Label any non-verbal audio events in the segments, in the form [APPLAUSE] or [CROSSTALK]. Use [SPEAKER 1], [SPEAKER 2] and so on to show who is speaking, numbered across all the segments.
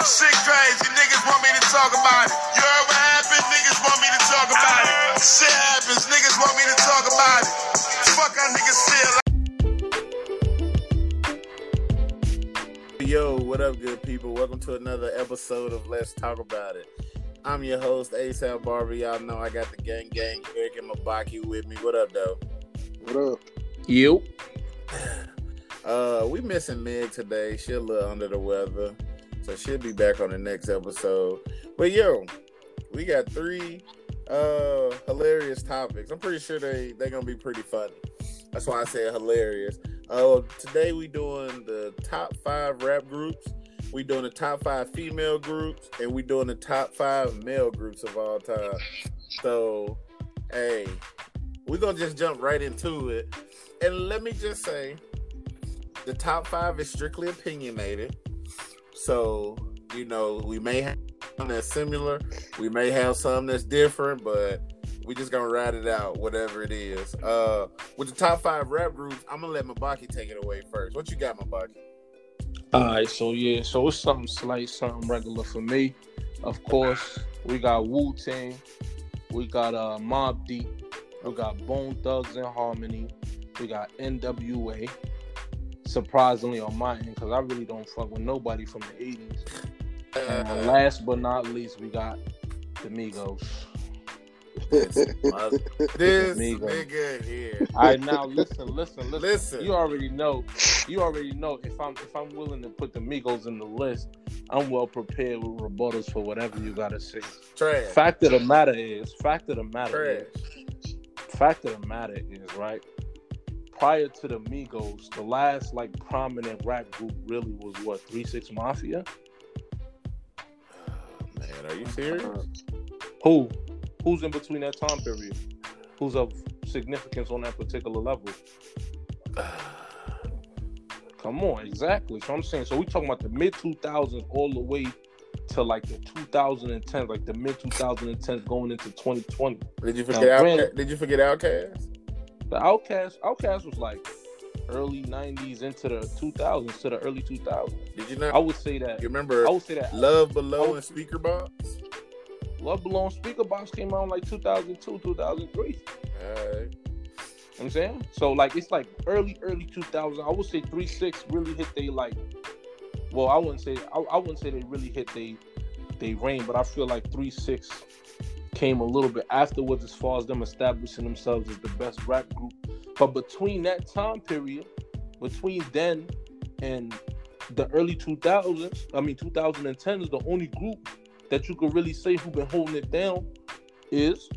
[SPEAKER 1] Shit crazy, niggas want me to talk about it. You heard what happened? Niggas want me to talk about it. Shit happens, niggas want me to talk about it. Fuck how niggas feel. Yo, what up, good people? Welcome to another episode of Let's Talk About It. I'm your host, ASAP Barber. Y'all know I got the gang gang, Eric and Mabaki with me. What up, though?
[SPEAKER 2] What up?
[SPEAKER 3] You.
[SPEAKER 1] Uh, we missing Meg today. She a little under the weather, so she'll be back on the next episode. But yo, we got three uh hilarious topics. I'm pretty sure they they gonna be pretty funny. That's why I said hilarious. Uh, today we doing the top five rap groups. We doing the top five female groups, and we doing the top five male groups of all time. So, hey, we're gonna just jump right into it. And let me just say, the top five is strictly opinionated. So, you know, we may have some that's similar, we may have some that's different, but we just gonna ride it out, whatever it is. Uh with the top five rap groups, I'm gonna let Mabaki take it away first. What you got, Mabaki?
[SPEAKER 3] All right, so yeah, so it's something slight, something regular for me. Of course, we got Wu Tang, we got uh, Mob Deep, we got Bone Thugs and Harmony, we got NWA. Surprisingly, on my end, because I really don't fuck with nobody from the '80s. And
[SPEAKER 1] [LAUGHS] Uh,
[SPEAKER 3] last but not least, we got the Migos.
[SPEAKER 1] this
[SPEAKER 3] Migos.
[SPEAKER 1] nigga here.
[SPEAKER 3] All right, now listen, listen, listen.
[SPEAKER 1] Listen,
[SPEAKER 3] You already know. You already know. If I'm if I'm willing to put the Migos in the list, I'm well prepared with rebuttals for whatever you gotta say.
[SPEAKER 1] trash.
[SPEAKER 3] Fact of the matter is, fact of the matter
[SPEAKER 1] Trash.
[SPEAKER 3] is, fact of the matter is, right? Prior to the Migos, the last like prominent rap group really was what Three Six Mafia.
[SPEAKER 1] Man, are you serious?
[SPEAKER 3] Who, who's in between that time period? Who's of significance on that particular level? Come on, exactly. So I'm saying, so we talking about the mid 2000s all the way to like the 2010s, like the mid 2010s going into 2020.
[SPEAKER 1] [SIGHS] Did you
[SPEAKER 3] Now,
[SPEAKER 1] forget Outcast?
[SPEAKER 3] granted-
[SPEAKER 1] Did you forget Outcast?
[SPEAKER 3] The Outcast, Outcast was like early 90s into the 2000s to the early 2000s.
[SPEAKER 1] Did you not?
[SPEAKER 3] I would say that.
[SPEAKER 1] You remember
[SPEAKER 3] I would say that.
[SPEAKER 1] Love Below
[SPEAKER 3] Oh.
[SPEAKER 1] and Speaker Box?
[SPEAKER 3] Love Below and Speaker Box came out in like 2002, 2003.
[SPEAKER 1] Alright.
[SPEAKER 3] You know what I'm saying? So like it's like early, early 2000. I would say three six really hit they like. Well, I wouldn't say I, I wouldn't say they really hit they they reign, but I feel like three six came a little bit afterwards as far as them establishing themselves as the best rap group. But between that time period, between then and the early 2000s, I mean 2010 is the only group that you could really say who been holding it down is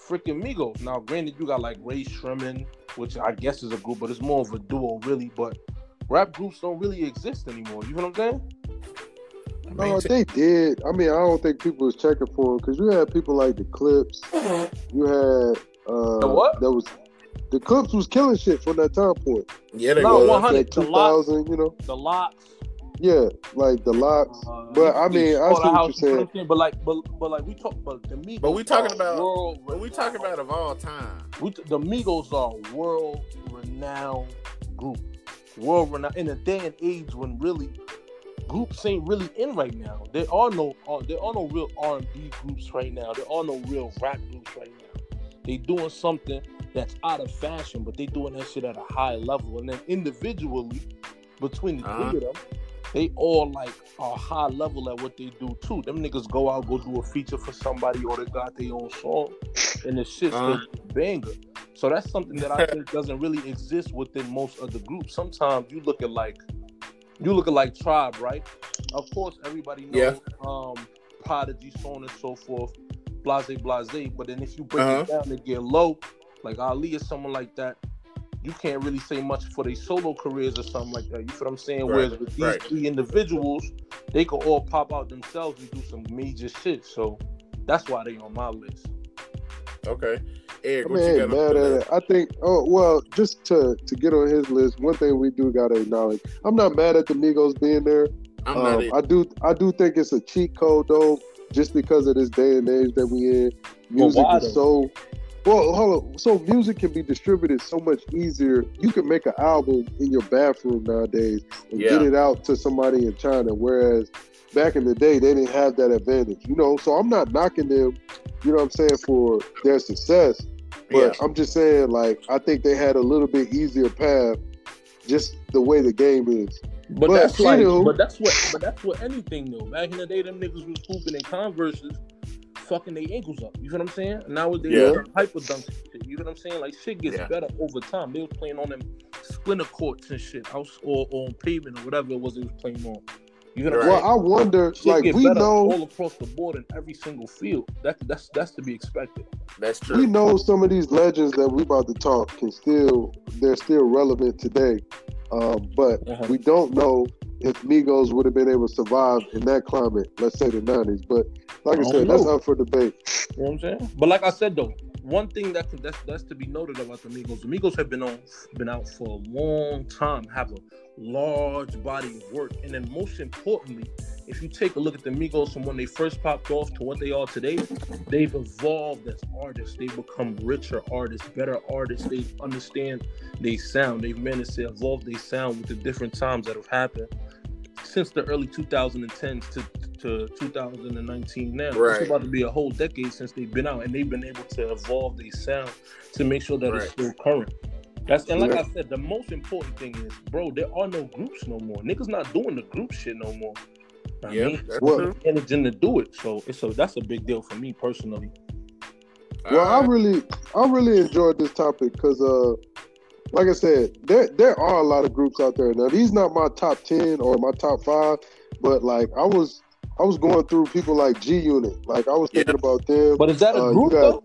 [SPEAKER 3] freaking Migos. Now, granted, you got like Ray Sherman, which I guess is a group, but it's more of a duo, really. But rap groups don't really exist anymore. You know what I'm saying?
[SPEAKER 2] No, Oh, they did. I mean, I don't think people was checking for because you had people like the Clips. You had uh,
[SPEAKER 3] The what?
[SPEAKER 2] That was the Clips was killing shit from that time point.
[SPEAKER 1] Yeah, they
[SPEAKER 3] No,
[SPEAKER 1] was.
[SPEAKER 3] one hundred.
[SPEAKER 2] Like
[SPEAKER 3] The
[SPEAKER 2] two
[SPEAKER 3] locks,
[SPEAKER 2] thousand, you know.
[SPEAKER 3] the locks.
[SPEAKER 2] Yeah, like the locks.
[SPEAKER 3] uh,
[SPEAKER 2] But, I mean, I see what you're
[SPEAKER 3] Slaughterhouse, you know
[SPEAKER 2] saying.
[SPEAKER 3] I'm saying? But like, but but like we talk, but the Migos.
[SPEAKER 1] But we talking
[SPEAKER 3] are
[SPEAKER 1] about-
[SPEAKER 3] world.
[SPEAKER 1] What we talking about of all time?
[SPEAKER 3] We, the Migos are world renowned group. World renowned in a day and age when really groups ain't really in right now. There are no uh, there are no real R and B groups right now. There are no real rap groups right now. They doing something that's out of fashion, but they doing that shit at a high level. And then individually, between the
[SPEAKER 1] Uh-huh.
[SPEAKER 3] three of them, they all like are high level at what they do too. Them niggas go out, go do a feature for somebody, or they got their own song, and the shit's
[SPEAKER 1] Uh-huh.
[SPEAKER 3] a banger. So that's something that I think doesn't really exist within most of the groups. Sometimes you look at like you look at like Tribe, right? Of course, everybody knows
[SPEAKER 1] Yeah.
[SPEAKER 3] um, Prodigy, so on and so forth, blase blase. But then if you break
[SPEAKER 1] Uh-huh.
[SPEAKER 3] it down and get low, like Ali or someone like that, you can't really say much for their solo careers or something like that. You feel what I'm saying?
[SPEAKER 1] Right,
[SPEAKER 3] Whereas with these
[SPEAKER 1] right.
[SPEAKER 3] three individuals, they could all pop out themselves and do some major shit. So that's why they on my list.
[SPEAKER 1] Okay, Eric,
[SPEAKER 2] I
[SPEAKER 1] what
[SPEAKER 2] mean, I
[SPEAKER 1] you
[SPEAKER 2] ain't
[SPEAKER 1] got? on
[SPEAKER 2] mad at
[SPEAKER 1] the
[SPEAKER 2] it. I think. Oh well, just to to get on his list, one thing we do gotta acknowledge. I'm not mad at the Migos being there.
[SPEAKER 1] I'm
[SPEAKER 2] Um,
[SPEAKER 1] not in.
[SPEAKER 2] I do I do think it's a cheat code though, just because of this day and age that we in.
[SPEAKER 3] Well,
[SPEAKER 2] Music
[SPEAKER 3] why
[SPEAKER 2] is so well. Hold on. So music can be distributed so much easier. You can make an album in your bathroom nowadays and
[SPEAKER 1] Yeah.
[SPEAKER 2] get it out to somebody in China. Whereas back in the day they didn't have that advantage, you know. So I'm not knocking them, you know what I'm saying, for their success. But I'm just saying, like, I think they had a little bit easier path, just the way the game is.
[SPEAKER 3] But,
[SPEAKER 2] But,
[SPEAKER 3] that's
[SPEAKER 2] you
[SPEAKER 3] like,
[SPEAKER 2] know-
[SPEAKER 3] but that's what, but that's what anything though. Back in the day, them niggas was hooping in Converses, fucking their ankles up. You feel what I'm saying? Nowadays,
[SPEAKER 1] Yeah.
[SPEAKER 3] yeah. hyper dunks. and shit. You feel what I'm saying? Like shit gets
[SPEAKER 1] Yeah.
[SPEAKER 3] better over time. They was playing on them splinter courts and shit, house or, or on pavement or whatever it was they was playing on. You feel what I'm
[SPEAKER 1] Right.
[SPEAKER 2] Well, I wonder,
[SPEAKER 3] Shit
[SPEAKER 2] like,
[SPEAKER 3] get
[SPEAKER 2] we
[SPEAKER 3] better
[SPEAKER 2] know
[SPEAKER 3] all across the board in every single field. That that's that's to be expected.
[SPEAKER 1] That's true.
[SPEAKER 2] we know some of these legends that we about to talk can still they're still relevant today, um, but
[SPEAKER 3] Uh-huh.
[SPEAKER 2] we don't know if Migos would have been able to survive in that climate. Let's say the '90s, but like I,
[SPEAKER 3] I don't
[SPEAKER 2] said, that's
[SPEAKER 3] know.
[SPEAKER 2] up for debate.
[SPEAKER 3] You know what I'm saying? But like I said though, one thing that can, that's that's to be noted about the Migos, the Migos have been on been out for a long time, have a large body of work, and then most importantly, if you take a look at the Migos from when they first popped off to what they are today, they've evolved as artists. They've become richer artists, better artists. They understand they sound. They've managed to evolve their sound with the different times that have happened since the early 2010s to to 2019 now.
[SPEAKER 1] Right.
[SPEAKER 3] It's about to be a whole decade since they've been out, and they've been able to evolve their sound to make sure that it's
[SPEAKER 1] Right.
[SPEAKER 3] still current. That's and like
[SPEAKER 2] Yeah.
[SPEAKER 3] I said, the most important thing is, bro, there are no groups no more. Niggas not doing the group shit no more. I
[SPEAKER 1] yeah,
[SPEAKER 3] mean,
[SPEAKER 1] that's
[SPEAKER 2] Well,
[SPEAKER 1] true.
[SPEAKER 3] managing to do it. So it's so that's a big deal for me personally.
[SPEAKER 2] Well, I
[SPEAKER 1] Alright.
[SPEAKER 2] really, I really enjoyed this topic because, uh, like I said, there there are a lot of groups out there now. These not my top ten or my top five, but like I was, I was going through people like G Unit. Like I was thinking about them.
[SPEAKER 3] But is that a
[SPEAKER 2] Uh, you
[SPEAKER 3] group
[SPEAKER 2] got-
[SPEAKER 3] though?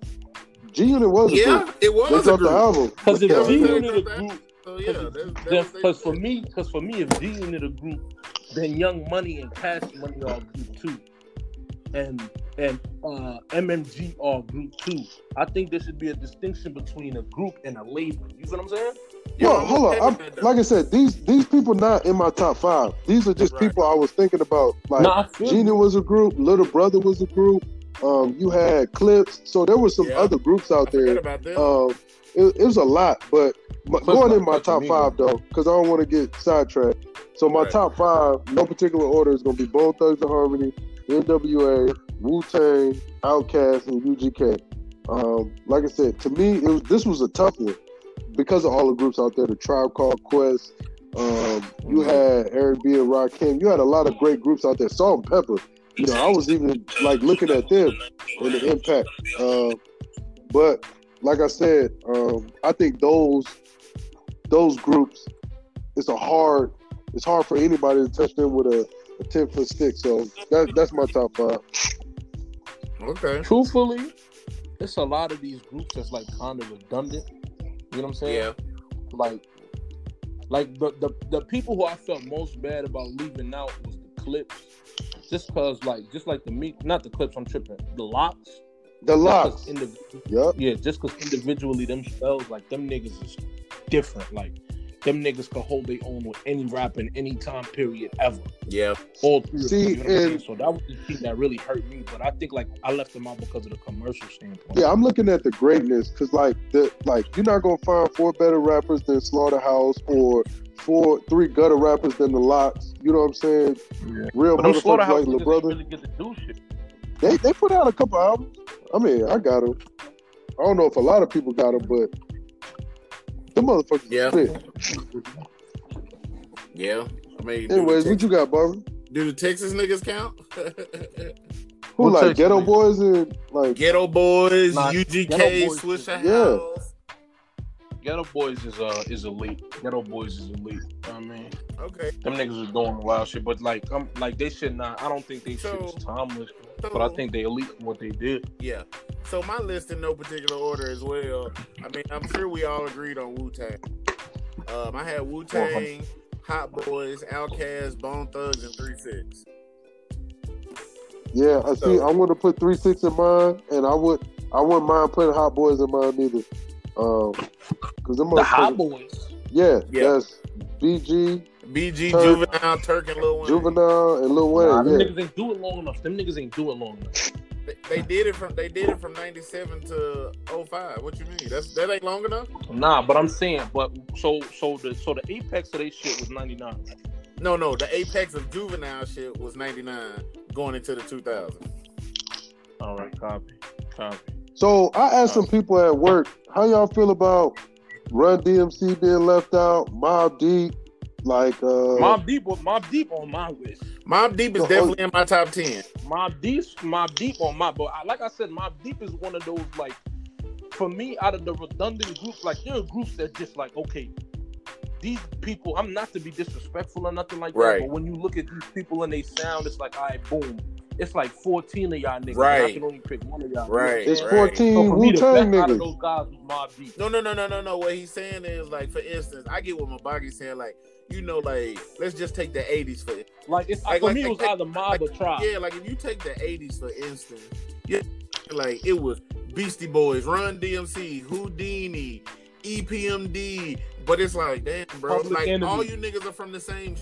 [SPEAKER 2] G Unit was a group.
[SPEAKER 1] yeah, it
[SPEAKER 2] They
[SPEAKER 1] was a
[SPEAKER 2] dropped the
[SPEAKER 1] group.
[SPEAKER 2] album.
[SPEAKER 3] Because if G
[SPEAKER 2] Yeah, they
[SPEAKER 3] Unit a
[SPEAKER 1] dropped that.
[SPEAKER 3] group,
[SPEAKER 1] So yeah, that's, that's what they
[SPEAKER 3] because for
[SPEAKER 1] said.
[SPEAKER 3] me, because for me, if G Unit a group, then Young Money and Cash Money are group two, and and uh, MMG are group two. I think there should be a distinction between a group and a label. You see what I'm saying?
[SPEAKER 1] Yeah,
[SPEAKER 2] Well,
[SPEAKER 1] I'm
[SPEAKER 2] hold
[SPEAKER 1] okay
[SPEAKER 2] on.
[SPEAKER 1] with
[SPEAKER 2] I'm,
[SPEAKER 1] that,
[SPEAKER 2] like I said, these these people not in my top five. These are just
[SPEAKER 1] Right.
[SPEAKER 2] people I was thinking about. Like
[SPEAKER 3] Nah, I feel
[SPEAKER 2] Gina was a group, Little Brother was a group. Um, you had Clips, so there were some
[SPEAKER 1] Yeah.
[SPEAKER 2] other groups
[SPEAKER 1] though.
[SPEAKER 2] out
[SPEAKER 1] I forgot
[SPEAKER 2] there.
[SPEAKER 1] about that.
[SPEAKER 2] Um, it, it was a lot, but my,
[SPEAKER 3] Clips
[SPEAKER 2] going
[SPEAKER 3] not
[SPEAKER 2] in my
[SPEAKER 3] touching
[SPEAKER 2] top
[SPEAKER 3] me,
[SPEAKER 2] five though, because I don't want to get sidetracked. So my
[SPEAKER 1] Right.
[SPEAKER 2] top five, no particular order, is gonna be Bone Thugs and Harmony, N.W.A., Wu Tang, Outkast, and UGK. Um, like I said, to me, it was, this was a tough one because of all the groups out there. The Tribe Called Quest. Um, you had Eric B and Rakim. You had a lot of great groups out there. Salt and Pepper. You know, I was even like looking at them and the impact. Uh, but like I said, um, I think those those groups, it's a hard it's hard for anybody to touch them with a, a ten foot stick. So that, that's my top five.
[SPEAKER 1] Okay.
[SPEAKER 3] truthfully, it's a lot of these groups that's like kind of redundant. You know what I'm saying?
[SPEAKER 1] Yeah.
[SPEAKER 3] like like the, the the people who I felt most bad about leaving out was the clips. Just cause like just like the meat not the clips, I'm tripping. The locks.
[SPEAKER 2] The
[SPEAKER 3] Just 'cause
[SPEAKER 2] locks.
[SPEAKER 3] indiv-
[SPEAKER 2] Yep.
[SPEAKER 3] yeah, just cause individually themselves, like them niggas is different. Like them niggas can hold their own with any rap in any time period ever.
[SPEAKER 1] Yeah.
[SPEAKER 3] All three
[SPEAKER 2] See,
[SPEAKER 3] of them, you know what I'm
[SPEAKER 2] and-
[SPEAKER 3] saying? so that was the thing that really hurt me. But I think like I left them out because of the commercial standpoint.
[SPEAKER 2] Yeah, I'm looking at the greatness because like the like you're not gonna find four better rappers than Slaughterhouse or four three gutter rappers than the locks. You know what I'm saying?
[SPEAKER 3] Yeah.
[SPEAKER 2] Real
[SPEAKER 3] But them
[SPEAKER 2] motherfuckers
[SPEAKER 3] slaughterhouse
[SPEAKER 2] like
[SPEAKER 3] niggas
[SPEAKER 2] Lil
[SPEAKER 3] ain't
[SPEAKER 2] Brother.
[SPEAKER 3] really get to do shit.
[SPEAKER 2] They, they put out a couple albums. I mean, I got them. I don't know if a lot of people got them, but the motherfuckers.
[SPEAKER 1] Yeah.
[SPEAKER 2] spit.
[SPEAKER 1] Yeah. I mean, do,
[SPEAKER 2] Anyways,
[SPEAKER 1] the
[SPEAKER 2] what
[SPEAKER 1] Tex-
[SPEAKER 2] you got, Barbara?
[SPEAKER 1] do the Texas niggas count?
[SPEAKER 2] Who
[SPEAKER 3] Who
[SPEAKER 2] like
[SPEAKER 3] takes
[SPEAKER 2] Ghetto
[SPEAKER 3] me?
[SPEAKER 2] Boys and
[SPEAKER 1] [LAUGHS]
[SPEAKER 2] like?
[SPEAKER 1] Ghetto Boys,
[SPEAKER 3] Nah,
[SPEAKER 1] UGK,
[SPEAKER 3] Ghetto Boys-
[SPEAKER 1] Swisher
[SPEAKER 2] Yeah.
[SPEAKER 1] House.
[SPEAKER 3] Ghetto Boys is uh is elite. Ghetto Boys is elite. I mean,
[SPEAKER 1] Okay.
[SPEAKER 3] them niggas are doing wild shit, but like, I'm like they should not. I don't think they
[SPEAKER 1] So-
[SPEAKER 3] should shit is timeless,
[SPEAKER 1] So,
[SPEAKER 3] but I think they elite in what they did.
[SPEAKER 1] yeah. So my list in no particular order as well. I mean, I'm sure we all agreed on Wu Tang. Um, I had Wu Tang, Hot Boys, Outkast, Bone Thugs, and Three Six.
[SPEAKER 2] Yeah, I see.
[SPEAKER 1] So-
[SPEAKER 2] I want to put three six in mine, and I would I wouldn't mind putting Hot Boys in mine either. Um, cause them
[SPEAKER 3] The Hot
[SPEAKER 2] motherfuckers-
[SPEAKER 3] Boys.
[SPEAKER 2] Yeah,
[SPEAKER 1] Yeah.
[SPEAKER 2] that's BG,
[SPEAKER 1] BG,
[SPEAKER 2] Turk.
[SPEAKER 1] Juvenile, Turk, and Lil Wayne.
[SPEAKER 2] Juvenile, and Lil
[SPEAKER 3] Nah,
[SPEAKER 2] Wayne.
[SPEAKER 3] them
[SPEAKER 2] yeah.
[SPEAKER 3] niggas ain't do it long enough. Them niggas ain't do it long enough.
[SPEAKER 1] They, they did it from they did it from '97 to 05. What you mean? That's that ain't long enough.
[SPEAKER 3] Nah, but I'm saying, but so so the so the apex of they shit was '99.
[SPEAKER 1] No, no, the apex of juvenile shit was ninety nine, going into the two thousand.
[SPEAKER 3] All right, copy, copy.
[SPEAKER 2] So I asked some people at work, how y'all feel about Run DMC being left out, Mob Deep, like uh,
[SPEAKER 3] Mob Deep, was- Mob Deep on my list.
[SPEAKER 1] Mob Deep is
[SPEAKER 2] The whole-
[SPEAKER 1] definitely in my top ten.
[SPEAKER 3] Mob Deep, Mob Deep on my. But I, like I said, Mob Deep is one of those like, for me, out of the redundant groups, like there are groups that just like okay, these people. I'm not to be disrespectful or nothing like
[SPEAKER 1] Right.
[SPEAKER 3] that. But when you look at these people and they sound, it's like all right, boom. It's like 14 of y'all niggas. and I
[SPEAKER 1] Right.
[SPEAKER 3] can only pick one of y'all. You
[SPEAKER 1] Right,
[SPEAKER 2] it's
[SPEAKER 3] understand?
[SPEAKER 1] right.
[SPEAKER 3] So
[SPEAKER 2] 14
[SPEAKER 3] for me,
[SPEAKER 2] Wu
[SPEAKER 3] the
[SPEAKER 2] Tang
[SPEAKER 3] best out of
[SPEAKER 2] niggas.
[SPEAKER 3] those guys was Mob Deep.
[SPEAKER 1] No, no, no, no, no, no. What he's saying is like, for instance, I get what Mabagi's saying. Like, you know, like let's just take the eighties for
[SPEAKER 3] Like it's
[SPEAKER 1] Like-
[SPEAKER 3] for
[SPEAKER 1] like-
[SPEAKER 3] me, it was
[SPEAKER 1] like-
[SPEAKER 3] either Mob
[SPEAKER 1] like-
[SPEAKER 3] or Tribe.
[SPEAKER 1] yeah. Like if you take the eighties for instance, yeah, like it was Beastie Boys, Run DMC, Houdini, E EPMD. But it's like, damn, bro,
[SPEAKER 3] Public
[SPEAKER 1] like
[SPEAKER 3] Enemy.
[SPEAKER 1] all you niggas are from the same. sh-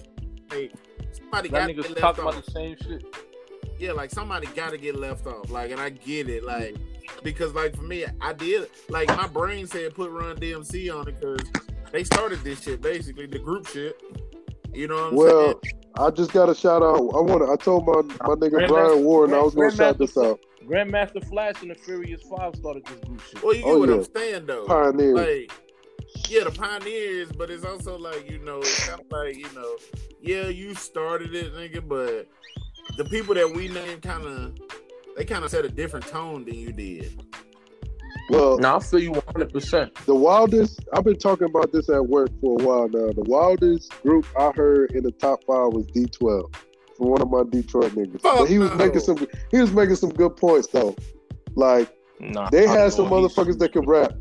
[SPEAKER 1] Like somebody got
[SPEAKER 3] That
[SPEAKER 1] to
[SPEAKER 3] niggas
[SPEAKER 1] get left
[SPEAKER 3] talking
[SPEAKER 1] off.
[SPEAKER 3] about the same shit.
[SPEAKER 1] Yeah, like somebody got to get left off. Like, and I get it. Like because like for me, I did like my brain said put Run DMC on it because they started this shit basically the group shit. You know what I'm
[SPEAKER 2] Well, I just got a shout out. I want. I told my my nigga Brian Warren I was gonna shout this out.
[SPEAKER 3] Grandmaster Flash and the Furious Five started this group shit.
[SPEAKER 1] saying? Well, you get
[SPEAKER 2] oh,
[SPEAKER 1] what
[SPEAKER 2] yeah.
[SPEAKER 1] I'm saying though.
[SPEAKER 3] uh,
[SPEAKER 2] Pioneer.
[SPEAKER 1] Like, yeah, the pioneers, but it's also like you know, it's kind of like you know, yeah, you started it, nigga, but the people that we named kind of they kind of set a different tone than you did.
[SPEAKER 2] well,
[SPEAKER 3] No, I feel you 100. percent
[SPEAKER 2] the wildest. I've been talking about this at work for a while now. The wildest group I heard in the top five was D12 from one of my Detroit niggas.
[SPEAKER 1] Fuck
[SPEAKER 2] but he was
[SPEAKER 1] no.
[SPEAKER 2] making some. He was making some good points though. Like
[SPEAKER 3] Nah,
[SPEAKER 2] they
[SPEAKER 3] I'm
[SPEAKER 2] had some
[SPEAKER 3] going-
[SPEAKER 2] motherfuckers that could rap.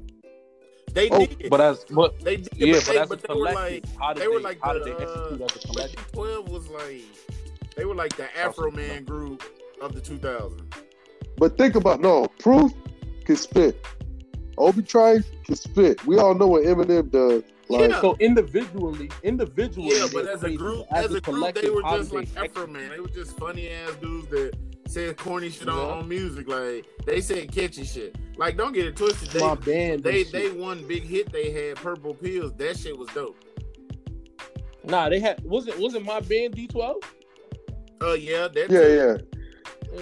[SPEAKER 1] They
[SPEAKER 2] Oh,
[SPEAKER 1] did,
[SPEAKER 3] But as but
[SPEAKER 1] they did,
[SPEAKER 3] yeah,
[SPEAKER 1] but,
[SPEAKER 3] but,
[SPEAKER 1] they,
[SPEAKER 3] as a
[SPEAKER 1] but they were like
[SPEAKER 3] collective, how did
[SPEAKER 1] they
[SPEAKER 3] they,
[SPEAKER 1] were like
[SPEAKER 3] how
[SPEAKER 1] the,
[SPEAKER 3] did they execute as a
[SPEAKER 1] But
[SPEAKER 3] collective?
[SPEAKER 1] D12 was like they were like the Afro Man group of the 2000s.
[SPEAKER 2] But think about no proof can spit. Obi Trice can spit. We all know what Eminem does. Like
[SPEAKER 1] Yeah.
[SPEAKER 3] So individually, individually,
[SPEAKER 1] Yeah, but
[SPEAKER 3] they
[SPEAKER 1] as a
[SPEAKER 3] crazy,
[SPEAKER 1] group,
[SPEAKER 3] but
[SPEAKER 1] as, a, group, they
[SPEAKER 3] collective,
[SPEAKER 1] were
[SPEAKER 3] how
[SPEAKER 1] just
[SPEAKER 3] did
[SPEAKER 1] like
[SPEAKER 3] they
[SPEAKER 1] Afro Man. They were just funny ass dudes that said corny shit on,
[SPEAKER 3] Yeah.
[SPEAKER 1] on music. Like they said catchy shit. Like don't get it twisted.
[SPEAKER 3] execute? my
[SPEAKER 1] They
[SPEAKER 3] band,
[SPEAKER 1] they,
[SPEAKER 3] they,
[SPEAKER 1] they one big hit they had Purple Pills. That shit was dope.
[SPEAKER 3] nah, they had wasn't wasn't my band D twelve?
[SPEAKER 1] Oh yeah, that
[SPEAKER 2] yeah,
[SPEAKER 1] too.
[SPEAKER 2] yeah.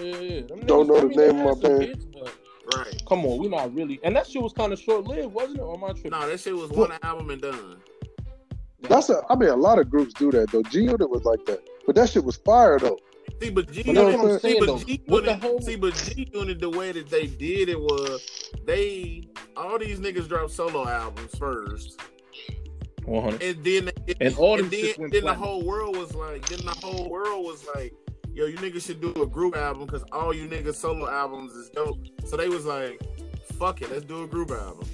[SPEAKER 3] Yeah, yeah. them niggas-
[SPEAKER 2] Don't know
[SPEAKER 3] I
[SPEAKER 2] the
[SPEAKER 3] mean, they
[SPEAKER 2] name
[SPEAKER 3] had
[SPEAKER 2] of my
[SPEAKER 3] some
[SPEAKER 2] band.
[SPEAKER 3] hits, but
[SPEAKER 1] right.
[SPEAKER 3] Come on, we not really, and that shit was kind of short lived, wasn't it? On my trip,
[SPEAKER 1] No, that shit was one album and done.
[SPEAKER 2] That's a. I mean, a lot of groups do that though. G Unit was like that, but that shit was fire though.
[SPEAKER 1] See, but G
[SPEAKER 3] But that's
[SPEAKER 1] Unit,
[SPEAKER 2] what
[SPEAKER 1] see,
[SPEAKER 2] I'm
[SPEAKER 3] saying,
[SPEAKER 1] but
[SPEAKER 3] though.
[SPEAKER 1] G
[SPEAKER 3] With the
[SPEAKER 1] Unit,
[SPEAKER 3] whole-
[SPEAKER 1] see, but G Unit, the way that they did it was they all these niggas dropped solo albums first,
[SPEAKER 3] one hundred.
[SPEAKER 1] and then it,
[SPEAKER 3] And all
[SPEAKER 1] and
[SPEAKER 3] them
[SPEAKER 1] then,
[SPEAKER 3] shits went
[SPEAKER 1] then the
[SPEAKER 3] platinum.
[SPEAKER 1] whole world was like, then the whole world was like, yo, you niggas should do a group album because all you niggas solo albums is dope. So they was like, fuck it, let's do a group album.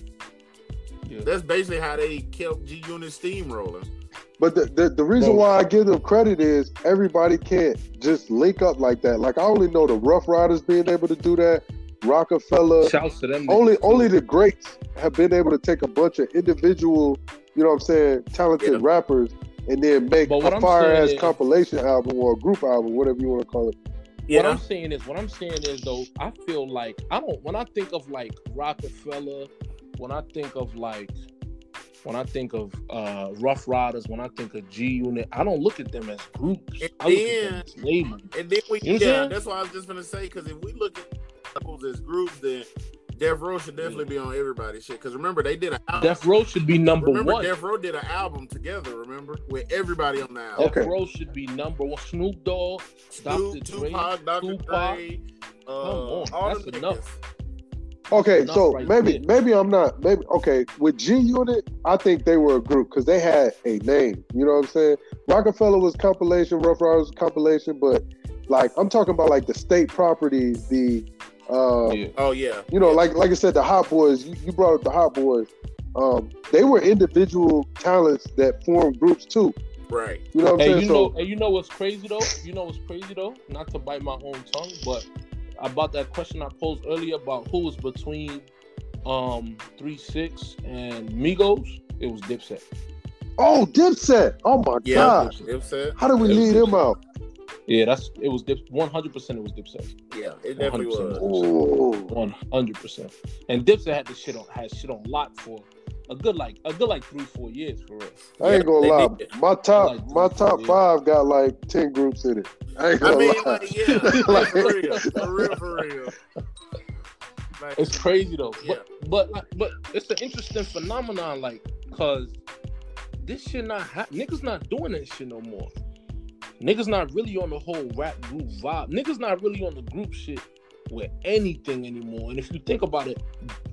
[SPEAKER 3] Yeah.
[SPEAKER 1] That's basically how they kept G Unit steamrolling.
[SPEAKER 2] But the, the, the reason
[SPEAKER 3] Bro.
[SPEAKER 2] why I give them credit is everybody can't just link up like that. Like I only know the Rough Riders being able to do that, Rockefeller.
[SPEAKER 3] Shouts to them.
[SPEAKER 2] Only
[SPEAKER 3] niggas, too.
[SPEAKER 2] only the greats have been able to take a bunch of individual, you know what I'm saying, talented
[SPEAKER 1] Yeah.
[SPEAKER 2] rappers and then make
[SPEAKER 3] But what
[SPEAKER 2] a
[SPEAKER 3] I'm
[SPEAKER 2] fire ass
[SPEAKER 3] saying is-
[SPEAKER 2] compilation album or a group album, whatever you want to call it.
[SPEAKER 3] What I'm saying is, what I'm saying is though, I feel like I don't. When I think of like Rockefeller, when I think of like, when I think of uh Rough Riders, when I think of G Unit, I don't look at them as groups.
[SPEAKER 1] And
[SPEAKER 3] I look at them
[SPEAKER 1] then-
[SPEAKER 3] as labels.
[SPEAKER 1] And then we,
[SPEAKER 3] You know what I'm
[SPEAKER 1] yeah,
[SPEAKER 3] saying?
[SPEAKER 1] that's what I was just gonna say. Because if we look at couples as groups, then Death Row should definitely be on everybody's shit. Because remember, they did an album.
[SPEAKER 3] Death Row should be number
[SPEAKER 1] remember,
[SPEAKER 3] one.
[SPEAKER 1] Death Row did an album together. Remember, with everybody on the album.
[SPEAKER 2] Okay.
[SPEAKER 3] Death Row should be number one. Snoop Dogg,
[SPEAKER 1] Snoop,
[SPEAKER 3] Dr. Dre,
[SPEAKER 1] Tupac, Dr.
[SPEAKER 3] Tupac.
[SPEAKER 1] Dre. Uh,
[SPEAKER 3] on,
[SPEAKER 1] all
[SPEAKER 3] that's
[SPEAKER 1] them
[SPEAKER 3] enough.
[SPEAKER 1] niggas.
[SPEAKER 2] Okay,
[SPEAKER 3] Enough
[SPEAKER 2] so
[SPEAKER 3] right
[SPEAKER 2] maybe
[SPEAKER 3] there.
[SPEAKER 2] maybe I'm not maybe okay with G Unit. I think they were a group because they had a name. You know what I'm saying? Rockefeller was compilation, Rough Riders was compilation, but like I'm talking about like the state properties, the uh,
[SPEAKER 3] Yeah.
[SPEAKER 1] Oh yeah,
[SPEAKER 2] you know,
[SPEAKER 1] Yeah.
[SPEAKER 2] like like I said, the Hot Boys. You, you brought up the Hot Boys. Um, they were individual talents that formed groups too.
[SPEAKER 1] right.
[SPEAKER 2] You know what I'm
[SPEAKER 3] Hey,
[SPEAKER 2] saying?
[SPEAKER 3] you
[SPEAKER 2] so
[SPEAKER 3] know, hey, you know what's crazy though? You know what's crazy though? Not to bite my own tongue, but about that question I posed earlier about who was between um three six and Migos, it was Dipset.
[SPEAKER 2] oh, Dipset. Oh my
[SPEAKER 1] Yeah,
[SPEAKER 2] god,
[SPEAKER 1] Dipset.
[SPEAKER 2] how did we
[SPEAKER 3] It was
[SPEAKER 2] leave him out?
[SPEAKER 3] Yeah, that's it was Dip. One hundred percent, it was Dipset.
[SPEAKER 1] Yeah, it definitely
[SPEAKER 3] 100%
[SPEAKER 1] was.
[SPEAKER 3] Ooh. One hundred percent. And Dipset had the shit on had shit on lock for a good like a good like three four years for real.
[SPEAKER 2] I ain't gonna
[SPEAKER 1] They
[SPEAKER 2] lie.
[SPEAKER 1] need it.
[SPEAKER 2] My top,
[SPEAKER 3] Like,
[SPEAKER 2] my top
[SPEAKER 3] yeah.
[SPEAKER 2] five got like ten groups in it. I ain't
[SPEAKER 1] I
[SPEAKER 2] gonna
[SPEAKER 1] mean,
[SPEAKER 2] lie.
[SPEAKER 1] like, yeah,
[SPEAKER 2] [LAUGHS]
[SPEAKER 1] like, [LAUGHS] for real, for real, for real. Like,
[SPEAKER 3] It's crazy though.
[SPEAKER 1] Yeah.
[SPEAKER 3] But but but it's an interesting phenomenon, like, cause this shit not ha- niggas not doing that shit no more. Niggas not really on the whole rap group vibe. Niggas not really on the group shit with anything anymore. And if you think about it,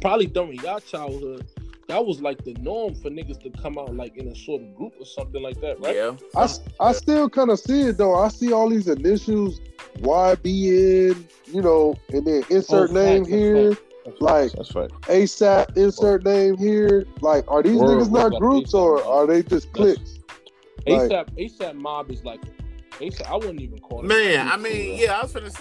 [SPEAKER 3] probably during your childhood, that was like the norm for niggas to come out like in a sort of group or something like that, right?
[SPEAKER 1] yeah,
[SPEAKER 2] I, s- I still kind of see it though. I see all these initials, YBN, you know, and then insert
[SPEAKER 3] Oh,
[SPEAKER 2] name
[SPEAKER 3] facts,
[SPEAKER 2] here,
[SPEAKER 3] That's
[SPEAKER 2] Like-
[SPEAKER 3] that's right.
[SPEAKER 2] ASAP, insert name here. Like, are these
[SPEAKER 3] Word,
[SPEAKER 2] niggas
[SPEAKER 3] word,
[SPEAKER 2] not
[SPEAKER 3] like
[SPEAKER 2] groups
[SPEAKER 3] ASAP,
[SPEAKER 2] or
[SPEAKER 3] man.
[SPEAKER 2] are they just
[SPEAKER 3] That's-
[SPEAKER 2] clicks? Like-
[SPEAKER 3] ASAP ASAP mob is like ASAP. I wouldn't even call it.
[SPEAKER 1] man. I
[SPEAKER 3] for real.
[SPEAKER 1] mean, yeah, I was gonna.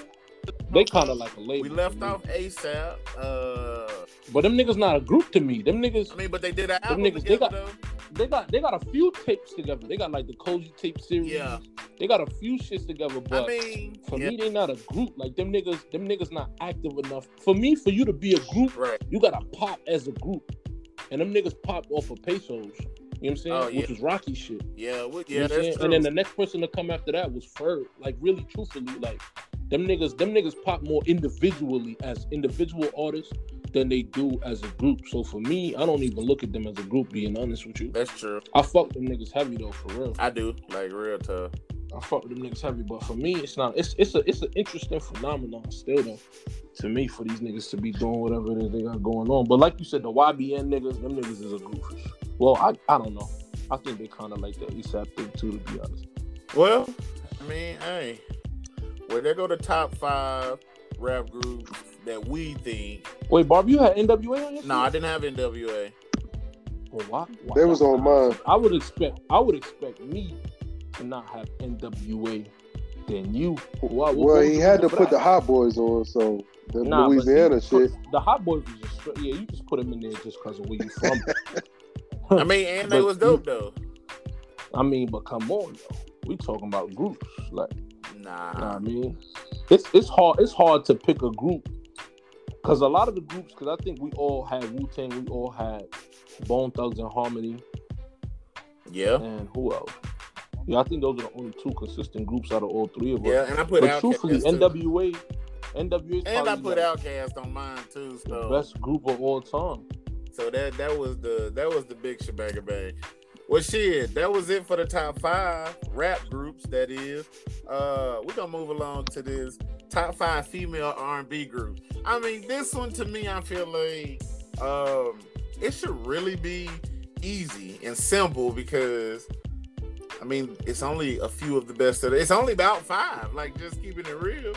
[SPEAKER 3] They kind of like a label.
[SPEAKER 1] We
[SPEAKER 3] to
[SPEAKER 1] left
[SPEAKER 3] me.
[SPEAKER 1] off ASAP. Uh,
[SPEAKER 3] But them niggas not a group to me. Them niggas,
[SPEAKER 1] I mean, but they did an album
[SPEAKER 3] niggas, they
[SPEAKER 1] together
[SPEAKER 3] got-
[SPEAKER 1] though.
[SPEAKER 3] they got they got a few tapes together. They got like the Koji tape series.
[SPEAKER 1] Yeah.
[SPEAKER 3] They got a few shits together, but
[SPEAKER 1] I mean,
[SPEAKER 3] for
[SPEAKER 1] yeah,
[SPEAKER 3] me they not a group. Like them niggas, them niggas not active enough. For me, for you to be a group,
[SPEAKER 1] right.
[SPEAKER 3] you gotta pop as a group. And them niggas popped off of pesos. You know what I'm saying?
[SPEAKER 1] Oh, yeah.
[SPEAKER 3] Which was Rocky shit.
[SPEAKER 1] Yeah, we, yeah,
[SPEAKER 3] You know what I'm saying?
[SPEAKER 1] that's true.
[SPEAKER 3] And then the next person to come after that was Ferg. Like really truthfully, like them niggas, them niggas pop more individually as individual artists than they do as a group. So for me, I don't even look at them as a group, being honest with you.
[SPEAKER 1] that's true.
[SPEAKER 3] I fuck them niggas heavy though, for real.
[SPEAKER 1] I do like real tough.
[SPEAKER 3] I fuck with them niggas heavy, but for me, it's not. It's it's a it's an interesting phenomenon still though. To me, for these niggas to be doing whatever it is they got going on, but like you said, the YBN niggas, them niggas is a group. Well, I I don't know. I think they kind of like that ASAP thing too, to be honest.
[SPEAKER 1] Well, I mean, hey, well, there go the top five rap groups that we think.
[SPEAKER 3] Wait, Barb, you had NWA on your
[SPEAKER 1] No, I
[SPEAKER 3] shit?
[SPEAKER 1] didn't have NWA.
[SPEAKER 3] Well, why, why
[SPEAKER 2] They was
[SPEAKER 3] not?
[SPEAKER 2] on mine.
[SPEAKER 3] I would expect I would expect me to not have NWA than you. Why- what-
[SPEAKER 2] Well,
[SPEAKER 3] what
[SPEAKER 2] he
[SPEAKER 3] was
[SPEAKER 2] had to
[SPEAKER 3] reason for
[SPEAKER 2] put
[SPEAKER 3] that?
[SPEAKER 2] the hot boys on, so the
[SPEAKER 3] Nah, but
[SPEAKER 2] Louisiana
[SPEAKER 3] you
[SPEAKER 2] shit.
[SPEAKER 3] put- The hot boys was just straight. Yeah, you just put them in there just because of where you
[SPEAKER 2] [LAUGHS]
[SPEAKER 3] from.
[SPEAKER 1] I mean, and they
[SPEAKER 3] But
[SPEAKER 1] was
[SPEAKER 3] you-
[SPEAKER 1] dope though.
[SPEAKER 3] I mean, but come on, yo. We talking about groups, like know what I
[SPEAKER 1] Nah,
[SPEAKER 3] mean, it's it's hard it's hard to pick a group because a lot of the groups because I think we all had Wu Tang, we all had Bone Thugs and Harmony,
[SPEAKER 1] yeah,
[SPEAKER 3] and who else? Yeah, I think those are the only two consistent groups out of all three of us.
[SPEAKER 1] yeah, and I put
[SPEAKER 3] but
[SPEAKER 1] out
[SPEAKER 3] truthfully, NWA, NWA, is
[SPEAKER 1] and I
[SPEAKER 3] probably,
[SPEAKER 1] put
[SPEAKER 3] like,
[SPEAKER 1] Outcast on mine too.
[SPEAKER 3] the
[SPEAKER 1] So,
[SPEAKER 3] best group of all time.
[SPEAKER 1] so that that was the that was the big shebang bang. Well, shit, that was it for the top five rap groups. That is, uh, we're gonna move along to this top five female R and B groups. I mean, this one to me, I feel like um, it should really be easy and simple because. I mean, it's only a few of the best. Of the, it's only about five. Like, just keeping it real.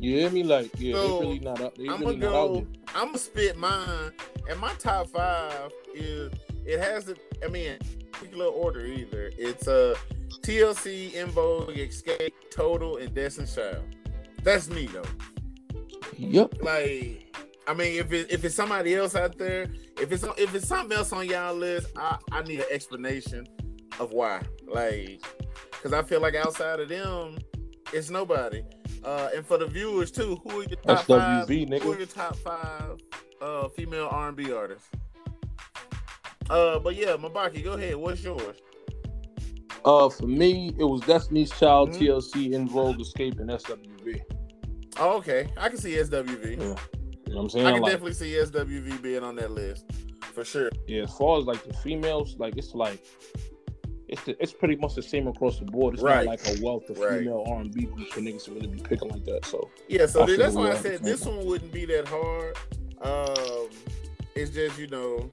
[SPEAKER 3] You hear me? Like, yeah,
[SPEAKER 1] So,
[SPEAKER 3] they really not up. They
[SPEAKER 1] I'm
[SPEAKER 3] really
[SPEAKER 1] gonna
[SPEAKER 3] not out
[SPEAKER 1] go.
[SPEAKER 3] here.
[SPEAKER 1] I'm gonna spit mine, and my top five is it has to. I mean, in particular order either. It's uh TLC, In Vogue, Escape, Total, and Destiny Child. That's me though.
[SPEAKER 3] Yep.
[SPEAKER 1] Like, I mean, if it, if it's somebody else out there, if it's if it's something else on y'all list, I I need an explanation of why. Like, because I feel like outside of them, it's nobody. Uh, and for the viewers too, who are your top five?
[SPEAKER 3] SWV,
[SPEAKER 1] Who are
[SPEAKER 3] nigga.
[SPEAKER 1] your top five uh, female R and B artists? Uh, but yeah, Mabaki, go ahead. What's yours?
[SPEAKER 3] Uh, for me, it was Destiny's Child,
[SPEAKER 1] Mhm.
[SPEAKER 3] TLC, In Vogue, Escape, and SWV.
[SPEAKER 1] Oh, okay, I can see SWV.
[SPEAKER 3] Yeah. You know what I'm
[SPEAKER 1] I
[SPEAKER 3] saying?
[SPEAKER 1] can
[SPEAKER 3] Like,
[SPEAKER 1] definitely see SWV being on that list for sure.
[SPEAKER 3] yeah, as far as like the females, like it's like it's the, it's pretty much the same across the board. It's
[SPEAKER 1] Right.
[SPEAKER 3] not like a wealth of
[SPEAKER 1] Right.
[SPEAKER 3] female R and B groups for niggas to really be picking like that. So
[SPEAKER 1] Yeah, so
[SPEAKER 3] I
[SPEAKER 1] then
[SPEAKER 3] feel
[SPEAKER 1] that's why I
[SPEAKER 3] right.
[SPEAKER 1] said this one wouldn't be that hard. Um, it's just you know,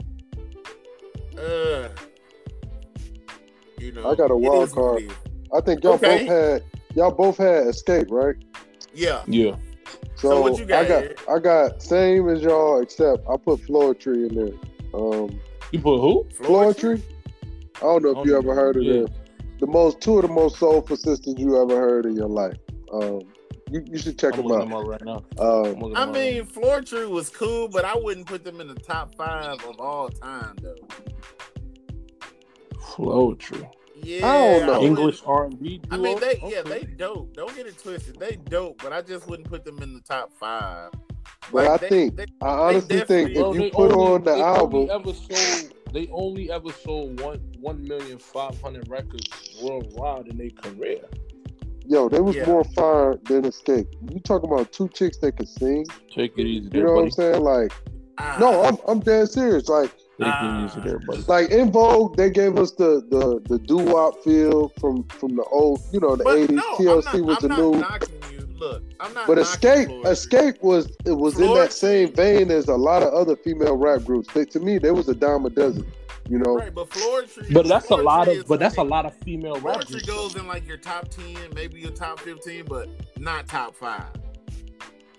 [SPEAKER 1] uh, you know,
[SPEAKER 2] I got a
[SPEAKER 1] it
[SPEAKER 2] wild
[SPEAKER 1] is what it is.
[SPEAKER 2] I think y'all
[SPEAKER 1] Okay.
[SPEAKER 2] both had y'all both had escape, right?
[SPEAKER 1] Yeah,
[SPEAKER 3] yeah,
[SPEAKER 2] So,
[SPEAKER 1] So what you got,
[SPEAKER 2] I got
[SPEAKER 1] Eric?
[SPEAKER 2] I got same as y'all except I put Floetry in there. Um
[SPEAKER 3] you put who?
[SPEAKER 2] Floetry? I don't know if
[SPEAKER 3] I don't
[SPEAKER 2] you
[SPEAKER 3] know.
[SPEAKER 2] ever heard of
[SPEAKER 3] Oh, Yeah.
[SPEAKER 2] them. The most two of the most soulful sisters you ever heard in your life. Um you, you should check
[SPEAKER 3] I'm
[SPEAKER 2] them
[SPEAKER 3] looking them
[SPEAKER 2] out.
[SPEAKER 3] up right now. I'm
[SPEAKER 2] Um,
[SPEAKER 3] looking
[SPEAKER 1] I
[SPEAKER 3] them up right
[SPEAKER 1] mean, Floor Tree was cool, but I wouldn't put them in the top five of all time, though.
[SPEAKER 3] now. Flowetry,
[SPEAKER 1] Yeah,
[SPEAKER 2] don't know.
[SPEAKER 1] wouldn't-
[SPEAKER 3] English R and B.
[SPEAKER 1] I mean, they yeah, they dope. Don't get it twisted. They dope, but I just wouldn't put them in the top five.
[SPEAKER 2] But I
[SPEAKER 1] they-
[SPEAKER 2] think-
[SPEAKER 1] they-
[SPEAKER 2] I honestly
[SPEAKER 1] definitely-
[SPEAKER 2] think if you put on the
[SPEAKER 3] they
[SPEAKER 2] album
[SPEAKER 3] only ever sold they only ever sold one one million five hundred records worldwide in their career.
[SPEAKER 2] Yo, they was
[SPEAKER 1] Yeah.
[SPEAKER 2] more fire than escape. You talking about two chicks that could sing?
[SPEAKER 3] Take it easy,
[SPEAKER 2] You
[SPEAKER 3] there,
[SPEAKER 2] know what
[SPEAKER 3] buddy.
[SPEAKER 2] I'm saying? Like,
[SPEAKER 1] Ah,
[SPEAKER 2] no, I'm I'm dead serious. Like,
[SPEAKER 3] Take
[SPEAKER 1] Ah.
[SPEAKER 3] it easy, there, buddy.
[SPEAKER 2] like in Vogue, they gave us the the the doo wop feel from from the old, you know, the
[SPEAKER 1] but
[SPEAKER 2] '80s.
[SPEAKER 1] no,
[SPEAKER 2] TLC
[SPEAKER 1] I'm not,
[SPEAKER 2] was
[SPEAKER 1] I'm
[SPEAKER 2] the
[SPEAKER 1] not
[SPEAKER 2] new.
[SPEAKER 1] knocking you. Look, I'm not.
[SPEAKER 2] But
[SPEAKER 1] knocking
[SPEAKER 2] Escape,
[SPEAKER 1] Floyd.
[SPEAKER 2] Escape was it was in
[SPEAKER 1] Floyd?
[SPEAKER 2] that same vein as a lot of other female rap groups. They, to me, there was a dime a dozen. You know,
[SPEAKER 1] Right, but Floyd.
[SPEAKER 3] But that's a lot of, but that's a lot of female
[SPEAKER 1] Poetry
[SPEAKER 3] rappers.
[SPEAKER 1] goes in like your top ten, maybe your top fifteen, but not top five.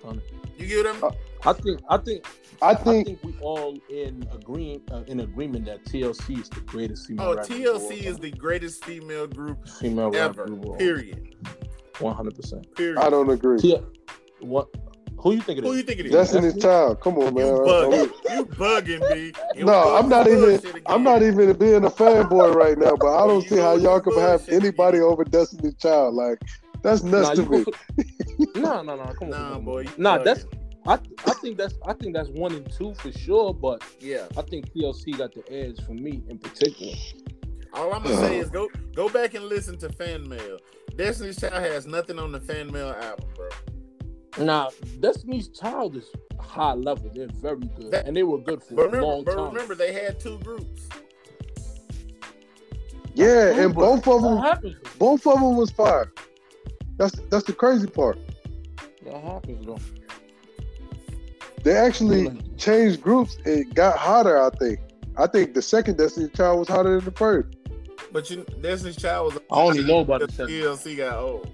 [SPEAKER 3] Um,
[SPEAKER 1] You get them?
[SPEAKER 2] uh,
[SPEAKER 3] I think, I think,
[SPEAKER 2] I
[SPEAKER 3] I
[SPEAKER 2] think
[SPEAKER 3] think we all in agreeing uh, in agreement that TLC is the greatest female.
[SPEAKER 1] Oh,
[SPEAKER 3] rap group of all
[SPEAKER 1] TLC is
[SPEAKER 3] time.
[SPEAKER 1] the greatest female group
[SPEAKER 3] female
[SPEAKER 1] ever. Period.
[SPEAKER 3] One hundred percent.
[SPEAKER 1] Period.
[SPEAKER 2] I don't agree.
[SPEAKER 3] What? Who you think it is?
[SPEAKER 1] Who you think it is?
[SPEAKER 2] That's in his child. Come on,
[SPEAKER 1] you
[SPEAKER 2] man.
[SPEAKER 1] bugging. you bugging me. You
[SPEAKER 2] No, I'm not
[SPEAKER 1] bullshit
[SPEAKER 2] even-
[SPEAKER 1] again.
[SPEAKER 2] I'm not even being a fanboy right now, but I don't
[SPEAKER 1] [LAUGHS] You
[SPEAKER 2] see how
[SPEAKER 1] know
[SPEAKER 2] y'all
[SPEAKER 1] it's
[SPEAKER 2] could have
[SPEAKER 1] bullshit.
[SPEAKER 2] anybody over Destiny Child. Like that's nuts
[SPEAKER 3] you
[SPEAKER 2] to me.
[SPEAKER 3] go for- nah, nah, nah. Come on.
[SPEAKER 1] Nah,
[SPEAKER 3] come on.
[SPEAKER 1] boy. you
[SPEAKER 3] Nah,
[SPEAKER 1] bugging.
[SPEAKER 3] that's- I, I think that's I think that's one and two for sure, but
[SPEAKER 1] yeah.
[SPEAKER 3] I think TLC got the edge for me in particular.
[SPEAKER 1] All I'm gonna say is go go back and listen to Fan Mail. Destiny's Child has nothing on the Fan Mail album, bro.
[SPEAKER 3] Now, Destiny's Child is high level. They're very good,
[SPEAKER 1] That-
[SPEAKER 3] and they were good for
[SPEAKER 1] But
[SPEAKER 3] a
[SPEAKER 1] remember,
[SPEAKER 3] long
[SPEAKER 1] but
[SPEAKER 3] time.
[SPEAKER 1] remember, they had two groups.
[SPEAKER 2] Yeah, and both of
[SPEAKER 3] that
[SPEAKER 2] them,
[SPEAKER 3] happens.
[SPEAKER 2] both of them was fire. That's that's the crazy part.
[SPEAKER 3] That happens though.
[SPEAKER 2] They actually changed groups. It got hotter. I think. I think the second Destiny Child was hotter than the first.
[SPEAKER 1] But you, Destiny's Child was
[SPEAKER 3] I only know about
[SPEAKER 1] the
[SPEAKER 3] the second.
[SPEAKER 1] TLC got old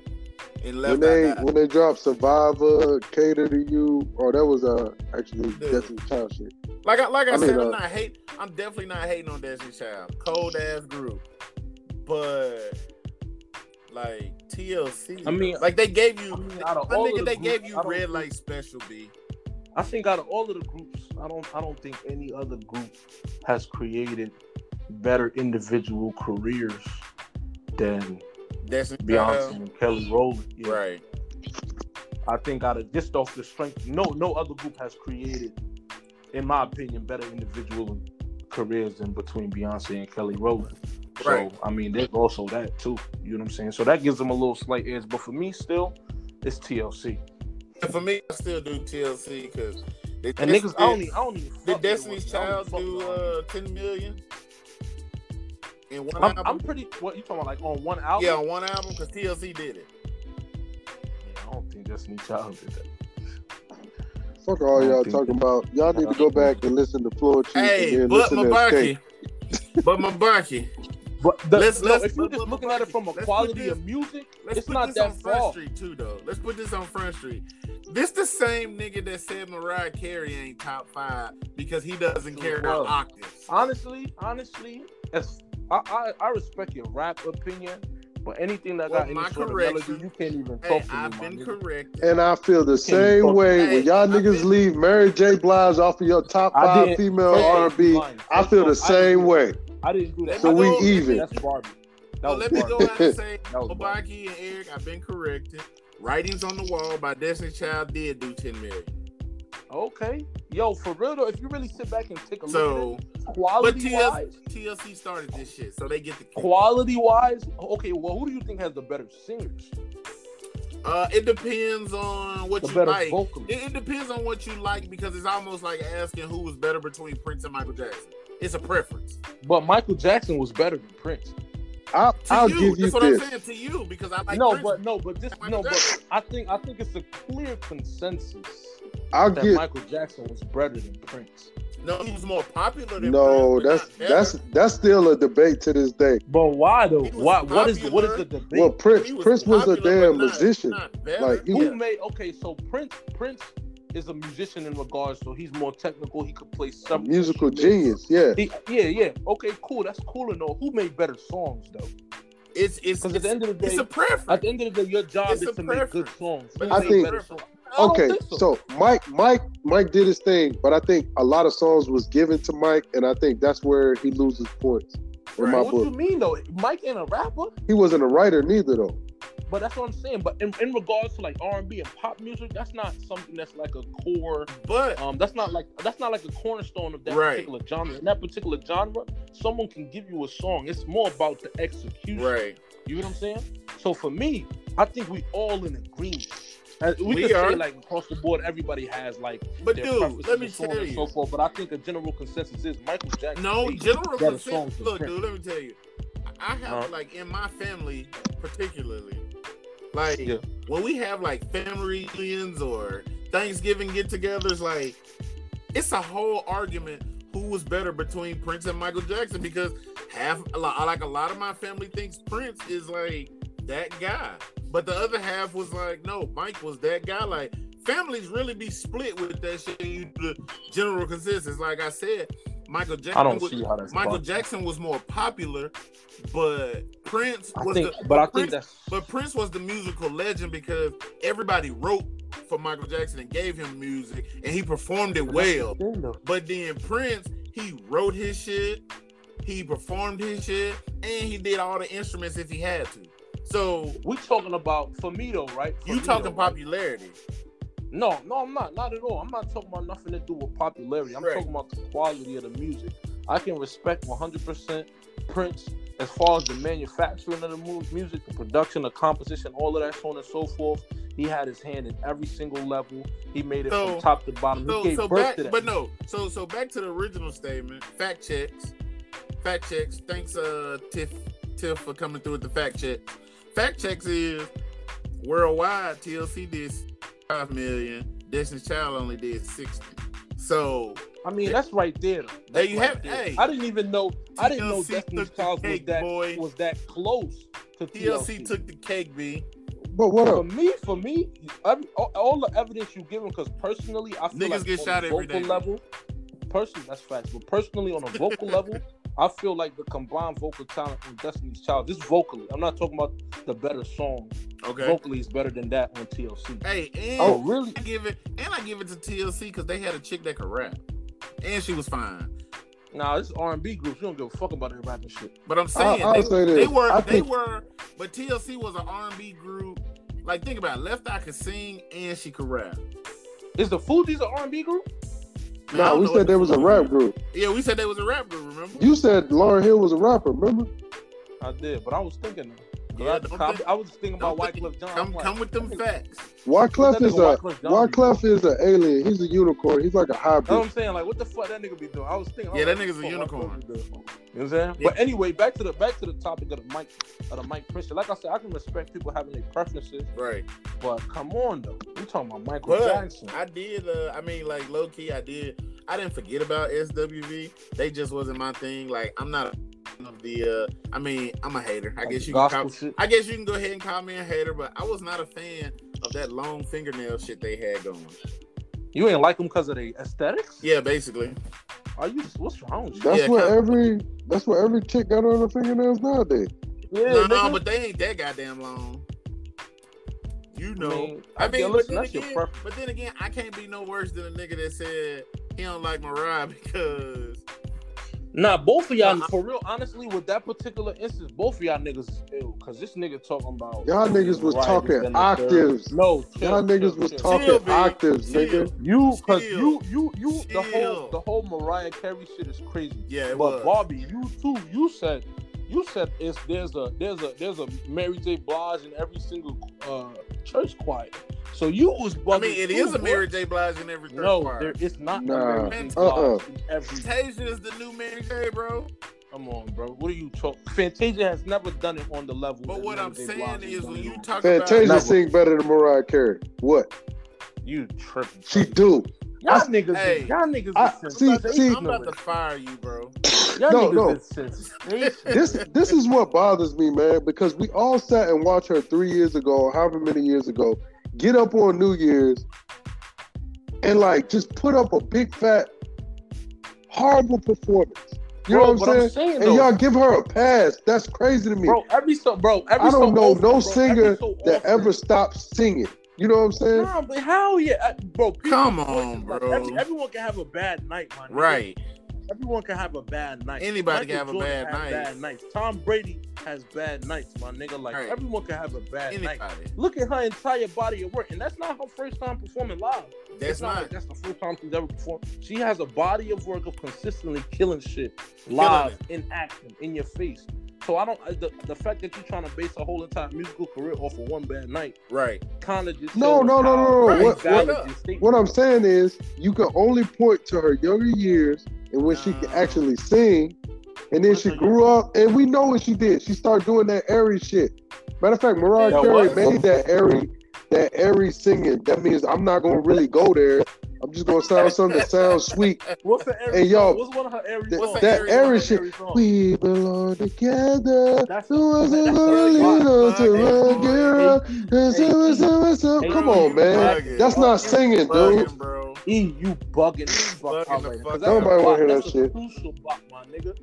[SPEAKER 1] and
[SPEAKER 2] when
[SPEAKER 1] left
[SPEAKER 2] they
[SPEAKER 1] out.
[SPEAKER 2] when they dropped Survivor, Cater to You, or that was uh actually
[SPEAKER 1] Dude.
[SPEAKER 2] Destiny Child shit.
[SPEAKER 1] Like I like I,
[SPEAKER 2] I mean,
[SPEAKER 1] said,
[SPEAKER 2] uh,
[SPEAKER 1] I'm not hate. I'm definitely not hating on Destiny's Child. Cold ass group, but like TLC.
[SPEAKER 3] I mean-
[SPEAKER 1] like they gave you.
[SPEAKER 3] I mean, out of
[SPEAKER 1] my
[SPEAKER 3] all
[SPEAKER 1] nigga,
[SPEAKER 3] of the
[SPEAKER 1] they
[SPEAKER 3] groups,
[SPEAKER 1] gave you
[SPEAKER 3] I don't
[SPEAKER 1] red
[SPEAKER 3] think-
[SPEAKER 1] light special B.
[SPEAKER 3] I think out of all of the groups, I don't I don't think any other group has created better individual careers than
[SPEAKER 1] Destiny's
[SPEAKER 3] Beyonce
[SPEAKER 1] Child.
[SPEAKER 3] and Kelly Rowland. Yeah.
[SPEAKER 1] Right.
[SPEAKER 3] I think out of just off the strength, no no other group has created, in my opinion, better individual careers than between Beyonce and Kelly Rowland.
[SPEAKER 1] Right.
[SPEAKER 3] So I mean, there's also that too. You know what I'm saying? So that gives them a little slight edge, but for me, still, it's TLC.
[SPEAKER 1] And for me, I still do TLC because
[SPEAKER 3] And niggas, I only, I only.
[SPEAKER 1] Did Destiny's Child do uh, ten million in one
[SPEAKER 3] I'm,
[SPEAKER 1] album?
[SPEAKER 3] I'm pretty. What you talking about? Like on one album?
[SPEAKER 1] yeah, on one album because TLC did it.
[SPEAKER 3] Yeah, I don't think Destiny Child did that.
[SPEAKER 2] Fuck all
[SPEAKER 3] I don't
[SPEAKER 2] y'all
[SPEAKER 3] think-
[SPEAKER 2] talking about. Y'all need to go back and listen to Floor Chief
[SPEAKER 1] Hey,
[SPEAKER 2] and then
[SPEAKER 1] but
[SPEAKER 2] listen to
[SPEAKER 1] Mabarki,
[SPEAKER 2] Escape.
[SPEAKER 1] but Mabarki.
[SPEAKER 3] But the,
[SPEAKER 1] Let's-
[SPEAKER 3] no,
[SPEAKER 1] let's-
[SPEAKER 3] if you're just
[SPEAKER 1] let's-
[SPEAKER 3] looking at it from a
[SPEAKER 1] let's put
[SPEAKER 3] quality
[SPEAKER 1] this-
[SPEAKER 3] of music,
[SPEAKER 1] Let's
[SPEAKER 3] It's
[SPEAKER 1] put
[SPEAKER 3] not
[SPEAKER 1] this
[SPEAKER 3] that
[SPEAKER 1] on Front
[SPEAKER 3] far.
[SPEAKER 1] Street too, though. Let's put this on Front Street. This the same nigga that said Mariah Carey ain't top five because he doesn't
[SPEAKER 3] True
[SPEAKER 1] care
[SPEAKER 3] love.
[SPEAKER 1] about octaves.
[SPEAKER 3] honestly, honestly, as I, I, I respect your rap opinion, but anything that
[SPEAKER 1] Well,
[SPEAKER 3] got
[SPEAKER 1] my
[SPEAKER 3] any sort of
[SPEAKER 1] correction-
[SPEAKER 3] melody, you can't even
[SPEAKER 1] Hey,
[SPEAKER 3] talk to
[SPEAKER 1] I've
[SPEAKER 3] me, my
[SPEAKER 1] been
[SPEAKER 3] nigga.
[SPEAKER 1] corrected.
[SPEAKER 2] And I feel the
[SPEAKER 3] you
[SPEAKER 2] same
[SPEAKER 3] fuck-
[SPEAKER 2] way
[SPEAKER 1] Hey,
[SPEAKER 2] when y'all
[SPEAKER 1] I
[SPEAKER 2] niggas
[SPEAKER 1] think-
[SPEAKER 2] leave Mary J. Blige off of your top
[SPEAKER 3] I
[SPEAKER 2] five
[SPEAKER 3] didn't-
[SPEAKER 2] female
[SPEAKER 3] Hey,
[SPEAKER 2] R&B.
[SPEAKER 3] fine.
[SPEAKER 2] I feel the
[SPEAKER 3] That's fine. I didn't
[SPEAKER 2] same
[SPEAKER 3] do-
[SPEAKER 2] way.
[SPEAKER 3] I didn't do that.
[SPEAKER 2] So we
[SPEAKER 1] Let me-
[SPEAKER 2] even.
[SPEAKER 3] That's Barbie. That
[SPEAKER 1] So
[SPEAKER 3] was
[SPEAKER 1] let me
[SPEAKER 3] Barbie.
[SPEAKER 1] go out and
[SPEAKER 3] [LAUGHS]
[SPEAKER 1] say,
[SPEAKER 3] That was Barbie.
[SPEAKER 1] Obaki and Eric, I've been corrected. Writings on the Wall by Destiny Child did do 10 million.
[SPEAKER 3] Okay, yo, for real though, if you really sit back and take a
[SPEAKER 1] So,
[SPEAKER 3] look at it, quality
[SPEAKER 1] TLC
[SPEAKER 3] wise,
[SPEAKER 1] TLC started this shit, so they get the
[SPEAKER 3] quality wise, okay. Well, who do you think has the better singers,
[SPEAKER 1] Uh, it depends on what
[SPEAKER 3] the
[SPEAKER 1] you
[SPEAKER 3] better
[SPEAKER 1] like.
[SPEAKER 3] vocalists?
[SPEAKER 1] It, it depends on what you like because it's almost like asking who was better between Prince and Michael Jackson. It's a preference.
[SPEAKER 3] But Michael Jackson was better than Prince.
[SPEAKER 2] I,
[SPEAKER 1] To
[SPEAKER 2] I'll
[SPEAKER 1] you,
[SPEAKER 2] give
[SPEAKER 1] that's
[SPEAKER 2] you
[SPEAKER 1] what
[SPEAKER 2] this.
[SPEAKER 1] I'm saying to you because I like
[SPEAKER 3] no,
[SPEAKER 1] Prince.
[SPEAKER 3] but no, but this
[SPEAKER 1] Michael
[SPEAKER 3] no, but
[SPEAKER 1] Jackson.
[SPEAKER 3] I think I think it's a clear consensus
[SPEAKER 2] I'll
[SPEAKER 3] that
[SPEAKER 2] give.
[SPEAKER 3] Michael Jackson was better than Prince.
[SPEAKER 1] no, he was more popular than
[SPEAKER 2] No,
[SPEAKER 1] Prince,
[SPEAKER 2] that's
[SPEAKER 1] but not
[SPEAKER 2] that's that's still a debate to this day.
[SPEAKER 3] But why though?
[SPEAKER 1] He was
[SPEAKER 3] Why? What is
[SPEAKER 1] popular.
[SPEAKER 3] what is the debate?
[SPEAKER 2] Well,
[SPEAKER 1] better.
[SPEAKER 2] Prince
[SPEAKER 1] He
[SPEAKER 2] Prince was a
[SPEAKER 1] popular,
[SPEAKER 2] damn
[SPEAKER 1] but not-
[SPEAKER 2] musician.
[SPEAKER 1] not better.
[SPEAKER 2] Like, he-
[SPEAKER 3] Who
[SPEAKER 2] Yeah.
[SPEAKER 3] made okay? So Prince Prince is a musician in regards, so he's more technical. He could play some
[SPEAKER 2] Musical genius, yeah.
[SPEAKER 3] He, yeah, yeah. Okay, cool. That's cool and all. Who made better songs though?
[SPEAKER 1] it's it's
[SPEAKER 3] Because at
[SPEAKER 1] it's,
[SPEAKER 3] the end of the
[SPEAKER 1] it's
[SPEAKER 3] day,
[SPEAKER 1] a preference.
[SPEAKER 3] at the end of the day, your job
[SPEAKER 1] it's
[SPEAKER 3] is
[SPEAKER 1] a
[SPEAKER 3] to make good
[SPEAKER 1] preference.
[SPEAKER 3] songs.
[SPEAKER 1] But
[SPEAKER 3] Who
[SPEAKER 2] I
[SPEAKER 3] made
[SPEAKER 2] think-
[SPEAKER 3] better songs? I don't
[SPEAKER 2] Okay,
[SPEAKER 3] think
[SPEAKER 2] so. Mike, Mike, Mike did his thing, but I think a lot of songs was given to Mike, and I think that's where he loses points in
[SPEAKER 1] Right.
[SPEAKER 2] my
[SPEAKER 3] what
[SPEAKER 2] book.
[SPEAKER 3] you mean though? Mike ain't a rapper.
[SPEAKER 2] He wasn't a writer neither, though.
[SPEAKER 3] But that's what I'm saying. But in, in regards to like R and B and pop music, that's not something that's like a core.
[SPEAKER 1] But
[SPEAKER 3] Um, that's not like that's not like a cornerstone of that
[SPEAKER 1] Right.
[SPEAKER 3] particular genre. In that particular genre, someone can give you a song. It's more about the execution.
[SPEAKER 1] right,
[SPEAKER 3] You know what I'm saying? So for me, I think we all in agreement. Uh, We,
[SPEAKER 1] We
[SPEAKER 3] can
[SPEAKER 1] are.
[SPEAKER 3] say like across the board, everybody has like
[SPEAKER 1] but
[SPEAKER 3] their
[SPEAKER 1] dude,
[SPEAKER 3] preferences
[SPEAKER 1] let me
[SPEAKER 3] and so on
[SPEAKER 1] tell
[SPEAKER 3] and
[SPEAKER 1] you.
[SPEAKER 3] so forth. But I think the general consensus is Michael Jackson.
[SPEAKER 1] No,
[SPEAKER 3] made
[SPEAKER 1] general
[SPEAKER 3] better songs
[SPEAKER 1] consensus.
[SPEAKER 3] than
[SPEAKER 1] Look,
[SPEAKER 3] Prince.
[SPEAKER 1] dude, let me tell you. I have
[SPEAKER 3] Huh?
[SPEAKER 1] like in my family, particularly, like
[SPEAKER 3] Yeah.
[SPEAKER 1] when we have like family reunions or Thanksgiving get-togethers, like it's a whole argument who was better between Prince and Michael Jackson because half a lot- like a lot of my family thinks Prince is like that guy, but the other half was like, no, Mike was that guy. Like families really be split with that shit. You the general consensus, like I said, Michael Jackson.
[SPEAKER 3] I don't
[SPEAKER 1] was,
[SPEAKER 3] see how that's
[SPEAKER 1] Michael
[SPEAKER 3] possible.
[SPEAKER 1] Jackson was more popular, but Prince
[SPEAKER 3] I
[SPEAKER 1] was
[SPEAKER 3] think,
[SPEAKER 1] the
[SPEAKER 3] but I think
[SPEAKER 1] Prince-
[SPEAKER 3] that's
[SPEAKER 1] but Prince was the musical legend because everybody wrote for Michael Jackson and gave him music, and he performed it well. But then Prince, he wrote his shit, he performed his shit, and he did all the instruments if he had to. So
[SPEAKER 3] We're talking about for me though, right? For
[SPEAKER 1] you
[SPEAKER 3] me,
[SPEAKER 1] talking
[SPEAKER 3] though, right?
[SPEAKER 1] popularity?
[SPEAKER 3] No, no, I'm not. Not at all. I'm not talking about nothing to do with popularity. I'm
[SPEAKER 1] Right.
[SPEAKER 3] talking about the quality of the music. I can respect 100% Prince as far as the manufacturing of the mu- music, the production, the composition, all of that, so on and so forth. He had his hand in every single level. He made it
[SPEAKER 1] So-
[SPEAKER 3] from top to bottom. Um, he
[SPEAKER 1] So
[SPEAKER 3] gave
[SPEAKER 1] so
[SPEAKER 3] birth
[SPEAKER 1] back,
[SPEAKER 3] to that.
[SPEAKER 1] but no. So so back to the original statement. Fact checks, fact checks. Thanks, uh, Tiff Tiff for coming through with the fact check. Fact checks is worldwide. TLC did five million. Destiny's Child only did sixty. So
[SPEAKER 3] I mean, that's right there. though.
[SPEAKER 1] There
[SPEAKER 3] That's
[SPEAKER 1] you
[SPEAKER 3] right
[SPEAKER 1] have-
[SPEAKER 3] there.
[SPEAKER 1] hey.
[SPEAKER 3] I didn't even know. I didn't know
[SPEAKER 1] TLC
[SPEAKER 3] Destiny's
[SPEAKER 1] took the
[SPEAKER 3] Child was
[SPEAKER 1] cake,
[SPEAKER 3] that
[SPEAKER 1] boy.
[SPEAKER 3] was that close to
[SPEAKER 1] TLC,
[SPEAKER 3] TLC.
[SPEAKER 1] took the cake, b.
[SPEAKER 2] But what
[SPEAKER 3] For
[SPEAKER 2] up?
[SPEAKER 3] me, for me, every, all, all the evidence you give him, because personally, I feel
[SPEAKER 1] Niggas
[SPEAKER 3] like
[SPEAKER 1] get
[SPEAKER 3] on
[SPEAKER 1] shot
[SPEAKER 3] a
[SPEAKER 1] every
[SPEAKER 3] vocal
[SPEAKER 1] day.
[SPEAKER 3] level, personally, that's facts. But personally, on a vocal level, I feel like the combined vocal talent on Destiny's Child, just vocally, I'm not talking about the better song.
[SPEAKER 1] Okay.
[SPEAKER 3] Vocally is better than that on TLC.
[SPEAKER 1] Hey, and
[SPEAKER 3] Oh, really?
[SPEAKER 1] I give it, and I give it to TLC because they had a chick that could rap, and she was fine.
[SPEAKER 3] Nah, this is R&B groups. You don't give a fuck about that rapping shit.
[SPEAKER 1] But I'm
[SPEAKER 2] I,
[SPEAKER 3] oh,
[SPEAKER 1] saying
[SPEAKER 2] I'll
[SPEAKER 1] they,
[SPEAKER 2] say this.
[SPEAKER 1] they were
[SPEAKER 2] I
[SPEAKER 1] they
[SPEAKER 2] think,
[SPEAKER 1] were but TLC was an R&B group. Like think about it, Left Eye could sing and she could rap. Man,
[SPEAKER 3] Is the Fugees an R&B group?
[SPEAKER 1] I
[SPEAKER 2] nah,
[SPEAKER 1] don't
[SPEAKER 2] we
[SPEAKER 1] know what
[SPEAKER 2] said there was a
[SPEAKER 1] the-
[SPEAKER 2] rap group.
[SPEAKER 1] Yeah, we said they was a rap group, remember?
[SPEAKER 2] You said Lauren Hill was a rapper, remember?
[SPEAKER 3] I did, but I was thinking. 'cause
[SPEAKER 1] Yeah,
[SPEAKER 3] I,
[SPEAKER 1] don't
[SPEAKER 3] I-
[SPEAKER 1] think-
[SPEAKER 3] I was thinking about
[SPEAKER 1] don't think-
[SPEAKER 3] Wyclef John.
[SPEAKER 1] Come
[SPEAKER 3] I'm like,
[SPEAKER 1] come with them facts.
[SPEAKER 2] Wyclef
[SPEAKER 3] that
[SPEAKER 2] is
[SPEAKER 3] nigga
[SPEAKER 2] a
[SPEAKER 3] Wyclef Jean be-
[SPEAKER 2] Wyclef is an alien. He's a unicorn. He's like a
[SPEAKER 3] You know what
[SPEAKER 2] hybrid.
[SPEAKER 3] I'm saying? Like, what the fuck that nigga be doing? I was thinking. I
[SPEAKER 1] Yeah,
[SPEAKER 3] was
[SPEAKER 1] that
[SPEAKER 3] like,
[SPEAKER 1] nigga's a
[SPEAKER 3] fuck, what the fuck
[SPEAKER 1] unicorn.
[SPEAKER 3] he doing? You know what I'm saying?
[SPEAKER 1] Yeah.
[SPEAKER 3] But anyway, back to the back to the topic of the Mike of the Mike Christian. Like I said, I can respect people having their preferences,
[SPEAKER 1] Right.
[SPEAKER 3] but come on though, we talking about Michael
[SPEAKER 1] But-
[SPEAKER 3] Jackson.
[SPEAKER 1] I did uh I mean like low key I did I didn't forget about SWV. They just wasn't my thing. Like I'm not a fan of the uh I mean, I'm a hater. I
[SPEAKER 3] Like
[SPEAKER 1] guess
[SPEAKER 3] the
[SPEAKER 1] you can
[SPEAKER 3] gospel
[SPEAKER 1] call,
[SPEAKER 3] shit.
[SPEAKER 1] I guess you can go ahead and call me a hater, but I was not a fan of that long fingernail shit they had going.
[SPEAKER 3] You ain't like them because of the aesthetics?
[SPEAKER 1] Yeah, basically.
[SPEAKER 3] Are you? What's wrong? With you?
[SPEAKER 2] That's
[SPEAKER 1] Yeah,
[SPEAKER 2] what
[SPEAKER 1] kinda.
[SPEAKER 2] every that's what every chick got on her fingernails nowadays.
[SPEAKER 3] Yeah,
[SPEAKER 1] no,
[SPEAKER 3] nigga.
[SPEAKER 1] no, but they ain't that goddamn long. You
[SPEAKER 3] I
[SPEAKER 1] know.
[SPEAKER 3] mean,
[SPEAKER 1] I mean,
[SPEAKER 3] yeah,
[SPEAKER 1] but,
[SPEAKER 3] listen,
[SPEAKER 1] then
[SPEAKER 3] that's your
[SPEAKER 1] again,
[SPEAKER 3] preference.
[SPEAKER 1] but then again, I can't be no worse than a nigga that said he don't like Mariah [LAUGHS] because
[SPEAKER 3] Nah, both of y'all,
[SPEAKER 1] Nah, I-
[SPEAKER 3] for real, honestly, with that particular instance, both of y'all niggas is ill. Cause this nigga talking about
[SPEAKER 2] Y'all niggas was
[SPEAKER 3] Right,
[SPEAKER 2] talking
[SPEAKER 3] then the third.
[SPEAKER 2] octaves.
[SPEAKER 3] No,
[SPEAKER 2] Y'all
[SPEAKER 3] chill,
[SPEAKER 2] niggas
[SPEAKER 3] chill,
[SPEAKER 2] was
[SPEAKER 3] chill.
[SPEAKER 1] Chill,
[SPEAKER 2] talking
[SPEAKER 1] B.
[SPEAKER 2] octaves,
[SPEAKER 1] Chill.
[SPEAKER 2] nigga.
[SPEAKER 3] You, cause
[SPEAKER 1] Chill.
[SPEAKER 3] you, you, you, the
[SPEAKER 1] Chill.
[SPEAKER 3] whole, the whole Mariah Carey shit is crazy.
[SPEAKER 1] yeah, it was.
[SPEAKER 3] But Bobby, you too, you said, you said it's there's a there's a there's a Mary J. Blige in every single uh, church choir. So you was bugging.
[SPEAKER 1] I mean, it
[SPEAKER 3] too,
[SPEAKER 1] is a
[SPEAKER 3] boy.
[SPEAKER 1] Mary J. Blige in every third
[SPEAKER 3] No,
[SPEAKER 1] part.
[SPEAKER 3] there is not
[SPEAKER 2] Nah,
[SPEAKER 3] a Mary J.
[SPEAKER 2] uh-uh.
[SPEAKER 3] Blige in every.
[SPEAKER 1] Tasia is the new Mary J. Bro.
[SPEAKER 3] Come on, bro. What are you talking? Fantasia has never done it on the level.
[SPEAKER 1] But
[SPEAKER 3] that
[SPEAKER 1] what
[SPEAKER 3] Mary
[SPEAKER 1] I'm
[SPEAKER 3] J.
[SPEAKER 1] saying
[SPEAKER 3] Blige
[SPEAKER 1] is,
[SPEAKER 3] has done
[SPEAKER 1] when
[SPEAKER 3] it
[SPEAKER 1] you
[SPEAKER 3] on.
[SPEAKER 1] talk
[SPEAKER 2] Fantasia
[SPEAKER 1] about
[SPEAKER 3] Never.
[SPEAKER 2] sing better than Mariah Carey. What?
[SPEAKER 3] you tripping,
[SPEAKER 2] She
[SPEAKER 3] bro.
[SPEAKER 2] do.
[SPEAKER 3] y'all niggas,
[SPEAKER 1] Hey.
[SPEAKER 3] is- y'all niggas, is
[SPEAKER 2] I-
[SPEAKER 3] sense-
[SPEAKER 2] see-
[SPEAKER 3] they
[SPEAKER 2] see-
[SPEAKER 1] I'm about to fire you, bro.
[SPEAKER 3] Y'all
[SPEAKER 2] No,
[SPEAKER 3] niggas
[SPEAKER 2] no.
[SPEAKER 1] [LAUGHS]
[SPEAKER 3] is sensational.
[SPEAKER 2] This this is what bothers me, man, because we all sat and watched her three years ago, or however many years ago, get up on New Year's and like just put up a big fat horrible performance. You know
[SPEAKER 3] Bro,
[SPEAKER 2] what
[SPEAKER 3] but
[SPEAKER 2] I'm saying?
[SPEAKER 3] saying
[SPEAKER 2] and
[SPEAKER 3] though,
[SPEAKER 2] y'all give her a pass. That's crazy to me.
[SPEAKER 3] bro, every so, bro, every
[SPEAKER 2] I
[SPEAKER 3] so
[SPEAKER 2] don't know
[SPEAKER 3] often,
[SPEAKER 2] no
[SPEAKER 3] bro,
[SPEAKER 2] singer
[SPEAKER 3] every so
[SPEAKER 2] that
[SPEAKER 3] often.
[SPEAKER 2] ever stops singing. You know what I'm saying?
[SPEAKER 3] Nah, but how? Yeah, uh, bro. people-
[SPEAKER 1] Come on,
[SPEAKER 3] like,
[SPEAKER 1] bro.
[SPEAKER 3] every- everyone can have a bad night, man.
[SPEAKER 1] Right.
[SPEAKER 3] Everyone can have a bad night.
[SPEAKER 1] Anybody can
[SPEAKER 3] Michael
[SPEAKER 1] have a
[SPEAKER 3] Jordan
[SPEAKER 1] bad
[SPEAKER 3] had
[SPEAKER 1] night.
[SPEAKER 3] Bad nights. Tom Brady has bad nights, my nigga. Like
[SPEAKER 1] Right.
[SPEAKER 3] everyone can have a bad night.
[SPEAKER 1] Anybody.
[SPEAKER 3] Look at her entire body of work, and that's not her first time performing live.
[SPEAKER 1] That's
[SPEAKER 3] not.
[SPEAKER 1] not.
[SPEAKER 3] Like that's the first time she's ever performed. She has a body of work of consistently killing shit
[SPEAKER 1] Killing
[SPEAKER 3] live in action in your face. So I don't. uh, The, the fact that you're trying to base a whole entire musical career off of one bad night
[SPEAKER 1] Right.
[SPEAKER 3] kind of just
[SPEAKER 2] No,
[SPEAKER 3] shows how
[SPEAKER 2] no, no, no, no.
[SPEAKER 1] Right,
[SPEAKER 2] What,
[SPEAKER 3] valid
[SPEAKER 2] what,
[SPEAKER 1] exactly.
[SPEAKER 3] your statement
[SPEAKER 2] what I'm
[SPEAKER 3] is.
[SPEAKER 2] saying is, you can only point to her younger years and when she can
[SPEAKER 1] Nah.
[SPEAKER 2] actually sing. And then she grew up, and we know what she did. She started doing that airy shit. Matter of fact, Mariah
[SPEAKER 4] That
[SPEAKER 2] Carey
[SPEAKER 4] what?
[SPEAKER 2] made that airy, that airy singing. That means I'm not gonna really go there. I'm just gonna sound something that sounds sweet.
[SPEAKER 3] What's the Aries
[SPEAKER 2] Hey, yo,
[SPEAKER 3] song? What's one of her Aries
[SPEAKER 2] that-
[SPEAKER 3] songs?
[SPEAKER 1] that Aries
[SPEAKER 2] shit-
[SPEAKER 3] Aries song.
[SPEAKER 2] We belong together.
[SPEAKER 3] That's-
[SPEAKER 2] Who was it
[SPEAKER 3] that's-
[SPEAKER 2] gonna lead us to run, get up?
[SPEAKER 3] Hey,
[SPEAKER 2] Come on, man.
[SPEAKER 1] Bugging.
[SPEAKER 2] That's not singing, dude.
[SPEAKER 1] Bugging, bro.
[SPEAKER 3] E, you bugging the fuck
[SPEAKER 1] Bugging
[SPEAKER 3] out
[SPEAKER 1] the
[SPEAKER 3] right now.
[SPEAKER 1] fuck
[SPEAKER 3] 'Cause that's
[SPEAKER 1] out.
[SPEAKER 3] a
[SPEAKER 2] Nobody wanna
[SPEAKER 3] bop.
[SPEAKER 2] hear that
[SPEAKER 3] That's a
[SPEAKER 2] shit.
[SPEAKER 3] Crucial bop, my nigga.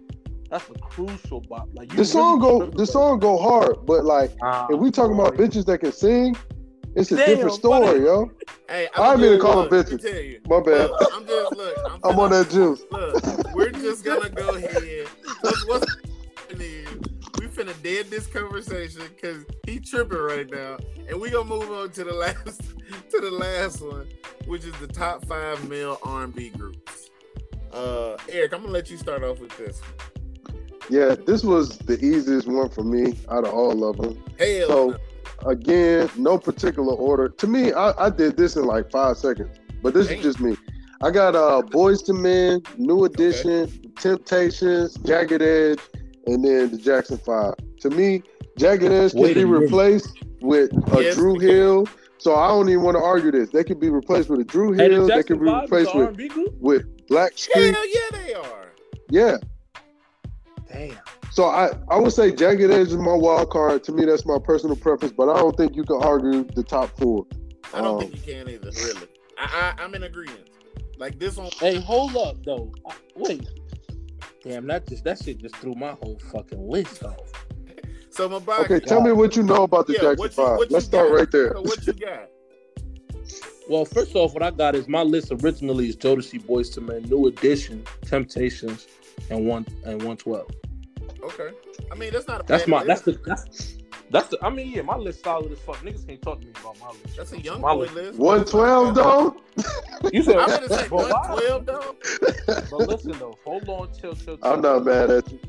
[SPEAKER 3] That's a crucial bop. Like you
[SPEAKER 2] The song
[SPEAKER 3] really-
[SPEAKER 2] go, the song go hard, but like
[SPEAKER 3] Ah,
[SPEAKER 2] if we talking about bitches that can sing, it's a
[SPEAKER 3] Damn,
[SPEAKER 2] different story,
[SPEAKER 3] buddy.
[SPEAKER 2] yo.
[SPEAKER 1] Hey,
[SPEAKER 2] I
[SPEAKER 1] I'm
[SPEAKER 2] ain't mean
[SPEAKER 1] just-
[SPEAKER 2] to call
[SPEAKER 1] look,
[SPEAKER 2] them
[SPEAKER 1] Let
[SPEAKER 2] bitches.
[SPEAKER 1] me tell you.
[SPEAKER 2] My bad.
[SPEAKER 1] Look, I'm just look. I'm,
[SPEAKER 2] [LAUGHS] I'm on that juice.
[SPEAKER 1] Look, we're just gonna go ahead. What's, what's happening? is We finna dead this conversation because he tripping right now, and we gonna move on to the [LAUGHS] last to the last one, which is the top five male R&B groups. Uh, Eric, I'm gonna let you start off with this.
[SPEAKER 2] [LAUGHS] Yeah, this was the easiest one for me out of all of them.
[SPEAKER 1] Hell,
[SPEAKER 2] So
[SPEAKER 1] no.
[SPEAKER 2] again, no particular order. To me, I, I did this in like five seconds, but this
[SPEAKER 1] Damn.
[SPEAKER 2] is just me. I got uh Boys to Men, New Edition, Temptations, Jagged Edge, and then the Jackson Five. To me, Jagged Edge can
[SPEAKER 4] Wait a
[SPEAKER 2] be
[SPEAKER 4] minute.
[SPEAKER 2] replaced with a
[SPEAKER 1] Yes,
[SPEAKER 2] Drew
[SPEAKER 1] it can.
[SPEAKER 2] Hill. So I don't even want to argue this. They could be replaced with a Drew
[SPEAKER 3] Hey, the
[SPEAKER 2] Hill. They
[SPEAKER 3] Jackson
[SPEAKER 2] could be
[SPEAKER 3] Five is
[SPEAKER 2] replaced
[SPEAKER 3] a
[SPEAKER 2] with
[SPEAKER 3] R&B group?
[SPEAKER 2] with Black Street.
[SPEAKER 1] hell yeah, they are.
[SPEAKER 2] Yeah.
[SPEAKER 3] Damn.
[SPEAKER 2] So I, I would say Jagged Edge is my wild card. To me, that's my personal preference, but I don't think you can argue the top four.
[SPEAKER 1] I don't
[SPEAKER 2] Um,
[SPEAKER 1] think you can either. Really, I, I I'm in agreement. Like this one,
[SPEAKER 3] Hey, hold up though. I- Wait. Damn, that just that shit just threw my whole fucking list off.
[SPEAKER 1] so my body.
[SPEAKER 2] Okay, tell me what you know about the
[SPEAKER 1] Yeah,
[SPEAKER 2] Jackson
[SPEAKER 1] what you-
[SPEAKER 2] Five.
[SPEAKER 1] what you
[SPEAKER 2] Let's start
[SPEAKER 1] got?
[SPEAKER 2] right there.
[SPEAKER 1] So what you got?
[SPEAKER 3] Well, first off, what I got is my list originally is Jodeci, Boys to Men, New Edition, Temptations, and one and one twelve.
[SPEAKER 1] Okay, I mean that's not. A
[SPEAKER 3] That's
[SPEAKER 1] bad
[SPEAKER 3] my
[SPEAKER 1] list.
[SPEAKER 3] that's the that's that's the. I mean, yeah, my list solid as fuck. Niggas can't talk to me about my list.
[SPEAKER 1] That's a young
[SPEAKER 3] my
[SPEAKER 1] boy
[SPEAKER 3] list.
[SPEAKER 1] list.
[SPEAKER 2] [LAUGHS] One twelve though.
[SPEAKER 3] You said
[SPEAKER 1] I'm gonna say
[SPEAKER 3] but,
[SPEAKER 1] one
[SPEAKER 3] why-
[SPEAKER 1] twelve though.
[SPEAKER 3] but listen though, hold on, chill, chill. chill
[SPEAKER 2] I'm not mad at you.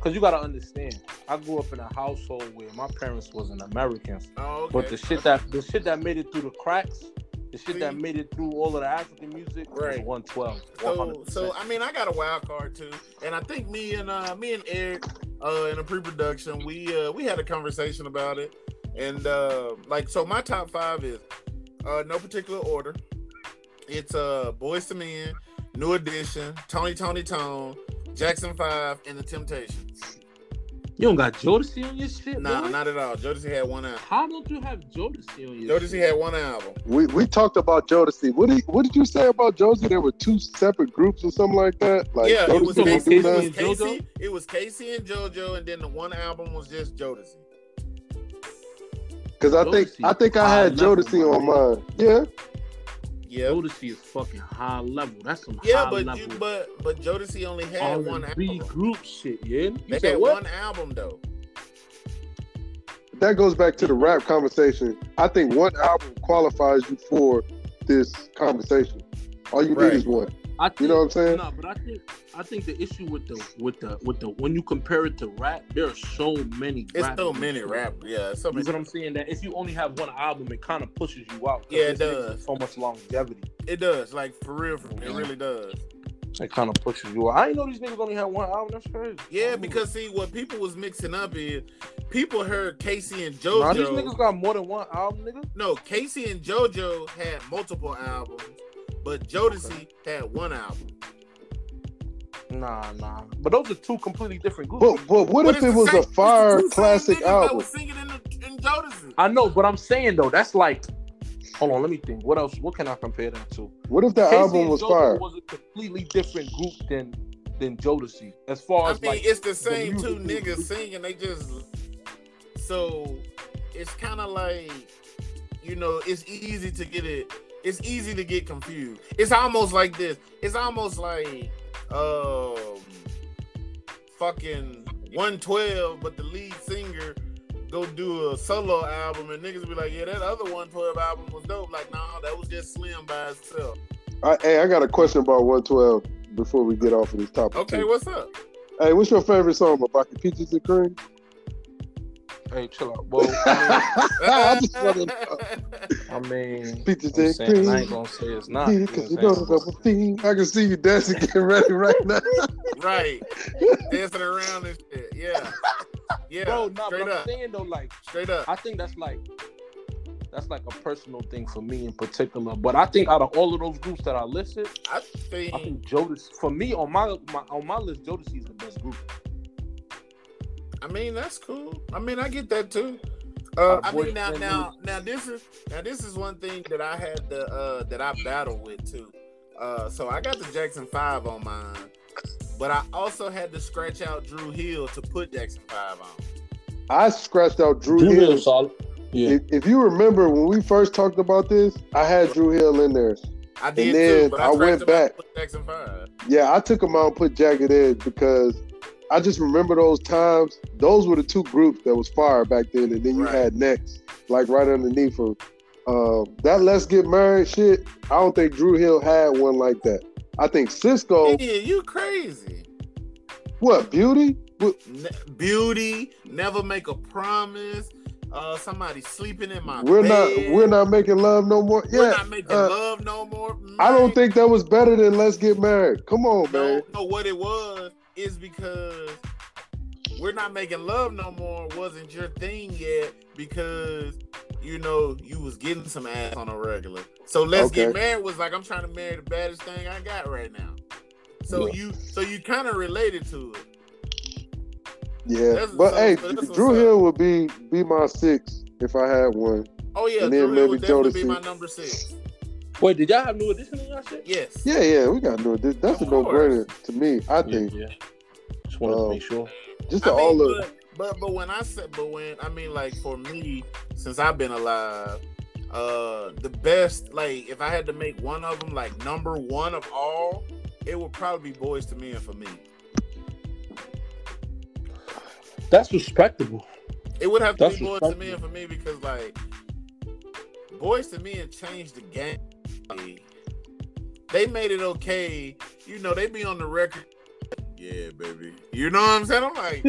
[SPEAKER 3] Cause you gotta understand, I grew up in a household where my parents wasn't Americans,
[SPEAKER 1] Oh, okay.
[SPEAKER 3] but the shit that the shit that made it through the cracks, the shit that
[SPEAKER 1] See?
[SPEAKER 3] made it through all of the African music
[SPEAKER 1] Right.
[SPEAKER 3] was one twelve.
[SPEAKER 1] So, so I mean, I got a wild card too, and I think me and uh, me and Eric uh, in a pre-production, we uh, we had a conversation about it, and uh, like so, my top five is uh, no particular order. It's uh, Boys to Men, New Edition, Tony Tony Tone, Jackson Five, and The Temptations.
[SPEAKER 3] you don't got Jodeci on your shit.
[SPEAKER 1] Nah,
[SPEAKER 3] boy?
[SPEAKER 1] not at all. Jodeci had one album.
[SPEAKER 3] How don't you have Jodeci on your?
[SPEAKER 1] Jodeci
[SPEAKER 3] shit?
[SPEAKER 1] had one album.
[SPEAKER 2] We we talked about Jodeci. What did what did you say about Jodeci? There were two separate groups or something like that. Like
[SPEAKER 1] yeah, it was,
[SPEAKER 2] Jodeci
[SPEAKER 1] Casey, it
[SPEAKER 3] Casey-
[SPEAKER 2] do that?
[SPEAKER 1] was
[SPEAKER 3] and JoJo?
[SPEAKER 1] Casey. It was Casey and JoJo, and then the one album was just Jodeci.
[SPEAKER 2] Cause I think
[SPEAKER 3] Jodeci.
[SPEAKER 2] I think I had
[SPEAKER 3] Ah, nothing,
[SPEAKER 2] Jodeci on
[SPEAKER 3] my
[SPEAKER 2] mine. Yeah,
[SPEAKER 1] Yeah,
[SPEAKER 3] Jodeci is fucking high level. That's some
[SPEAKER 1] yeah,
[SPEAKER 3] high
[SPEAKER 1] but you,
[SPEAKER 3] level.
[SPEAKER 1] but but Jodeci only had one
[SPEAKER 3] R&B
[SPEAKER 1] album.
[SPEAKER 3] group shit,
[SPEAKER 1] They
[SPEAKER 3] yeah. You said
[SPEAKER 1] had
[SPEAKER 3] what?
[SPEAKER 1] one album though.
[SPEAKER 2] that goes back to the rap conversation. I think one album qualifies you for this conversation. All you
[SPEAKER 1] Right.
[SPEAKER 2] need is one.
[SPEAKER 3] I think,
[SPEAKER 2] You know what I'm saying?
[SPEAKER 3] No, but I think I think the issue with the with the with the when you compare it to rap, there are so many.
[SPEAKER 1] It's
[SPEAKER 3] rap
[SPEAKER 1] so
[SPEAKER 3] groups.
[SPEAKER 1] many rap. Yeah, so
[SPEAKER 3] You
[SPEAKER 1] many.
[SPEAKER 3] know what I'm saying? That if you only have one album, it kind of pushes you out. 'cause
[SPEAKER 1] Yeah, it
[SPEAKER 3] there's niggas
[SPEAKER 1] does.
[SPEAKER 3] with So much longevity,
[SPEAKER 1] It does, like for real, for real, it
[SPEAKER 3] Yeah.
[SPEAKER 1] really does.
[SPEAKER 3] it kind of pushes you out. I didn't know these niggas only had one album. That's crazy.
[SPEAKER 1] Yeah, because see, what people was mixing up is people heard Casey and
[SPEAKER 3] Nah, these
[SPEAKER 1] JoJo.
[SPEAKER 3] niggas got more than one album, nigga.
[SPEAKER 1] No, Casey and JoJo had multiple albums, but Jodeci had one album.
[SPEAKER 3] Nah, nah. But those are two completely different groups.
[SPEAKER 2] But but what
[SPEAKER 1] But
[SPEAKER 2] if
[SPEAKER 1] it's
[SPEAKER 2] it
[SPEAKER 1] the
[SPEAKER 2] was
[SPEAKER 1] same-
[SPEAKER 2] a
[SPEAKER 1] it's the two
[SPEAKER 2] fire
[SPEAKER 1] same niggas
[SPEAKER 2] classic
[SPEAKER 1] That
[SPEAKER 2] album?
[SPEAKER 1] was singing in, the, in Jodeci.
[SPEAKER 3] I know, but I'm saying though, that's like. Hold on, let me think. What else? What can I compare that to?
[SPEAKER 2] What if that
[SPEAKER 3] Casey
[SPEAKER 2] album
[SPEAKER 3] and
[SPEAKER 2] was
[SPEAKER 3] JoJo
[SPEAKER 2] fire?
[SPEAKER 3] Was a completely different group than than Jodeci as far
[SPEAKER 1] I
[SPEAKER 3] as
[SPEAKER 1] mean,
[SPEAKER 3] like
[SPEAKER 1] it's the same two
[SPEAKER 3] music
[SPEAKER 1] niggas
[SPEAKER 3] is-
[SPEAKER 1] singing. They just so it's kind of like you know, it's easy to get it. It's easy to get confused. It's almost like this. It's almost like um fucking 112, but the lead singer go do a solo album and niggas be like, yeah, that other 112 album was dope. Like, nah, that was just Slim by itself.
[SPEAKER 2] I, hey, I got a question about 112 before we get off of this topic.
[SPEAKER 1] Okay,
[SPEAKER 2] too.
[SPEAKER 1] what's up?
[SPEAKER 2] Hey, what's your favorite song about the peaches and cream?
[SPEAKER 3] Hey, chill out. Well, I
[SPEAKER 2] I
[SPEAKER 1] [LAUGHS]
[SPEAKER 2] just uh, wanna know.
[SPEAKER 3] mean, I, mean,
[SPEAKER 2] Peaches
[SPEAKER 3] I'm
[SPEAKER 2] and
[SPEAKER 3] saying,
[SPEAKER 2] cream.
[SPEAKER 3] I ain't gonna say it's not.
[SPEAKER 2] Beat
[SPEAKER 3] You
[SPEAKER 2] it 'cause you
[SPEAKER 3] know
[SPEAKER 2] know
[SPEAKER 3] what
[SPEAKER 2] the
[SPEAKER 3] I'm
[SPEAKER 2] double thing. I can see you dancing, getting ready right now. [LAUGHS]
[SPEAKER 1] right. Dancing around and shit. Yeah. Yeah.
[SPEAKER 3] saying? [LAUGHS] Bro, nah,
[SPEAKER 1] straight
[SPEAKER 3] but I'm
[SPEAKER 1] up.
[SPEAKER 3] saying though, like,
[SPEAKER 1] Straight up.
[SPEAKER 3] I think that's like that's like a personal thing for me in particular. But I think out of all of those groups that I listed,
[SPEAKER 1] I think
[SPEAKER 3] I think Jodeci for me on my, my on my list, Jodeci is the best group.
[SPEAKER 1] I mean, that's cool. I mean, I get that too. Uh,
[SPEAKER 3] Our
[SPEAKER 1] I
[SPEAKER 3] boy
[SPEAKER 1] mean, now,
[SPEAKER 3] Slim
[SPEAKER 1] now, now, this is now this is one thing that I had the uh, that I battled with too. Uh, so I got the Jackson Five on mine, but I also had to scratch out Drew Hill to put Jackson Five on.
[SPEAKER 2] I scratched out Drew,
[SPEAKER 5] Drew
[SPEAKER 2] Hill.
[SPEAKER 5] Hill solid. Yeah.
[SPEAKER 2] If, if you remember when we first talked about this, I had Drew Hill in there.
[SPEAKER 1] I did
[SPEAKER 2] then
[SPEAKER 1] too, but
[SPEAKER 2] I
[SPEAKER 1] I,
[SPEAKER 2] went
[SPEAKER 1] scratched him out to
[SPEAKER 2] back.
[SPEAKER 1] put Jackson Five.
[SPEAKER 2] Yeah, I took him out and put Jagged Edge because I just remember those times. Those were the two groups that was fire back then, and then you
[SPEAKER 1] Right.
[SPEAKER 2] had Next, like right underneath them. Uh, that Let's Get Married shit. I don't think Drew Hill had one like that. I think Cisco.
[SPEAKER 1] Yeah, you crazy.
[SPEAKER 2] What Beauty? What,
[SPEAKER 1] Ne- Beauty, never make a promise. Uh, somebody sleeping in my
[SPEAKER 2] we're
[SPEAKER 1] bed.
[SPEAKER 2] not. We're not making love no more.
[SPEAKER 1] We're
[SPEAKER 2] Yeah,
[SPEAKER 1] not making
[SPEAKER 2] uh,
[SPEAKER 1] love no more. Mm,
[SPEAKER 2] I
[SPEAKER 1] Man.
[SPEAKER 2] don't think that was better than Let's Get Married. Come on, man.
[SPEAKER 1] No, no, what it was is because we're not making love no more wasn't your thing yet because you know you was getting some ass on a regular. So let's get
[SPEAKER 2] Okay.
[SPEAKER 1] married was like I'm trying to marry the baddest thing I got right now. So you so you kind of related to it.
[SPEAKER 2] Yeah,
[SPEAKER 1] That's-
[SPEAKER 2] but
[SPEAKER 1] so-
[SPEAKER 2] hey,
[SPEAKER 1] so that's what's
[SPEAKER 2] Drew
[SPEAKER 1] up.
[SPEAKER 2] Hill would be be my six if I had one.
[SPEAKER 1] Oh yeah,
[SPEAKER 2] And
[SPEAKER 1] Drew
[SPEAKER 2] then
[SPEAKER 1] Hill
[SPEAKER 2] maybe
[SPEAKER 1] would definitely
[SPEAKER 2] Jodeci.
[SPEAKER 1] be my number six.
[SPEAKER 5] Wait, did y'all have new addition in y'all shit?
[SPEAKER 1] Yes.
[SPEAKER 2] Yeah, yeah, we gotta do it. This- That's
[SPEAKER 1] Of
[SPEAKER 2] a no
[SPEAKER 1] course.
[SPEAKER 2] brainer to me. I think
[SPEAKER 5] yeah. Just wanted
[SPEAKER 2] Um,
[SPEAKER 5] to make sure.
[SPEAKER 2] just
[SPEAKER 1] I
[SPEAKER 2] to
[SPEAKER 1] mean,
[SPEAKER 2] all of
[SPEAKER 1] but, but but when I said but when I mean like for me since I've been alive, uh the best like if I had to make one of them like number one of all, it would probably be Boys to Men for me.
[SPEAKER 5] That's respectable.
[SPEAKER 1] It would have to
[SPEAKER 5] That's
[SPEAKER 1] be Boys to
[SPEAKER 5] respectable.
[SPEAKER 1] Men for me because like Boys to Men changed the game. Like, They made it okay, you know. They be on the record. Yeah, baby. You know what I'm saying? I'm like,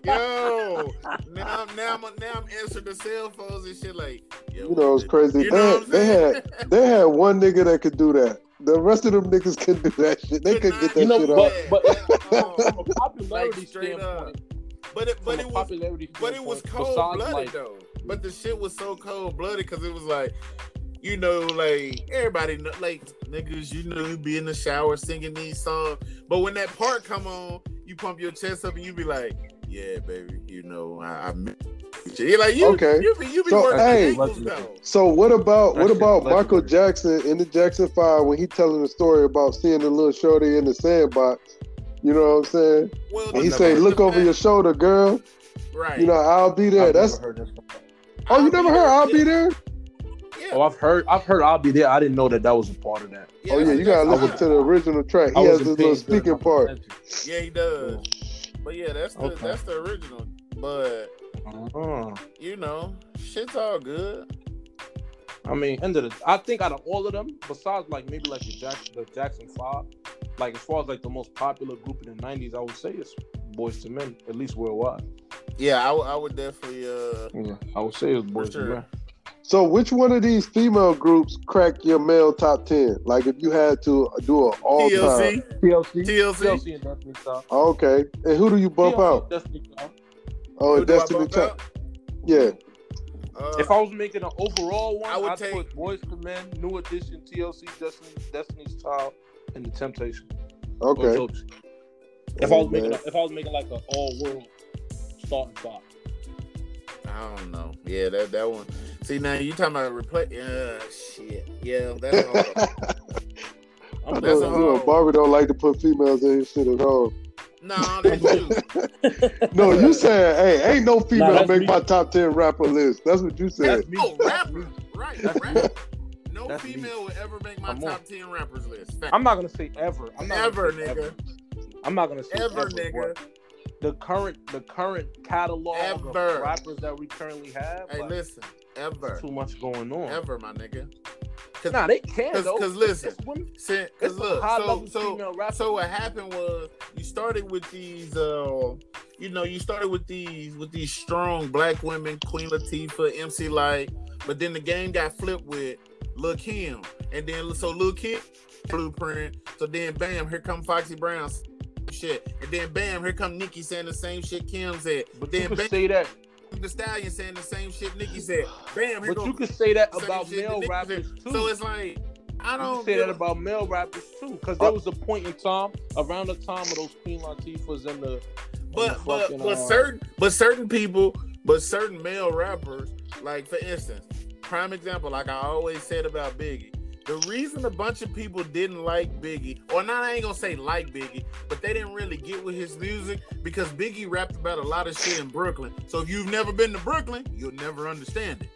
[SPEAKER 5] [LAUGHS]
[SPEAKER 1] Yo, now, now, I'm, now I'm answering the cell phones and shit like, yo,
[SPEAKER 2] you know it's crazy.
[SPEAKER 1] You
[SPEAKER 2] they
[SPEAKER 1] know what I'm
[SPEAKER 2] they
[SPEAKER 1] saying?
[SPEAKER 2] had they had one nigga that could do that. The rest of them niggas couldn't do that shit. They
[SPEAKER 1] Could
[SPEAKER 2] couldn't get
[SPEAKER 1] not
[SPEAKER 5] You know,
[SPEAKER 2] that shit
[SPEAKER 1] do
[SPEAKER 2] off.
[SPEAKER 5] but-
[SPEAKER 1] that at
[SPEAKER 5] From
[SPEAKER 1] all.
[SPEAKER 5] a popularity
[SPEAKER 1] [LAUGHS] Like, straight up.
[SPEAKER 5] standpoint,
[SPEAKER 1] but it, but
[SPEAKER 5] from
[SPEAKER 1] it
[SPEAKER 5] a
[SPEAKER 1] was,
[SPEAKER 5] popularity
[SPEAKER 1] but it was
[SPEAKER 5] standpoint,
[SPEAKER 1] cold
[SPEAKER 5] besides,
[SPEAKER 1] blooded
[SPEAKER 5] like,
[SPEAKER 1] though. But the shit was so cold blooded because it was like, you know, like everybody, kn- like niggas, you know, you be in the shower singing these songs. But when that part come on, you pump your chest up and you be like, yeah, baby, you know, I, I miss you." You're like you,
[SPEAKER 2] Okay.
[SPEAKER 1] you be, you be
[SPEAKER 2] So,
[SPEAKER 1] working
[SPEAKER 2] hey.
[SPEAKER 1] the angles though.
[SPEAKER 2] So what about
[SPEAKER 3] That
[SPEAKER 2] what
[SPEAKER 3] shit
[SPEAKER 2] about
[SPEAKER 3] legendary.
[SPEAKER 2] Michael Jackson in the Jackson Five when he telling the story about seeing the little shorty in the sandbox? You know what I'm saying?
[SPEAKER 1] Well,
[SPEAKER 2] And he
[SPEAKER 1] the-
[SPEAKER 2] say,
[SPEAKER 1] the
[SPEAKER 2] "Look over
[SPEAKER 1] fact-
[SPEAKER 2] your shoulder, girl.
[SPEAKER 1] right."
[SPEAKER 2] You know I'll be there."
[SPEAKER 5] I've
[SPEAKER 2] That's
[SPEAKER 5] never heard that song.
[SPEAKER 2] oh, you never heard "I'll be
[SPEAKER 1] there.
[SPEAKER 2] there."
[SPEAKER 1] Yeah.
[SPEAKER 5] Oh, I've heard. I've heard. I'll be there. I didn't know that that was a part of that.
[SPEAKER 2] Oh yeah, you gotta
[SPEAKER 1] I
[SPEAKER 2] listen
[SPEAKER 1] was-
[SPEAKER 2] to the original track.
[SPEAKER 5] I
[SPEAKER 2] He has
[SPEAKER 5] was
[SPEAKER 2] this
[SPEAKER 5] in
[SPEAKER 2] little
[SPEAKER 5] pain during
[SPEAKER 2] speaking
[SPEAKER 5] my
[SPEAKER 2] part.
[SPEAKER 5] presentation.
[SPEAKER 1] Yeah, he does. But yeah, that's the
[SPEAKER 5] Okay.
[SPEAKER 1] that's the original. But
[SPEAKER 5] Uh,
[SPEAKER 1] you know, shit's all good.
[SPEAKER 5] I mean, end of the. I think out of all of them, besides like maybe like the Jackson, the Jackson Five, like as far as like the most popular group in the '90s, I would say it's Boys to Men, at least worldwide.
[SPEAKER 1] Yeah, I, would- I would definitely. uh
[SPEAKER 5] Yeah, I would say it's Boys
[SPEAKER 1] sure.
[SPEAKER 5] to Men.
[SPEAKER 2] So, which one of these female groups crack your male top ten? Like, if you had to do an all time, oh,
[SPEAKER 1] TLC,
[SPEAKER 5] TLC,
[SPEAKER 1] TLC.
[SPEAKER 5] TLC, and Destiny Child.
[SPEAKER 2] okay. And who do you bump
[SPEAKER 5] TLC,
[SPEAKER 2] out?
[SPEAKER 5] Destiny Child.
[SPEAKER 2] Oh,
[SPEAKER 1] Who
[SPEAKER 2] and
[SPEAKER 1] do I
[SPEAKER 2] Destiny
[SPEAKER 1] bump
[SPEAKER 2] Child.
[SPEAKER 1] out?
[SPEAKER 2] Yeah,
[SPEAKER 1] Uh,
[SPEAKER 5] If I was making an overall one,
[SPEAKER 1] I
[SPEAKER 5] I
[SPEAKER 1] would
[SPEAKER 5] would
[SPEAKER 1] take-
[SPEAKER 5] put Boys to Men, New Edition, TLC, Destiny, Destiny's Child, and The Temptation. or
[SPEAKER 2] okay.
[SPEAKER 5] Jokes. If I was
[SPEAKER 2] Hey,
[SPEAKER 5] making,
[SPEAKER 2] man.
[SPEAKER 5] if I was making like an all world starting five,
[SPEAKER 1] I don't know. Yeah, that that one. See now you talking about replace? Uh, shit. Yeah, [LAUGHS]
[SPEAKER 2] [LAUGHS]
[SPEAKER 1] that's hard.
[SPEAKER 2] I
[SPEAKER 5] I'm
[SPEAKER 1] That's a
[SPEAKER 2] know, you [LAUGHS]
[SPEAKER 5] going.
[SPEAKER 2] know,
[SPEAKER 1] hoe.
[SPEAKER 2] Barbie don't like to put females in his shit at all.
[SPEAKER 1] no, that's
[SPEAKER 2] [LAUGHS]
[SPEAKER 1] you.
[SPEAKER 2] No, you said, hey, ain't no female
[SPEAKER 5] that's
[SPEAKER 2] make
[SPEAKER 5] me.
[SPEAKER 2] my top ten rapper list. That's what you said.
[SPEAKER 1] That's, oh, rapper. Right, rapper. No No
[SPEAKER 3] That's
[SPEAKER 1] female would ever make my
[SPEAKER 3] Come on.
[SPEAKER 1] top ten rappers list. Fact.
[SPEAKER 3] I'm not gonna say ever. I'm not
[SPEAKER 1] ever,
[SPEAKER 3] gonna say
[SPEAKER 1] nigga.
[SPEAKER 3] I'm not gonna say
[SPEAKER 1] Ever,
[SPEAKER 3] ever,
[SPEAKER 1] nigga.
[SPEAKER 3] but The current, the current catalog
[SPEAKER 1] Ever.
[SPEAKER 3] of rappers that we currently have,
[SPEAKER 1] Hey,
[SPEAKER 3] like,
[SPEAKER 1] listen. Ever,
[SPEAKER 3] there's too much going on.
[SPEAKER 1] ever, my nigga.
[SPEAKER 3] Nah, they can
[SPEAKER 1] Cause,
[SPEAKER 3] though.
[SPEAKER 1] cause listen,
[SPEAKER 3] It's women.
[SPEAKER 1] since,
[SPEAKER 3] It's
[SPEAKER 1] cause look,
[SPEAKER 3] high
[SPEAKER 1] so,
[SPEAKER 3] level
[SPEAKER 1] so,
[SPEAKER 3] female rappers.
[SPEAKER 1] so what happened was you started with these, uh, you know, you started with these, with these strong black women, Queen Latifah, MC Light, but then the game got flipped with Lil Kim, and then so Lil Kim blueprint. So then, bam, here come Foxy Brown, shit, and then bam, here come Nicki saying the same shit Kim said.
[SPEAKER 3] but
[SPEAKER 1] then
[SPEAKER 3] you could
[SPEAKER 1] Bam-
[SPEAKER 3] say that.
[SPEAKER 1] The Stallion saying the same shit Nicki said. Bam, here
[SPEAKER 3] But
[SPEAKER 1] go.
[SPEAKER 3] you could say that
[SPEAKER 1] same
[SPEAKER 3] about
[SPEAKER 1] shit
[SPEAKER 3] male
[SPEAKER 1] Nicki said.
[SPEAKER 3] rappers too.
[SPEAKER 1] So it's like I
[SPEAKER 3] You
[SPEAKER 1] don't
[SPEAKER 3] can say
[SPEAKER 1] give
[SPEAKER 3] that
[SPEAKER 1] a- Oh.
[SPEAKER 3] about male rappers too, because there was a point in time around the time of those Queen Latifahs and the. and
[SPEAKER 1] but
[SPEAKER 3] the
[SPEAKER 1] but
[SPEAKER 3] fucking,
[SPEAKER 1] but
[SPEAKER 3] uh,
[SPEAKER 1] certain but certain people but certain male rappers like for instance prime example like i always said about biggie the reason a bunch of people didn't like biggie or not i ain't gonna say like biggie but they didn't really get with his music because biggie rapped about a lot of shit in brooklyn so if you've never been to brooklyn you'll never understand it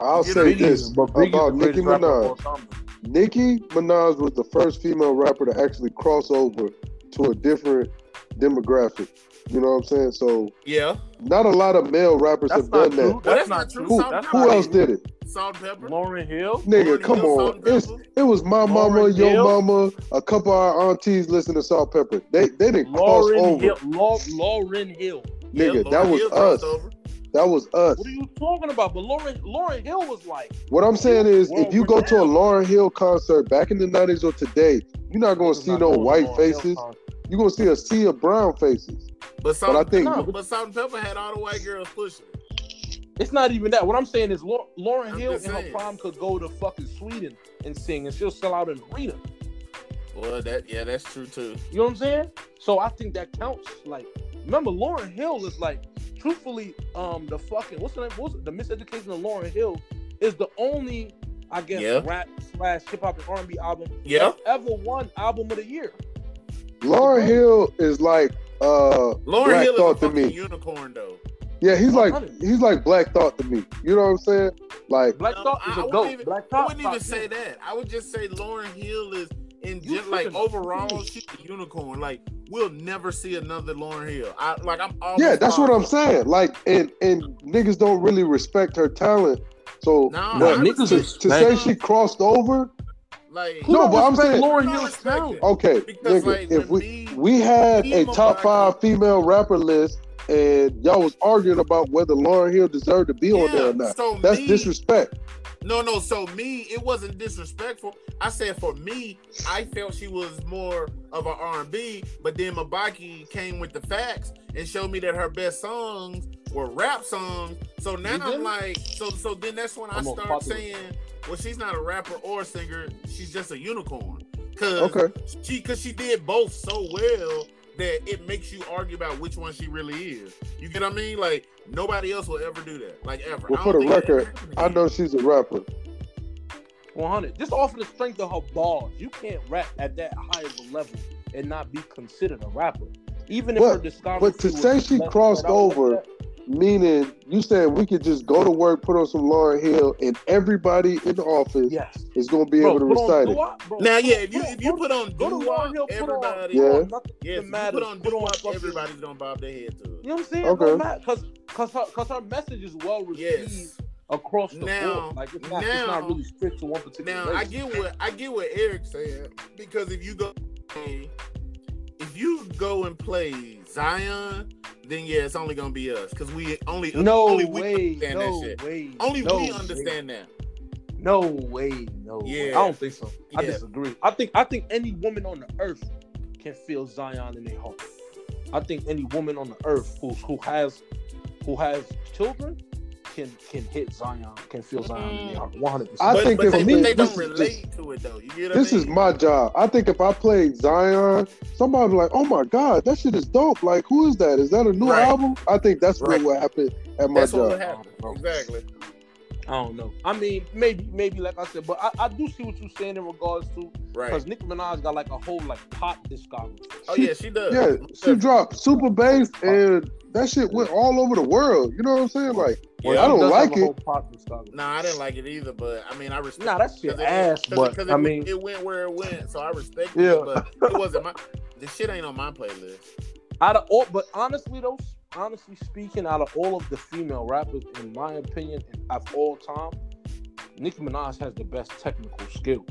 [SPEAKER 2] I'll
[SPEAKER 1] You
[SPEAKER 2] say
[SPEAKER 1] know,
[SPEAKER 2] this about Nicki Minaj. Nicki Minaj was the first female rapper to actually cross over to a different demographic. You know what I'm saying? So
[SPEAKER 1] yeah
[SPEAKER 2] not a lot of male rappers
[SPEAKER 3] That's
[SPEAKER 2] have
[SPEAKER 3] not
[SPEAKER 2] done
[SPEAKER 3] true. That's,
[SPEAKER 2] that.
[SPEAKER 1] Well, that's
[SPEAKER 3] not
[SPEAKER 1] not
[SPEAKER 3] true.
[SPEAKER 1] true.
[SPEAKER 2] Who-
[SPEAKER 1] That's
[SPEAKER 2] Who
[SPEAKER 1] not
[SPEAKER 2] else
[SPEAKER 1] true.
[SPEAKER 2] did it?
[SPEAKER 1] salt and pepper
[SPEAKER 3] Lauren Hill.
[SPEAKER 1] Lauren
[SPEAKER 2] Nigga, come
[SPEAKER 1] Hill, Salt
[SPEAKER 2] on.
[SPEAKER 1] and
[SPEAKER 2] It's,
[SPEAKER 1] Pepper.
[SPEAKER 2] it was my mama,
[SPEAKER 3] Lauryn
[SPEAKER 2] your
[SPEAKER 3] Hill.
[SPEAKER 2] mama, a couple of our aunties listen to Salt Pepper. They they didn't cross
[SPEAKER 3] Lauren
[SPEAKER 2] over.
[SPEAKER 3] Hill. Lau- Lauren Hill.
[SPEAKER 1] Yeah,
[SPEAKER 2] Nigga, that
[SPEAKER 1] Lauryn
[SPEAKER 2] was
[SPEAKER 1] Hill
[SPEAKER 2] us.
[SPEAKER 1] crossed over.
[SPEAKER 2] That was us.
[SPEAKER 3] What are you talking about? But Lauren Lauren Hill was like,
[SPEAKER 2] What I'm saying is,
[SPEAKER 3] Well,
[SPEAKER 2] if you go to a Lauren Hill concert back in the 90s or today, you're not going to see
[SPEAKER 3] Not
[SPEAKER 2] no
[SPEAKER 3] going to
[SPEAKER 2] white
[SPEAKER 3] Lauryn Hill
[SPEAKER 2] faces.
[SPEAKER 3] concert.
[SPEAKER 2] You're going to see a sea of brown faces.
[SPEAKER 1] But salt,
[SPEAKER 2] But I
[SPEAKER 1] and
[SPEAKER 2] think-
[SPEAKER 1] Pepper- but salt and pepper had all the white girls pushing. it.
[SPEAKER 3] It's not even that. What I'm saying is Lau- Lauren
[SPEAKER 1] I'm
[SPEAKER 3] Hill
[SPEAKER 1] just
[SPEAKER 3] in her
[SPEAKER 1] saying.
[SPEAKER 3] prime could go to fucking Sweden and sing, and she'll sell out an arena.
[SPEAKER 1] Well, that yeah, that's true too.
[SPEAKER 3] You know what I'm saying? So I think that counts. Like, remember Lauren Hill is like, truthfully, um, the fucking what's the name? What's the miseducation of Lauren Hill is the only, I guess,
[SPEAKER 1] Yeah.
[SPEAKER 3] rap slash hip hop and R&B album
[SPEAKER 1] Yeah,
[SPEAKER 3] that's ever won album of the year.
[SPEAKER 2] Lauren Hill is like, uh,
[SPEAKER 1] Lauren
[SPEAKER 2] Black
[SPEAKER 1] Hill
[SPEAKER 2] Thought
[SPEAKER 1] is a
[SPEAKER 2] to
[SPEAKER 1] fucking
[SPEAKER 2] me.
[SPEAKER 1] unicorn though.
[SPEAKER 2] yeah, he's like
[SPEAKER 3] 100.
[SPEAKER 2] he's like Black Thought to me. You know what I'm saying? Like,
[SPEAKER 3] Black
[SPEAKER 1] No,
[SPEAKER 3] Thought
[SPEAKER 1] I-
[SPEAKER 3] is
[SPEAKER 1] I
[SPEAKER 3] a
[SPEAKER 1] wouldn't
[SPEAKER 3] goat.
[SPEAKER 1] even-
[SPEAKER 3] Black
[SPEAKER 1] I
[SPEAKER 3] Thought,
[SPEAKER 1] wouldn't even
[SPEAKER 3] Black-
[SPEAKER 1] say that. I would just say Lauren Hill is in
[SPEAKER 3] You
[SPEAKER 1] just like
[SPEAKER 3] tripping.
[SPEAKER 1] overall she's a unicorn. Like we'll never see another Lauren Hill. I like I'm always
[SPEAKER 2] yeah, that's what I'm
[SPEAKER 1] positive.
[SPEAKER 2] saying. Like, and and niggas don't really respect her talent. So
[SPEAKER 1] Nah,
[SPEAKER 2] like,
[SPEAKER 1] I
[SPEAKER 3] niggas
[SPEAKER 1] respect-
[SPEAKER 3] is-
[SPEAKER 2] to say she crossed over,
[SPEAKER 1] like
[SPEAKER 3] Who
[SPEAKER 2] No,
[SPEAKER 3] don't
[SPEAKER 2] but I'm
[SPEAKER 3] respect
[SPEAKER 2] saying-
[SPEAKER 3] Lauryn
[SPEAKER 1] I don't
[SPEAKER 3] Hill's
[SPEAKER 1] respect
[SPEAKER 3] talent.
[SPEAKER 1] it.
[SPEAKER 2] okay,
[SPEAKER 1] because
[SPEAKER 2] nigga,
[SPEAKER 1] like
[SPEAKER 2] if
[SPEAKER 1] when
[SPEAKER 2] we
[SPEAKER 1] me,
[SPEAKER 2] We had a top
[SPEAKER 1] Motherfucker.
[SPEAKER 2] five female rapper list, and y'all was arguing about whether Lauren Hill deserved to be on there or
[SPEAKER 1] Yeah,
[SPEAKER 2] not.
[SPEAKER 1] so
[SPEAKER 2] That's
[SPEAKER 1] me-
[SPEAKER 2] disrespect.
[SPEAKER 1] No, no. So me, it wasn't disrespectful. I said for me, I felt she was more of an R and B. But then Mabaki came with the facts and showed me that her best songs were rap songs. So now
[SPEAKER 3] You
[SPEAKER 1] I'm
[SPEAKER 3] didn't?
[SPEAKER 1] like, so so then that's when I
[SPEAKER 3] I'm a
[SPEAKER 1] start
[SPEAKER 3] popular.
[SPEAKER 1] saying, well, she's not a rapper or a singer. She's just a unicorn. Cause
[SPEAKER 2] Okay.
[SPEAKER 1] she because she did both so well that it makes you argue about which one she really is. You get what I mean? Like nobody else will ever do that. Like ever.
[SPEAKER 2] Well,
[SPEAKER 1] I
[SPEAKER 2] for
[SPEAKER 1] don't
[SPEAKER 2] the
[SPEAKER 1] think that
[SPEAKER 2] record,
[SPEAKER 1] ever happened
[SPEAKER 2] I
[SPEAKER 1] again.
[SPEAKER 2] know she's a rapper.
[SPEAKER 3] 100. Just off of the strength of her bars, you can't rap at that high of a level and not be considered a rapper. Even if
[SPEAKER 2] But-
[SPEAKER 3] her discography
[SPEAKER 2] but to
[SPEAKER 3] was
[SPEAKER 2] say she
[SPEAKER 3] less
[SPEAKER 2] crossed
[SPEAKER 3] than I would
[SPEAKER 2] over-
[SPEAKER 3] expect-
[SPEAKER 2] Meaning, you saying we could just go to work, put on some Lauren Hill, and everybody in the office
[SPEAKER 3] yes,
[SPEAKER 2] is going to be able to
[SPEAKER 3] put on
[SPEAKER 2] recite it.
[SPEAKER 3] Doo-Wop, bro.
[SPEAKER 1] Now,
[SPEAKER 3] Put
[SPEAKER 1] yeah,
[SPEAKER 3] on-
[SPEAKER 1] if you
[SPEAKER 3] put on-
[SPEAKER 1] if you put on
[SPEAKER 3] go to Lauryn
[SPEAKER 1] doo
[SPEAKER 3] Hill, put on-
[SPEAKER 1] everybody,
[SPEAKER 2] Yeah.
[SPEAKER 3] put on nothing
[SPEAKER 1] yes,
[SPEAKER 3] that
[SPEAKER 1] if you
[SPEAKER 3] matters.
[SPEAKER 1] put on
[SPEAKER 3] Put on
[SPEAKER 1] doo
[SPEAKER 3] fucking-
[SPEAKER 1] everybody's gonna bob their head to
[SPEAKER 3] You
[SPEAKER 1] it.
[SPEAKER 3] know what I'm saying?
[SPEAKER 2] Okay.
[SPEAKER 3] Because cause her, cause her message is well received
[SPEAKER 1] Yes.
[SPEAKER 3] across the
[SPEAKER 1] Now-
[SPEAKER 3] board. Like it's not, it's
[SPEAKER 1] now-
[SPEAKER 3] not really strict to one particular.
[SPEAKER 1] Now I
[SPEAKER 3] race.
[SPEAKER 1] get what I get what Eric said because if you go, if you go and play Zion, then yeah, it's only gonna be us because we only
[SPEAKER 3] no
[SPEAKER 1] only
[SPEAKER 3] way,
[SPEAKER 1] we understand
[SPEAKER 3] no
[SPEAKER 1] that shit.
[SPEAKER 3] way,
[SPEAKER 1] Only
[SPEAKER 3] no
[SPEAKER 1] we
[SPEAKER 3] way.
[SPEAKER 1] understand that.
[SPEAKER 3] No way, no. Way. I
[SPEAKER 1] Yeah.
[SPEAKER 3] don't think so. I
[SPEAKER 1] Yeah.
[SPEAKER 3] disagree. I think I think any woman on the earth can feel Zion in their heart. I think any woman on the earth who who has who has children can can hit Zion, can feel Zion in their heart. One hundred percent.
[SPEAKER 2] I
[SPEAKER 1] but,
[SPEAKER 2] think
[SPEAKER 1] but
[SPEAKER 2] if
[SPEAKER 1] they,
[SPEAKER 2] we-
[SPEAKER 1] but they
[SPEAKER 2] this
[SPEAKER 1] don't
[SPEAKER 2] is just-
[SPEAKER 1] relate to it though. You get what
[SPEAKER 2] This
[SPEAKER 1] I
[SPEAKER 2] is
[SPEAKER 1] mean?
[SPEAKER 2] my job. I think if I played Zion, somebody be like, "Oh my God, that shit is dope!" Like, who is that? Is that a new
[SPEAKER 1] Right.
[SPEAKER 2] album? I think that's
[SPEAKER 1] Right.
[SPEAKER 2] what would happen at my
[SPEAKER 1] That's what
[SPEAKER 2] job.
[SPEAKER 1] would happen.
[SPEAKER 3] Bro.
[SPEAKER 1] Exactly.
[SPEAKER 3] I don't know. I mean, maybe maybe like I said, but I, I do see what you're saying in regards to
[SPEAKER 1] Right.
[SPEAKER 3] because Nicki Minaj got like a whole like pop discography.
[SPEAKER 1] Oh yeah, Oh. she does.
[SPEAKER 2] Yeah, she dropped Super Bass, and that shit went all over the world. You know what I'm saying? Like,
[SPEAKER 1] Yeah.
[SPEAKER 2] I don't
[SPEAKER 3] does
[SPEAKER 2] like
[SPEAKER 3] have a
[SPEAKER 2] it.
[SPEAKER 3] whole pocket style.
[SPEAKER 1] No, I didn't like it either, but I mean, I respect.
[SPEAKER 3] Nah, that's your
[SPEAKER 1] Cause it-
[SPEAKER 3] ass.
[SPEAKER 1] cause it-
[SPEAKER 3] but
[SPEAKER 1] cause it,
[SPEAKER 3] I mean,
[SPEAKER 1] it went where it went, so I respect
[SPEAKER 2] Yeah.
[SPEAKER 1] it. But it wasn't my. The shit ain't on my
[SPEAKER 3] [LAUGHS]
[SPEAKER 1] playlist.
[SPEAKER 3] out of all, but honestly, though, honestly speaking, out of all of the female rappers, in my opinion, of all time, Nicki Minaj has the best technical skill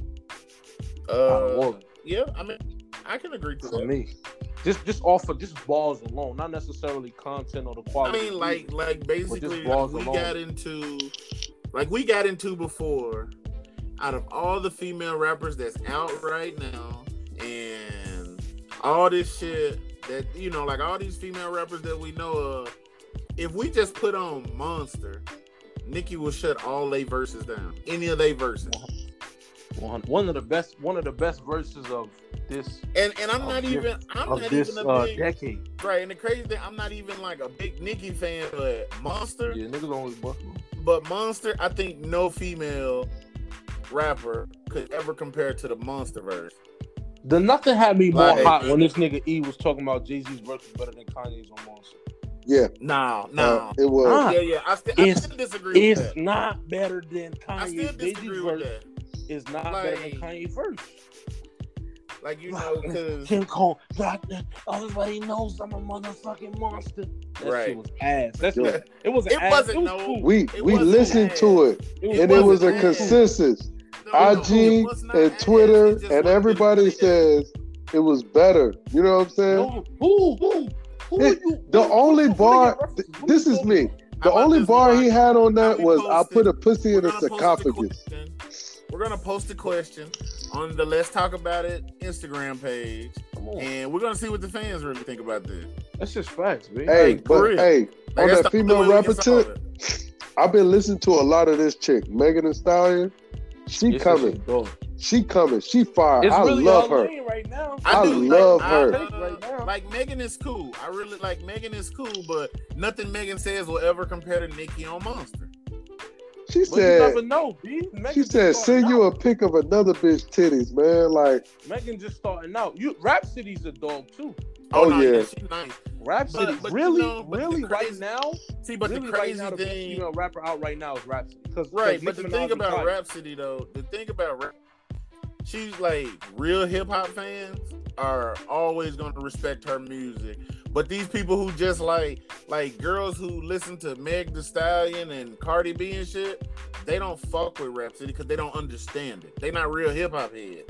[SPEAKER 3] out of all
[SPEAKER 1] Uh,
[SPEAKER 3] of them,
[SPEAKER 1] yeah, I mean, I can agree to
[SPEAKER 3] for
[SPEAKER 1] that.
[SPEAKER 3] me. Just, just off of just balls alone, not necessarily content or the
[SPEAKER 1] I
[SPEAKER 3] quality.
[SPEAKER 1] mean, like, like basically,
[SPEAKER 3] balls
[SPEAKER 1] we
[SPEAKER 3] alone.
[SPEAKER 1] got into, like, we got into before. Out of all the female rappers that's out right now, and all this shit that you know, like all these female rappers that we know of, if we just put on Monster, Nicki will shut all they verses down. Any of they verses.
[SPEAKER 3] one, one of the best, one of the best verses of this
[SPEAKER 1] And and I'm
[SPEAKER 3] Of
[SPEAKER 1] not
[SPEAKER 3] this-
[SPEAKER 1] even I'm
[SPEAKER 3] of
[SPEAKER 1] not
[SPEAKER 3] this
[SPEAKER 1] even a
[SPEAKER 3] uh,
[SPEAKER 1] big
[SPEAKER 3] decade.
[SPEAKER 1] right. And the crazy thing, I'm not even like a big Nicki fan, but Monster,
[SPEAKER 3] Yeah, niggas only buck.
[SPEAKER 1] but Monster, I think no female rapper could ever compare to the Monster verse.
[SPEAKER 3] The nothing had me more
[SPEAKER 1] Like-
[SPEAKER 3] hot when this nigga E was talking about Jay Z's verse is better than Kanye's on Monster.
[SPEAKER 2] Yeah,
[SPEAKER 1] No,
[SPEAKER 2] uh,
[SPEAKER 1] no.
[SPEAKER 2] it was.
[SPEAKER 3] Ah,
[SPEAKER 1] yeah, yeah. I, sti- I
[SPEAKER 3] it's-
[SPEAKER 1] still disagree with
[SPEAKER 3] It's
[SPEAKER 1] that.
[SPEAKER 3] not better than
[SPEAKER 1] I still
[SPEAKER 3] Kanye's. Jay
[SPEAKER 1] disagree
[SPEAKER 3] Z's
[SPEAKER 1] with
[SPEAKER 3] verse
[SPEAKER 1] that.
[SPEAKER 3] is not better than
[SPEAKER 1] Like-
[SPEAKER 3] Kanye's verse.
[SPEAKER 1] Like
[SPEAKER 2] [LAUGHS]
[SPEAKER 1] you know, because
[SPEAKER 3] Kim Cole, doctor, everybody knows I'm a motherfucking monster. That
[SPEAKER 1] Right.
[SPEAKER 3] shit was ass. That's
[SPEAKER 2] Yeah.
[SPEAKER 3] what, it was.
[SPEAKER 1] [LAUGHS] It
[SPEAKER 3] ass.
[SPEAKER 1] wasn't
[SPEAKER 3] It was
[SPEAKER 1] no-
[SPEAKER 3] cool.
[SPEAKER 2] We
[SPEAKER 1] It
[SPEAKER 2] we
[SPEAKER 1] wasn't
[SPEAKER 2] listened
[SPEAKER 1] bad.
[SPEAKER 2] to it,
[SPEAKER 3] It
[SPEAKER 2] and it was a
[SPEAKER 1] wasn't bad.
[SPEAKER 2] consensus. IG and Twitter and everybody says it was better. You know what I'm saying?
[SPEAKER 3] No, who who who
[SPEAKER 2] It-
[SPEAKER 3] you?
[SPEAKER 2] the
[SPEAKER 3] who-
[SPEAKER 2] only
[SPEAKER 3] who you
[SPEAKER 2] bar-
[SPEAKER 3] referencing?
[SPEAKER 2] th-
[SPEAKER 3] Who
[SPEAKER 2] this
[SPEAKER 3] you
[SPEAKER 2] is
[SPEAKER 3] talking
[SPEAKER 2] me.
[SPEAKER 3] about?
[SPEAKER 2] The only bar he had on that
[SPEAKER 1] Copy
[SPEAKER 2] was I
[SPEAKER 1] posted.
[SPEAKER 2] put a pussy in
[SPEAKER 1] We're
[SPEAKER 2] a
[SPEAKER 1] gonna post the
[SPEAKER 2] sarcophagus.
[SPEAKER 1] question. We're gonna post a question on the Let's Talk About It Instagram page,
[SPEAKER 3] Come on.
[SPEAKER 1] and we're gonna see what the fans really think about this.
[SPEAKER 3] That's just facts, man.
[SPEAKER 2] Hey,
[SPEAKER 1] Like, for
[SPEAKER 2] but
[SPEAKER 1] real.
[SPEAKER 2] hey,
[SPEAKER 1] Like,
[SPEAKER 2] On
[SPEAKER 1] that's
[SPEAKER 2] that
[SPEAKER 1] the only
[SPEAKER 2] female
[SPEAKER 1] way we
[SPEAKER 2] rapper
[SPEAKER 1] can solve
[SPEAKER 2] too?
[SPEAKER 1] it.
[SPEAKER 2] I've been listening to a lot of this chick, Megan Thee Stallion. She
[SPEAKER 3] It's
[SPEAKER 2] coming.
[SPEAKER 3] just dope.
[SPEAKER 2] She coming. She fire.
[SPEAKER 3] It's
[SPEAKER 2] I
[SPEAKER 3] really
[SPEAKER 2] love
[SPEAKER 3] our
[SPEAKER 2] her.
[SPEAKER 3] lane right now.
[SPEAKER 1] I,
[SPEAKER 2] I
[SPEAKER 1] do
[SPEAKER 2] love
[SPEAKER 1] like,
[SPEAKER 2] her.
[SPEAKER 1] I, uh,
[SPEAKER 3] Right now.
[SPEAKER 1] like Megan is cool. I really like Megan is cool, but nothing Megan says will ever compare to Nicki on Monster.
[SPEAKER 2] She
[SPEAKER 3] But you never
[SPEAKER 2] said.
[SPEAKER 3] know, B.
[SPEAKER 2] She
[SPEAKER 3] Megan's
[SPEAKER 2] said,
[SPEAKER 3] just starting
[SPEAKER 2] "Send you
[SPEAKER 3] out.
[SPEAKER 2] a pic of another bitch titties, man." Like,
[SPEAKER 3] Megan just starting out. You Rhapsody's a dog too.
[SPEAKER 2] Oh,
[SPEAKER 1] no,
[SPEAKER 2] yeah.
[SPEAKER 1] she's nice.
[SPEAKER 3] Rhapsody,
[SPEAKER 1] But- but you
[SPEAKER 3] really,
[SPEAKER 1] know, but the
[SPEAKER 3] really, right
[SPEAKER 1] crazy-
[SPEAKER 3] now,
[SPEAKER 1] See, but
[SPEAKER 3] really
[SPEAKER 1] the crazy
[SPEAKER 3] right now, the best
[SPEAKER 1] thing,
[SPEAKER 3] female rapper out right now is Rhapsody. Cause,
[SPEAKER 1] Right,
[SPEAKER 3] 'cause
[SPEAKER 1] but the
[SPEAKER 3] Nicki Minaj
[SPEAKER 1] thing
[SPEAKER 3] is
[SPEAKER 1] about
[SPEAKER 3] tired.
[SPEAKER 1] Rhapsody though, the thing about Rhap- she's like real hip hop fans are always going to respect her music. But these people who just like like girls who listen to Meg The Stallion and Cardi B and shit, they don't fuck with Rhapsody because they don't understand it. They not real hip hop heads.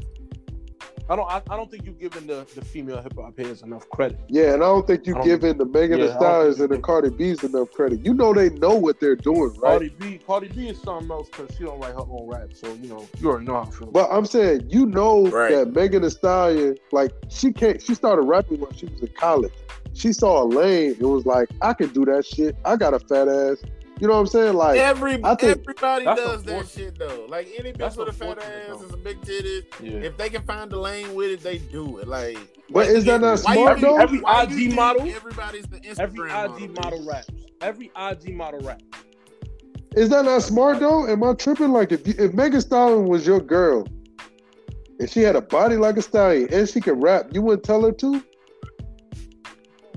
[SPEAKER 3] I don't, I, I don't think you're giving the, the female hip hop heads enough credit.
[SPEAKER 2] yeah, and I don't think you
[SPEAKER 3] I don't-
[SPEAKER 2] giving the Megan
[SPEAKER 3] Yeah, I
[SPEAKER 2] Thee
[SPEAKER 3] don't
[SPEAKER 2] Stallions
[SPEAKER 3] think
[SPEAKER 2] and
[SPEAKER 3] you
[SPEAKER 2] the Cardi B's enough credit. You know they know what they're doing, right?
[SPEAKER 3] Cardi B, Cardi B is something else because she don't write her own rap, so you know, you already know how I feel.
[SPEAKER 2] But I'm saying you know
[SPEAKER 1] Right.
[SPEAKER 2] that Megan Thee Stallion, like she can't. She started rapping when she was in college. She saw a lane. It was like I can do that shit. I got a fat ass. You know what I'm saying? Like
[SPEAKER 1] Every,
[SPEAKER 2] I think-
[SPEAKER 1] everybody
[SPEAKER 3] That's
[SPEAKER 1] does that
[SPEAKER 3] unfortunate.
[SPEAKER 1] shit though. Like any bitch
[SPEAKER 3] That's
[SPEAKER 1] with a fat
[SPEAKER 3] unfortunate,
[SPEAKER 1] ass
[SPEAKER 3] though.
[SPEAKER 1] and some big titties,
[SPEAKER 3] yeah.
[SPEAKER 1] if they can find the lane with it, they do it. Like,
[SPEAKER 2] But is that not
[SPEAKER 1] why you
[SPEAKER 2] smart,
[SPEAKER 1] think-
[SPEAKER 2] though?
[SPEAKER 3] Every
[SPEAKER 1] why you
[SPEAKER 3] IG
[SPEAKER 1] think
[SPEAKER 3] model-
[SPEAKER 1] everybody's the Instagram
[SPEAKER 3] every
[SPEAKER 1] model,
[SPEAKER 3] IG model raps. Every IG model rap.
[SPEAKER 2] is that not smart though? Am I tripping? Like if you, if Megan Thee Stallion was your girl, and she had a body like a stallion and she could rap, you wouldn't tell her to.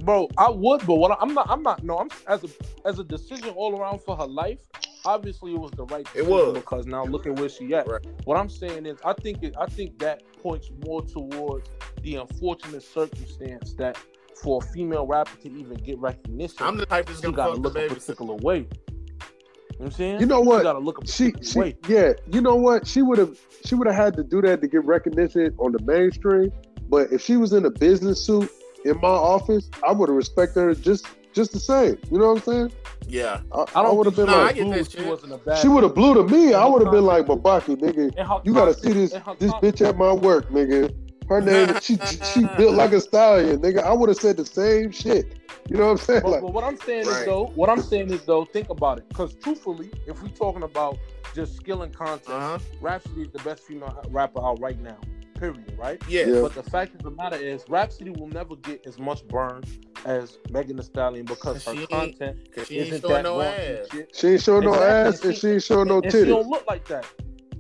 [SPEAKER 3] Bro, I would, but what I, I'm not, I'm not. No, I'm as a as a decision all around for her life. Obviously, it was the right.
[SPEAKER 1] It
[SPEAKER 3] decision
[SPEAKER 1] was.
[SPEAKER 3] because now look at where she at.
[SPEAKER 1] Right.
[SPEAKER 3] What I'm saying is, I think it, I think that points more towards the unfortunate circumstance that for a female rapper to even get recognition,
[SPEAKER 1] I'm the type that's
[SPEAKER 3] you
[SPEAKER 1] gonna
[SPEAKER 3] gotta
[SPEAKER 1] fuck the
[SPEAKER 3] look a
[SPEAKER 1] baby.
[SPEAKER 3] particular way. You know what I'm saying?
[SPEAKER 2] You know
[SPEAKER 3] You
[SPEAKER 2] what?
[SPEAKER 3] gotta look a
[SPEAKER 2] she,
[SPEAKER 3] particular
[SPEAKER 2] she
[SPEAKER 3] way.
[SPEAKER 2] yeah you know what she would have she would have had to do that to get recognition on the mainstream but if she was in a business suit in my office i would have respected her just just the same you know what i'm saying
[SPEAKER 1] Yeah,
[SPEAKER 2] i,
[SPEAKER 3] I don't
[SPEAKER 2] would have been
[SPEAKER 1] Nah, I
[SPEAKER 2] like
[SPEAKER 1] get that
[SPEAKER 3] Ooh, she
[SPEAKER 1] shit.
[SPEAKER 3] wasn't a bad.
[SPEAKER 2] she would have blew to me i
[SPEAKER 3] No
[SPEAKER 2] would have been like
[SPEAKER 3] comment.
[SPEAKER 2] babaki nigga
[SPEAKER 3] And her
[SPEAKER 2] you gotta
[SPEAKER 3] confidence-
[SPEAKER 2] see this
[SPEAKER 3] and her
[SPEAKER 2] this
[SPEAKER 3] confidence-
[SPEAKER 2] bitch at my work nigga her name she she built like a stallion nigga i would have said the same shit you know what i'm saying
[SPEAKER 3] But,
[SPEAKER 2] like
[SPEAKER 3] but what I'm saying
[SPEAKER 1] Right.
[SPEAKER 3] is though, what I'm saying is though, think about it. Because truthfully, if we're talking about just skill and content,
[SPEAKER 1] uh huh.
[SPEAKER 3] Rhapsody is the best female rapper out right now. Period. Right.
[SPEAKER 1] Yeah.
[SPEAKER 2] Yeah.
[SPEAKER 3] But the fact of the matter is, Rhapsody will never get as much burn as Megan Thee Stallion because her
[SPEAKER 1] She ain't
[SPEAKER 3] content
[SPEAKER 1] 'Cause she ain't
[SPEAKER 3] isn't
[SPEAKER 1] showing
[SPEAKER 3] that
[SPEAKER 1] no
[SPEAKER 3] no
[SPEAKER 1] ass.
[SPEAKER 3] shit.
[SPEAKER 2] she ain't showing no
[SPEAKER 3] Exactly.
[SPEAKER 2] ass and she ain't showing no
[SPEAKER 3] and she
[SPEAKER 2] titties
[SPEAKER 3] don't look like that.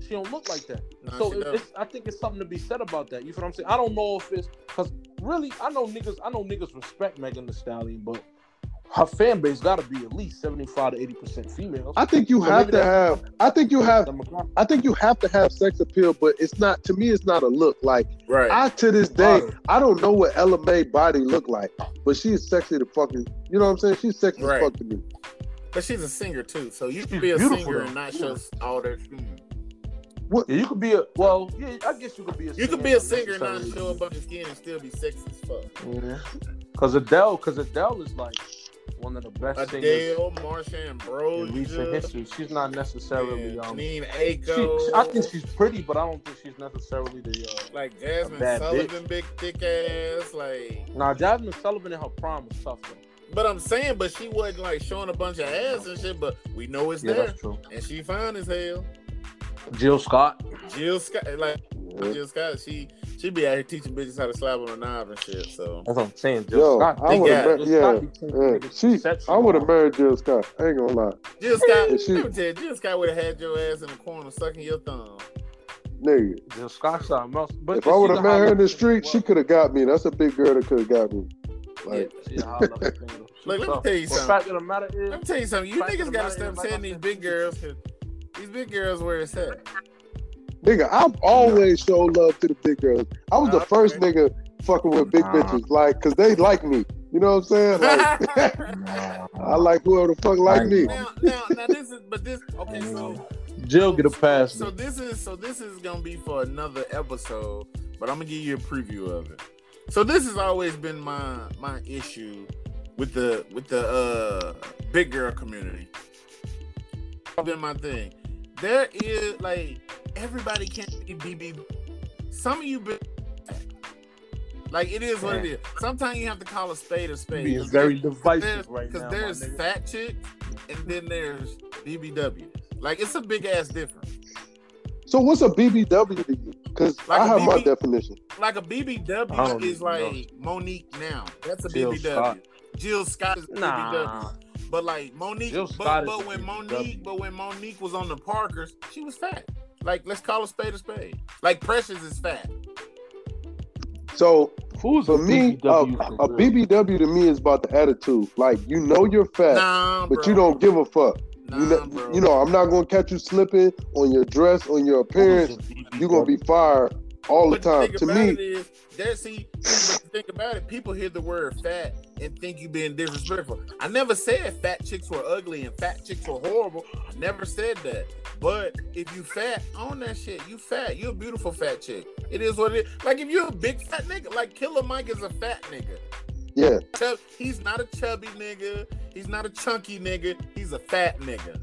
[SPEAKER 3] She don't look like that.
[SPEAKER 1] No,
[SPEAKER 3] so
[SPEAKER 1] she
[SPEAKER 3] it-
[SPEAKER 1] don't.
[SPEAKER 3] it's, I think it's something to be said about that. You feel what I'm saying? I don't know if it's because really I know niggas I know niggas respect Megan Thee Stallion, but
[SPEAKER 5] her fan base got to be at least seventy five to eighty percent females.
[SPEAKER 2] I think you
[SPEAKER 5] So
[SPEAKER 2] have
[SPEAKER 5] maybe
[SPEAKER 2] to have. I think you have.
[SPEAKER 5] Demographic.
[SPEAKER 2] I think you have to have sex appeal, but it's not. To me, it's not a look. Like
[SPEAKER 1] Right.
[SPEAKER 2] I to this day,
[SPEAKER 5] Right.
[SPEAKER 2] I don't know what Ella May body look like, but she is sexy to fucking. You know what I'm saying? She's sexy
[SPEAKER 1] Right.
[SPEAKER 2] as fuck to me.
[SPEAKER 1] but she's a singer too, so you can
[SPEAKER 5] She's
[SPEAKER 1] be a
[SPEAKER 5] beautiful,
[SPEAKER 1] singer
[SPEAKER 5] though.
[SPEAKER 1] and not
[SPEAKER 5] Yeah.
[SPEAKER 1] show all that. Mm.
[SPEAKER 2] What?
[SPEAKER 5] Yeah, you could be a well. Yeah, I guess you could be a.
[SPEAKER 1] You could be a singer and not show a bunch of skin and still be sexy as fuck.
[SPEAKER 5] Because Adele, because Adele is like one of the best singers
[SPEAKER 1] Adele, Marsha
[SPEAKER 5] in recent
[SPEAKER 1] Ambrosia,
[SPEAKER 5] history. She's not necessarily.
[SPEAKER 1] and
[SPEAKER 5] Um, she,
[SPEAKER 1] Neen
[SPEAKER 5] she-
[SPEAKER 1] Aiko.
[SPEAKER 5] I think she's pretty, but I don't think she's necessarily the. Uh,
[SPEAKER 1] like Jasmine
[SPEAKER 5] a bad
[SPEAKER 1] Sullivan, big thick ass. Like,
[SPEAKER 5] Nah, Jasmine Sullivan in her prime was tough though.
[SPEAKER 1] but I'm saying, but she wasn't like showing a bunch of ass and shit. But we know it's there,
[SPEAKER 5] true.
[SPEAKER 1] and she fine as hell.
[SPEAKER 5] Jill Scott.
[SPEAKER 1] Jill Scott, like Jill Scott, she she be out here teaching bitches how to slap on a knob and shit. So
[SPEAKER 5] That's what I'm saying. Jill
[SPEAKER 2] Yo,
[SPEAKER 5] Scott.
[SPEAKER 2] I
[SPEAKER 1] would've
[SPEAKER 5] Jill
[SPEAKER 2] mar-
[SPEAKER 5] Scott
[SPEAKER 2] yeah,
[SPEAKER 5] became
[SPEAKER 2] Yeah,
[SPEAKER 5] niggas'
[SPEAKER 2] she. I
[SPEAKER 5] exceptional.
[SPEAKER 2] would have married Jill Scott. I ain't gonna lie,
[SPEAKER 1] Jill Scott,
[SPEAKER 2] Is she-
[SPEAKER 1] let me tell you, Jill Scott would have had your ass in the corner sucking your thumb.
[SPEAKER 2] nigga.
[SPEAKER 5] Jill Scott shot Mouse. But
[SPEAKER 2] if I would have met her in the street, she
[SPEAKER 5] could.
[SPEAKER 2] could have got me. That's a big girl that could have got me. Like,
[SPEAKER 1] Look, let me tell you something.
[SPEAKER 5] The fact of the matter is,
[SPEAKER 1] Let me tell you something. You
[SPEAKER 5] Right,
[SPEAKER 1] niggas
[SPEAKER 5] but
[SPEAKER 1] gotta
[SPEAKER 5] not even
[SPEAKER 1] stop
[SPEAKER 5] like
[SPEAKER 1] saying
[SPEAKER 5] I
[SPEAKER 1] these
[SPEAKER 5] said.
[SPEAKER 1] big girls. 'cause These big girls where it's at.
[SPEAKER 2] nigga, I've always showed love to the big girls. I was the
[SPEAKER 1] Nah,
[SPEAKER 2] first
[SPEAKER 1] okay.
[SPEAKER 2] nigga fucking with big
[SPEAKER 5] Nah.
[SPEAKER 2] bitches, like, cause they like me. You know what I'm saying? [LAUGHS] Like, I like whoever the fuck like
[SPEAKER 1] [LAUGHS]
[SPEAKER 2] me.
[SPEAKER 1] now, now, now, this is, but this, okay, so
[SPEAKER 5] Jill get a pass.
[SPEAKER 1] So this is so this is gonna be for another episode, but I'm gonna give you a preview of it. So this has always been my my issue with the with the uh big girl community. It's Been my thing. There is like everybody can't be BB. Some of you been like it is what it is. Sometimes you have to call a spade a spade.
[SPEAKER 5] Being
[SPEAKER 1] Cause
[SPEAKER 5] very
[SPEAKER 1] there-
[SPEAKER 5] divisive right
[SPEAKER 1] Because
[SPEAKER 5] now.
[SPEAKER 1] there's
[SPEAKER 5] my nigga.
[SPEAKER 1] fat chicks and then there's BBW. Like it's a big ass difference.
[SPEAKER 2] So what's a BBW to you? Cause
[SPEAKER 1] Like
[SPEAKER 2] I
[SPEAKER 1] a
[SPEAKER 2] have my
[SPEAKER 1] BB
[SPEAKER 2] definition.
[SPEAKER 1] like a
[SPEAKER 5] I don't
[SPEAKER 1] BBW is
[SPEAKER 5] even know.
[SPEAKER 1] like Monique now. That's a
[SPEAKER 5] Jill
[SPEAKER 1] BBW.
[SPEAKER 5] Scott.
[SPEAKER 1] Jill Scott is a
[SPEAKER 5] Nah.
[SPEAKER 1] BBW. But like Monique,
[SPEAKER 5] Jill
[SPEAKER 1] but,
[SPEAKER 5] Scott is
[SPEAKER 1] but
[SPEAKER 5] a
[SPEAKER 1] when
[SPEAKER 5] BBW.
[SPEAKER 1] Monique, but when Monique was on the Parkers, she was fat. Like let's call a spade a spade. Like Precious is fat.
[SPEAKER 2] So
[SPEAKER 5] Who's
[SPEAKER 2] for me, a,
[SPEAKER 3] Mm-hmm.
[SPEAKER 2] a BBW to me is about the attitude. Like you know you're fat,
[SPEAKER 1] Nah, bro.
[SPEAKER 2] but you don't give a fuck.
[SPEAKER 1] Nah,
[SPEAKER 2] you, know,
[SPEAKER 1] bro.
[SPEAKER 2] you know, I'm not gonna catch you slipping on your dress, on your appearance. You're gonna be fired all the
[SPEAKER 1] But
[SPEAKER 2] time.
[SPEAKER 1] thing
[SPEAKER 2] To
[SPEAKER 1] about it
[SPEAKER 2] me,
[SPEAKER 1] is, there see, but the thing about it, people hear the word fat and think you being disrespectful. I never said fat chicks were ugly and fat chicks were horrible. I never said that. But if you fat, own that shit. You fat. You a beautiful fat chick. It is what it is. Like if you're a big fat nigga, like Killer Mike is a fat nigga.
[SPEAKER 2] yeah,
[SPEAKER 1] Chub- he's not a chubby nigga. He's not a chunky nigga. He's a fat nigga.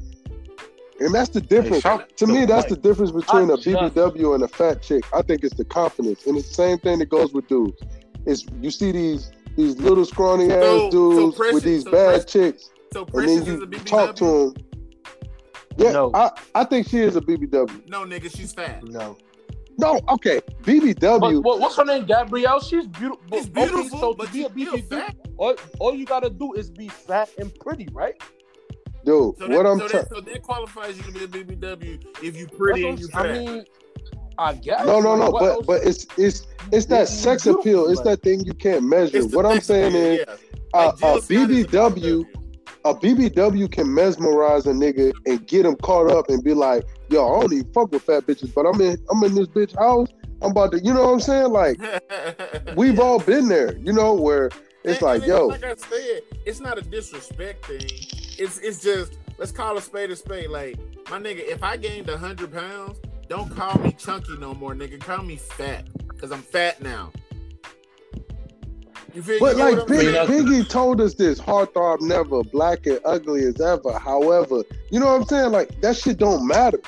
[SPEAKER 2] and that's the difference.
[SPEAKER 5] shout
[SPEAKER 2] to me,
[SPEAKER 5] to
[SPEAKER 2] that's the
[SPEAKER 5] Mike.
[SPEAKER 2] difference between a
[SPEAKER 5] I just-
[SPEAKER 2] BBW and a fat chick. I think it's the confidence, and it's the same thing that goes with dudes. It's you see these these little scrawny ass
[SPEAKER 1] So- so
[SPEAKER 2] dudes
[SPEAKER 1] Precious-
[SPEAKER 2] with these
[SPEAKER 1] so
[SPEAKER 2] bad
[SPEAKER 1] Precious-
[SPEAKER 2] chicks,
[SPEAKER 1] So
[SPEAKER 2] and
[SPEAKER 1] Precious
[SPEAKER 2] then
[SPEAKER 1] is a
[SPEAKER 2] you
[SPEAKER 1] BBW.
[SPEAKER 2] talk to them. Yeah,
[SPEAKER 5] No.
[SPEAKER 2] I, I think she is a BBW.
[SPEAKER 1] No, nigga, she's fat.
[SPEAKER 5] No.
[SPEAKER 2] No, okay, BBW.
[SPEAKER 5] But, what, what's her name? Gabrielle. She's beautiful.
[SPEAKER 1] She's
[SPEAKER 5] Okay,
[SPEAKER 1] beautiful,
[SPEAKER 5] so to
[SPEAKER 1] but
[SPEAKER 5] be
[SPEAKER 1] she's
[SPEAKER 5] a
[SPEAKER 1] still
[SPEAKER 5] BBW,
[SPEAKER 1] fat.
[SPEAKER 5] all, all you gotta do is be fat and pretty, right?
[SPEAKER 2] dude,
[SPEAKER 1] So that,
[SPEAKER 2] what I'm
[SPEAKER 1] so,
[SPEAKER 2] ta-
[SPEAKER 1] that, so that qualifies you to be a BBW if you pretty and you
[SPEAKER 5] That's what
[SPEAKER 1] fat.
[SPEAKER 5] I'm- I mean, I guess.
[SPEAKER 2] no, no, no,
[SPEAKER 5] Like, what
[SPEAKER 2] but
[SPEAKER 5] else-
[SPEAKER 2] but it's it's it's
[SPEAKER 5] Beautiful,
[SPEAKER 2] that sex appeal. It's
[SPEAKER 5] like-
[SPEAKER 2] that thing you can't measure.
[SPEAKER 1] It's the
[SPEAKER 2] What I'm
[SPEAKER 1] sex
[SPEAKER 2] saying
[SPEAKER 1] appeal,
[SPEAKER 2] is, uh,
[SPEAKER 1] yeah.
[SPEAKER 2] a,
[SPEAKER 1] Like, Jill
[SPEAKER 2] a
[SPEAKER 1] Scott is
[SPEAKER 2] BBW, a BBW can mesmerize a nigga and get him caught up and be like, yo, I don't even fuck with fat bitches, but I'm in I'm in this bitch house. I'm about to, you know what I'm saying? Like
[SPEAKER 1] BBW.
[SPEAKER 2] we've all been there, you know, where [LAUGHS]
[SPEAKER 1] And-
[SPEAKER 2] it's
[SPEAKER 1] and
[SPEAKER 2] like, yo,
[SPEAKER 1] Like I said, it's not a disrespect thing. It's it's just let's call a spade a spade. Like my nigga, if I gained hundred pounds, don't call me chunky no more, nigga. Call me fat because I'm fat now. You feel? you
[SPEAKER 2] But
[SPEAKER 1] get
[SPEAKER 2] like
[SPEAKER 1] what I'm
[SPEAKER 2] Big,
[SPEAKER 1] saying?
[SPEAKER 2] Biggie told us this, heartthrob never, black and ugly as ever. However, you know what I'm saying? Like that shit don't matter.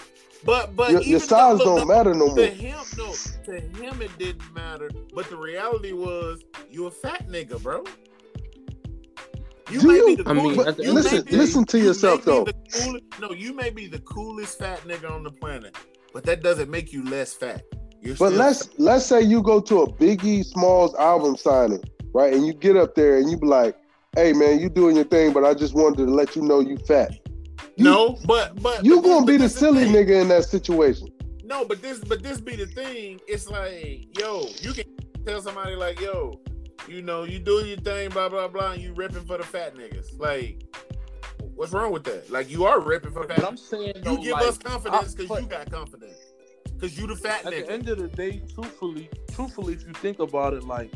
[SPEAKER 1] but but
[SPEAKER 2] Your,
[SPEAKER 1] even
[SPEAKER 2] your size
[SPEAKER 1] though- look,
[SPEAKER 2] don't matter no
[SPEAKER 1] To
[SPEAKER 2] more.
[SPEAKER 1] him, no. To him, it didn't matter. But the reality was, you a fat nigga, bro. You
[SPEAKER 2] Do
[SPEAKER 1] may
[SPEAKER 2] you?
[SPEAKER 1] be the
[SPEAKER 5] I mean,
[SPEAKER 1] coolest.
[SPEAKER 5] at the
[SPEAKER 1] you
[SPEAKER 5] end of
[SPEAKER 2] listen,
[SPEAKER 1] may be-
[SPEAKER 2] listen to
[SPEAKER 1] you
[SPEAKER 2] yourself
[SPEAKER 1] may be
[SPEAKER 2] though.
[SPEAKER 1] the coolest- no, you may be the coolest fat nigga on the planet, but that doesn't make you less fat. You're
[SPEAKER 2] But
[SPEAKER 1] still
[SPEAKER 2] let's let's say you go to a Biggie Smalls album signing, right? And you get up there and you be like, "Hey man, you doing your thing, but I just wanted to let you know you fat." You,
[SPEAKER 1] no, but but
[SPEAKER 2] you
[SPEAKER 1] but this-
[SPEAKER 2] gonna be
[SPEAKER 1] but
[SPEAKER 2] the
[SPEAKER 1] this is
[SPEAKER 2] silly
[SPEAKER 1] thing.
[SPEAKER 2] nigga in that situation.
[SPEAKER 1] No, but this but this be the thing. It's like, yo, you can tell somebody like, yo, you know, you doing your thing, blah blah blah, and you ripping for the fat niggas. Like, what's wrong with that? Like, you are ripping for fat.
[SPEAKER 3] But I'm
[SPEAKER 1] niggas.
[SPEAKER 3] saying
[SPEAKER 1] You
[SPEAKER 3] though,
[SPEAKER 1] give
[SPEAKER 3] like,
[SPEAKER 1] us confidence because
[SPEAKER 3] put-
[SPEAKER 1] you got confidence. Cause you the fat
[SPEAKER 3] at the
[SPEAKER 1] nigga.
[SPEAKER 3] end of the day, truthfully, truthfully, if you think about it, like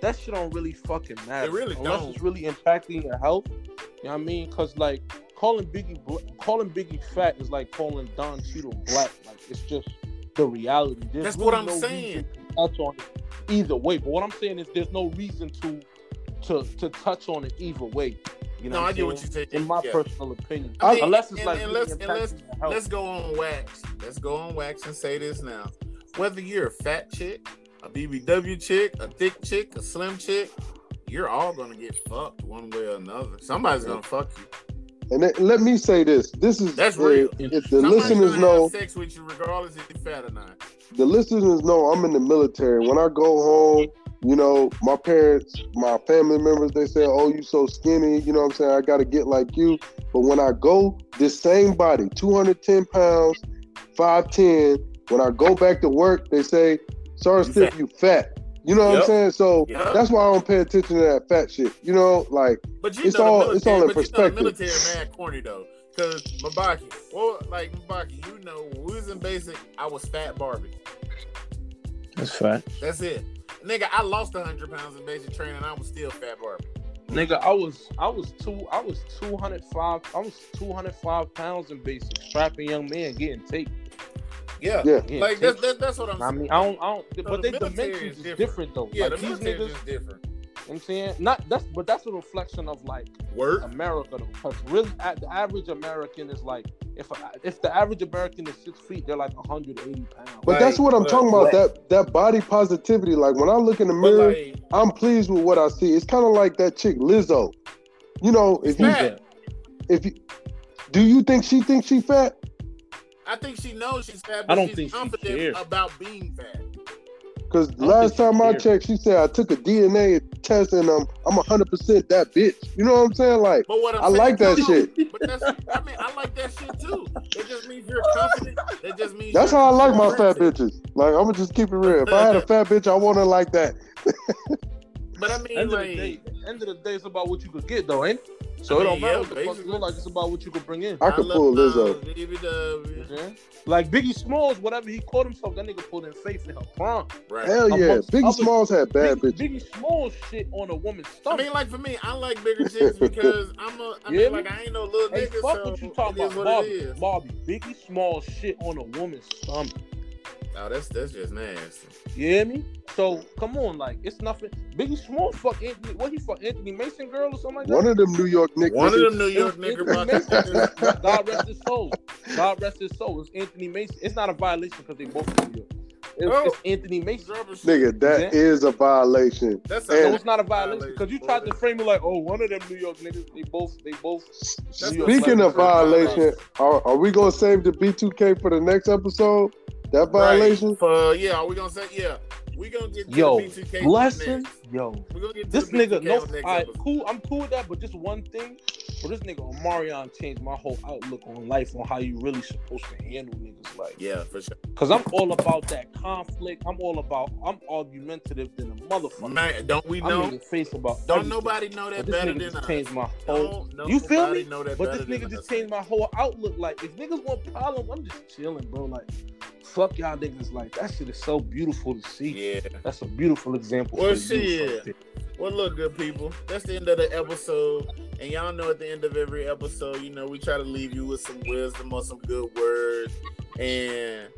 [SPEAKER 3] that shit don't really fucking matter.
[SPEAKER 1] It really
[SPEAKER 3] unless
[SPEAKER 1] don't.
[SPEAKER 3] it's really impacting your health. You know what I mean? Cause like calling Biggie bl- calling Biggie fat is like calling Don Cheadle black. Like it's just the reality. There's
[SPEAKER 1] That's
[SPEAKER 3] really
[SPEAKER 1] what I'm
[SPEAKER 3] no
[SPEAKER 1] saying.
[SPEAKER 3] reason to touch on it either way. But what I'm saying is there's no reason to to to touch on it either way. You know?
[SPEAKER 1] no,
[SPEAKER 3] what
[SPEAKER 1] I
[SPEAKER 3] I'm
[SPEAKER 1] get what
[SPEAKER 3] saying?
[SPEAKER 1] you say.
[SPEAKER 3] In my
[SPEAKER 1] yeah.
[SPEAKER 3] personal opinion,
[SPEAKER 1] I mean,
[SPEAKER 3] unless it's
[SPEAKER 1] and-
[SPEAKER 3] like
[SPEAKER 1] and
[SPEAKER 3] really
[SPEAKER 1] let's- and let's-
[SPEAKER 3] impacting your health.
[SPEAKER 1] Let's go on wax. Let's go on wax and say this now. Whether you're a fat chick, a BBW chick, a thick chick, a slim chick, you're all gonna get fucked one way or another. Somebody's gonna fuck you.
[SPEAKER 2] And let- let me say this: this is
[SPEAKER 1] That's
[SPEAKER 2] where-
[SPEAKER 1] real.
[SPEAKER 2] If the
[SPEAKER 1] Somebody's
[SPEAKER 2] listeners
[SPEAKER 1] gonna
[SPEAKER 2] know,
[SPEAKER 1] have sex with you regardless if you're fat or not.
[SPEAKER 2] the listeners know I'm in the military. When I go home, you know, my parents, my family members, they say, "Oh, you so skinny." You know what I'm saying? I got to get like you. But when I go, this same body, 210 pounds, 5'10. When I go back to work, they say, "Sorry,
[SPEAKER 1] You
[SPEAKER 2] Steve, you fat." You know what
[SPEAKER 1] Yep.
[SPEAKER 2] I'm saying? So
[SPEAKER 1] Yep.
[SPEAKER 2] that's why I don't pay attention to that fat shit. You know, like
[SPEAKER 1] But you
[SPEAKER 2] It's
[SPEAKER 1] know the
[SPEAKER 2] all-
[SPEAKER 1] military,
[SPEAKER 2] it's all in
[SPEAKER 1] but You know the
[SPEAKER 2] perspective.
[SPEAKER 1] military man corny though. Cause Mabaki, well like Mabaki, you know, when we was in basic, I was fat Barbie.
[SPEAKER 3] That's fact.
[SPEAKER 1] That's it. Nigga, I lost hundred pounds in basic training, I was still fat Barbie.
[SPEAKER 3] Nigga, I was I was two I was two hundred five I was two hundred five pounds in basic strapping young man getting taped.
[SPEAKER 1] Yeah.
[SPEAKER 2] yeah,
[SPEAKER 3] Getting
[SPEAKER 1] Like that's
[SPEAKER 3] taped.
[SPEAKER 1] that, that's what I'm
[SPEAKER 3] I
[SPEAKER 1] saying.
[SPEAKER 3] mean I don't I don't but
[SPEAKER 1] the
[SPEAKER 3] they
[SPEAKER 1] military
[SPEAKER 3] dimensions
[SPEAKER 1] is
[SPEAKER 3] is
[SPEAKER 1] different.
[SPEAKER 3] different, though.
[SPEAKER 1] Yeah,
[SPEAKER 3] like
[SPEAKER 1] the
[SPEAKER 3] these
[SPEAKER 1] military
[SPEAKER 3] niggas,
[SPEAKER 1] is just different.
[SPEAKER 3] you know what I'm saying not that's but that's a reflection of like
[SPEAKER 1] Work.
[SPEAKER 3] America though. Because really a- the average American is like if I, if the average American is six feet, they're like hundred eighty pounds.
[SPEAKER 2] but
[SPEAKER 1] Like,
[SPEAKER 2] that's what I'm
[SPEAKER 1] but-
[SPEAKER 2] talking about.
[SPEAKER 1] but-
[SPEAKER 2] That that body positivity. Like when I look in the
[SPEAKER 1] But
[SPEAKER 2] mirror.
[SPEAKER 1] like,
[SPEAKER 2] I'm pleased with what I see. It's kind of like that chick Lizzo. You know, if you
[SPEAKER 1] fat.
[SPEAKER 2] if you do you think she thinks she fat?
[SPEAKER 1] I think she knows she's fat, but
[SPEAKER 3] I don't
[SPEAKER 1] she's
[SPEAKER 3] think she
[SPEAKER 1] confident
[SPEAKER 3] cares.
[SPEAKER 1] about being fat.
[SPEAKER 2] Because
[SPEAKER 3] don't
[SPEAKER 2] last
[SPEAKER 3] think
[SPEAKER 2] time
[SPEAKER 3] she
[SPEAKER 2] I
[SPEAKER 3] cares.
[SPEAKER 2] checked, she said I took a DNA test and um, I'm 100% that bitch. You know what I'm saying? Like
[SPEAKER 1] But what I'm
[SPEAKER 2] I
[SPEAKER 1] saying-
[SPEAKER 2] like that
[SPEAKER 1] No,
[SPEAKER 2] shit.
[SPEAKER 1] But that's, I mean, I like that shit too. It just means you're confident. That just means
[SPEAKER 2] That's
[SPEAKER 1] you're-
[SPEAKER 2] how I like my fat
[SPEAKER 1] you're-
[SPEAKER 2] bitches. Like I'm gonna just keep it real. If I had a fat bitch, I want her like that.
[SPEAKER 1] But I mean,
[SPEAKER 3] End of
[SPEAKER 1] like,
[SPEAKER 3] the day, end of the day, it's about what you could get though, ain't it? So
[SPEAKER 1] I
[SPEAKER 3] it
[SPEAKER 1] mean,
[SPEAKER 3] don't matter
[SPEAKER 1] yeah,
[SPEAKER 3] what the fuck you
[SPEAKER 1] basically.
[SPEAKER 3] look like. It's about what you could bring in.
[SPEAKER 2] I could pull Lizzo.
[SPEAKER 1] BBW.
[SPEAKER 3] Like Biggie Smalls, whatever he called himself, that nigga pulled in faith in her prom.
[SPEAKER 1] Right.
[SPEAKER 2] Hell yeah,
[SPEAKER 3] Amongst
[SPEAKER 2] Biggie
[SPEAKER 3] other-
[SPEAKER 2] Smalls had bad
[SPEAKER 3] Biggie,
[SPEAKER 2] bitches.
[SPEAKER 3] Biggie Smalls shit on a woman's
[SPEAKER 1] I
[SPEAKER 3] stomach.
[SPEAKER 1] mean, like for me, I like bigger
[SPEAKER 2] [LAUGHS]
[SPEAKER 1] chicks because I'm a. I
[SPEAKER 3] Yeah.
[SPEAKER 1] mean, like I ain't no little
[SPEAKER 3] hey,
[SPEAKER 1] nigga,
[SPEAKER 3] fuck
[SPEAKER 1] so
[SPEAKER 3] what you talking
[SPEAKER 1] it is
[SPEAKER 3] about,
[SPEAKER 1] what it
[SPEAKER 3] Bobby.
[SPEAKER 1] is.
[SPEAKER 3] Bobby, Biggie Smalls shit on a woman's stomach.
[SPEAKER 1] Oh, that's that's just nasty.
[SPEAKER 3] You hear me? So come on, like it's nothing. Biggie Smalls fuck Anthony. What he fuck Anthony Mason girl or something like that?
[SPEAKER 2] One of them New York Knicks.
[SPEAKER 1] One of them New
[SPEAKER 3] It was
[SPEAKER 1] York nigga
[SPEAKER 3] Anthony Mason.
[SPEAKER 1] motherfuckers.
[SPEAKER 3] God rest his soul. God rest his soul. It's Anthony Mason. It's not a violation because they both from New York. It's,
[SPEAKER 1] Oh.
[SPEAKER 3] it's Anthony Mason.
[SPEAKER 1] Rubber shit.
[SPEAKER 2] [LAUGHS] Nigga, that is
[SPEAKER 3] Yeah.
[SPEAKER 2] a violation.
[SPEAKER 1] That's
[SPEAKER 2] And-
[SPEAKER 3] So
[SPEAKER 1] a
[SPEAKER 3] it's not a violation because you tried to
[SPEAKER 1] Violation.
[SPEAKER 3] frame it like, oh, one of them New York niggas, they both, they both.
[SPEAKER 1] That's
[SPEAKER 3] New York
[SPEAKER 2] Speaking
[SPEAKER 3] niggas.
[SPEAKER 2] of violation, are, are we gonna save the B2K for the next episode? That violation?
[SPEAKER 1] Right. Uh, yeah, are we gonna say yeah? We gonna get to
[SPEAKER 3] Yo,
[SPEAKER 1] the B2K
[SPEAKER 3] blessing,
[SPEAKER 1] next.
[SPEAKER 3] yo,
[SPEAKER 1] We gonna get to
[SPEAKER 3] this
[SPEAKER 1] the
[SPEAKER 3] nigga,
[SPEAKER 1] B2K
[SPEAKER 3] no,
[SPEAKER 1] on the next
[SPEAKER 3] all right,
[SPEAKER 1] episode.
[SPEAKER 3] cool, I'm cool with that, but just one thing, for this nigga Omarion changed my whole outlook on life on how you really supposed to handle niggas, like,
[SPEAKER 1] Yeah, for sure.
[SPEAKER 3] cause I'm all about that conflict, I'm all about, I'm argumentative than a motherfucker.
[SPEAKER 1] Man, don't we
[SPEAKER 3] I'm
[SPEAKER 1] know?
[SPEAKER 3] in your face about
[SPEAKER 1] Don't
[SPEAKER 3] everything.
[SPEAKER 1] nobody know that
[SPEAKER 3] But this
[SPEAKER 1] better
[SPEAKER 3] nigga
[SPEAKER 1] than
[SPEAKER 3] just
[SPEAKER 1] us.
[SPEAKER 3] changed my whole
[SPEAKER 1] Don't know
[SPEAKER 3] You feel
[SPEAKER 1] nobody
[SPEAKER 3] me?
[SPEAKER 1] Know that
[SPEAKER 3] But this
[SPEAKER 1] better
[SPEAKER 3] nigga
[SPEAKER 1] than
[SPEAKER 3] just
[SPEAKER 1] us.
[SPEAKER 3] changed my whole outlook. Like, if niggas want problems, I'm just chilling, bro. Like, fuck y'all niggas. Like, that shit is so beautiful to see.
[SPEAKER 1] Yeah.
[SPEAKER 3] That's a beautiful example.
[SPEAKER 1] Well,
[SPEAKER 3] for the youth
[SPEAKER 1] shit.
[SPEAKER 3] right there.
[SPEAKER 1] Well, look, good people. That's the end of the episode, and y'all know at the end of every episode, you know we try to leave you with some wisdom or some good words, and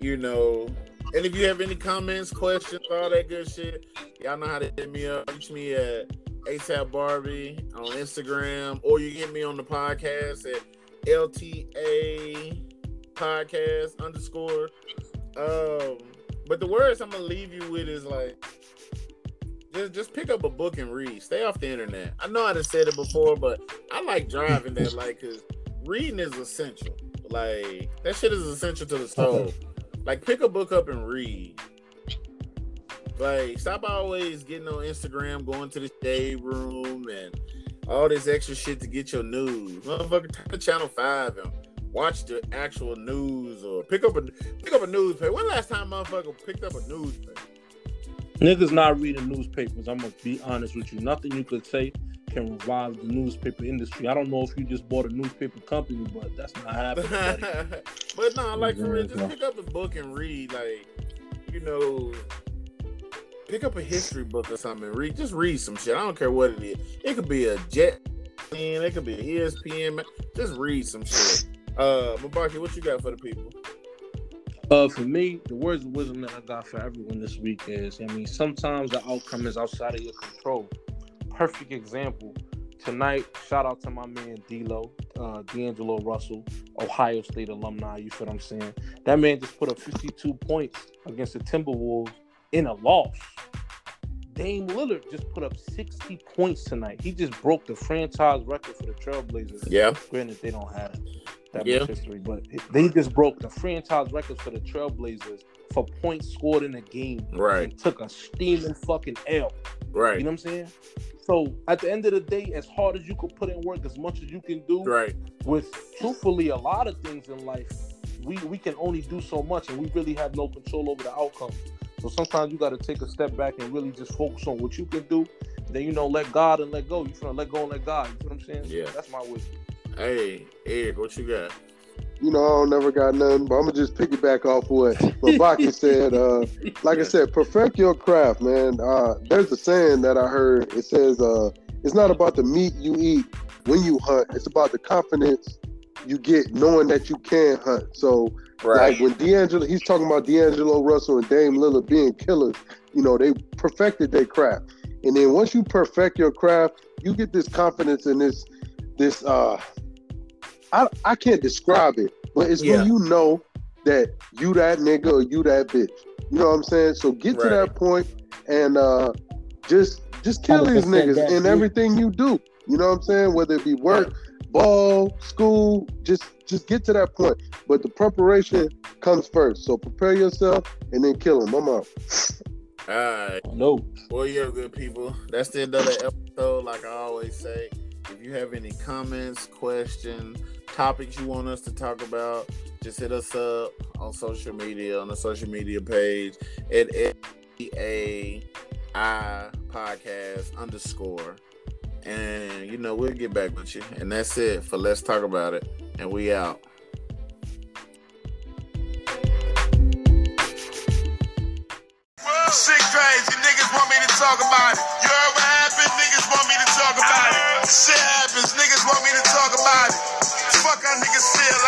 [SPEAKER 1] you know, and if you have any comments, questions, all that good shit, y'all know how to hit me up. Reach me at ASAP Barbie on Instagram, or you get me on the podcast at LTA podcast underscore. Um, but the words I'm gonna leave you with is like just just pick up a book and read. Stay off the internet. I know I done said it before, but I like driving that like cause reading is essential. Like that shit is essential to the soul. Like pick a book up and read. Like stop always getting on Instagram, going to the shade room and all this extra shit to get your news. Motherfucker, turn to channel five and watch the actual news or pick up a pick up a newspaper. When last time motherfucker picked up a newspaper?
[SPEAKER 3] Niggas not reading newspapers. I'm gonna be honest with you. Nothing you could say can revive the newspaper industry. I don't know if you just bought a newspaper company, but that's not
[SPEAKER 1] [LAUGHS]
[SPEAKER 3] happening. buddy.
[SPEAKER 1] but no, like for real, just pick up a book and read. Like, you know, pick up a history book or something. Read, just read some shit. I don't care what it is. It could be a Jet, man. It could be E an ESPN. man. Just read some shit. Uh, Mabaki, what you got for the people?
[SPEAKER 3] Uh, for me, the words of wisdom that I got for everyone this week is, I mean, sometimes the outcome is outside of your control. Perfect example. Tonight, shout out to my man D'Lo, uh, D'Angelo Russell, Ohio State alumni. You feel what I'm saying? That man just put up 52 points against the Timberwolves in a loss. Dame Lillard just put up 60 points tonight. He just broke the franchise record for the Trailblazers.
[SPEAKER 1] Yeah,
[SPEAKER 3] Granted, they don't have that
[SPEAKER 1] Yeah.
[SPEAKER 3] much history, but they just broke the franchise record for the Trailblazers for points scored in a game.
[SPEAKER 1] right,
[SPEAKER 3] And took a steaming fucking L. You
[SPEAKER 1] right,
[SPEAKER 3] know what I'm saying? So at the end of the day, as hard as you could put in work, as much as you can do,
[SPEAKER 1] right.
[SPEAKER 3] with truthfully a lot of things in life, we we can only do so much, and we really have no control over the outcome. So sometimes you got to take a step back and really just focus on what you can do. Then you know, let God and let go. You feel let go and let God. You feel what I'm saying?
[SPEAKER 1] Yeah.
[SPEAKER 3] That's my wisdom.
[SPEAKER 1] Hey, Eric, what you got?
[SPEAKER 2] You know, I don't never got nothing, but I'm gonna just piggyback off
[SPEAKER 3] [LAUGHS]
[SPEAKER 2] what Rabaki said. Uh, like I said, perfect your craft, man. Uh, there's a saying that I heard. It says, uh, "It's not about the meat you eat when you hunt. It's about the confidence you get knowing that you can hunt." So, like when D'Angelo, he's talking about D'Angelo Russell and Dame Lillard being killers. You know, they perfected their craft, and then once you perfect your craft, you get this confidence and this this. Uh, I I can't describe it, but it's
[SPEAKER 1] Yeah.
[SPEAKER 2] when you know that you that nigga or you that bitch. You know what I'm saying? So get to
[SPEAKER 1] Right.
[SPEAKER 2] that point and uh, just just kill these
[SPEAKER 3] 100%
[SPEAKER 2] niggas
[SPEAKER 3] that
[SPEAKER 2] in
[SPEAKER 3] too.
[SPEAKER 2] everything you do. You know what I'm saying? Whether it be work, ball, school, just just get to that point. But the preparation comes first. So prepare yourself and then kill them. I'm out.
[SPEAKER 1] All right.
[SPEAKER 3] No.
[SPEAKER 1] Well, yeah, good people. That's the end of the episode. Like I always say, if you have any comments, questions, topics you want us to talk about, just hit us up on social media, on the social media page at FEAI podcast underscore. And, you know, we'll get back with you. And that's it for Let's Talk About It. And we out.
[SPEAKER 6] Shit crazy, niggas want me to talk about it. You heard what happened, niggas want me to talk about it. Shit happens, niggas want me to talk about it. Fuck, our niggas still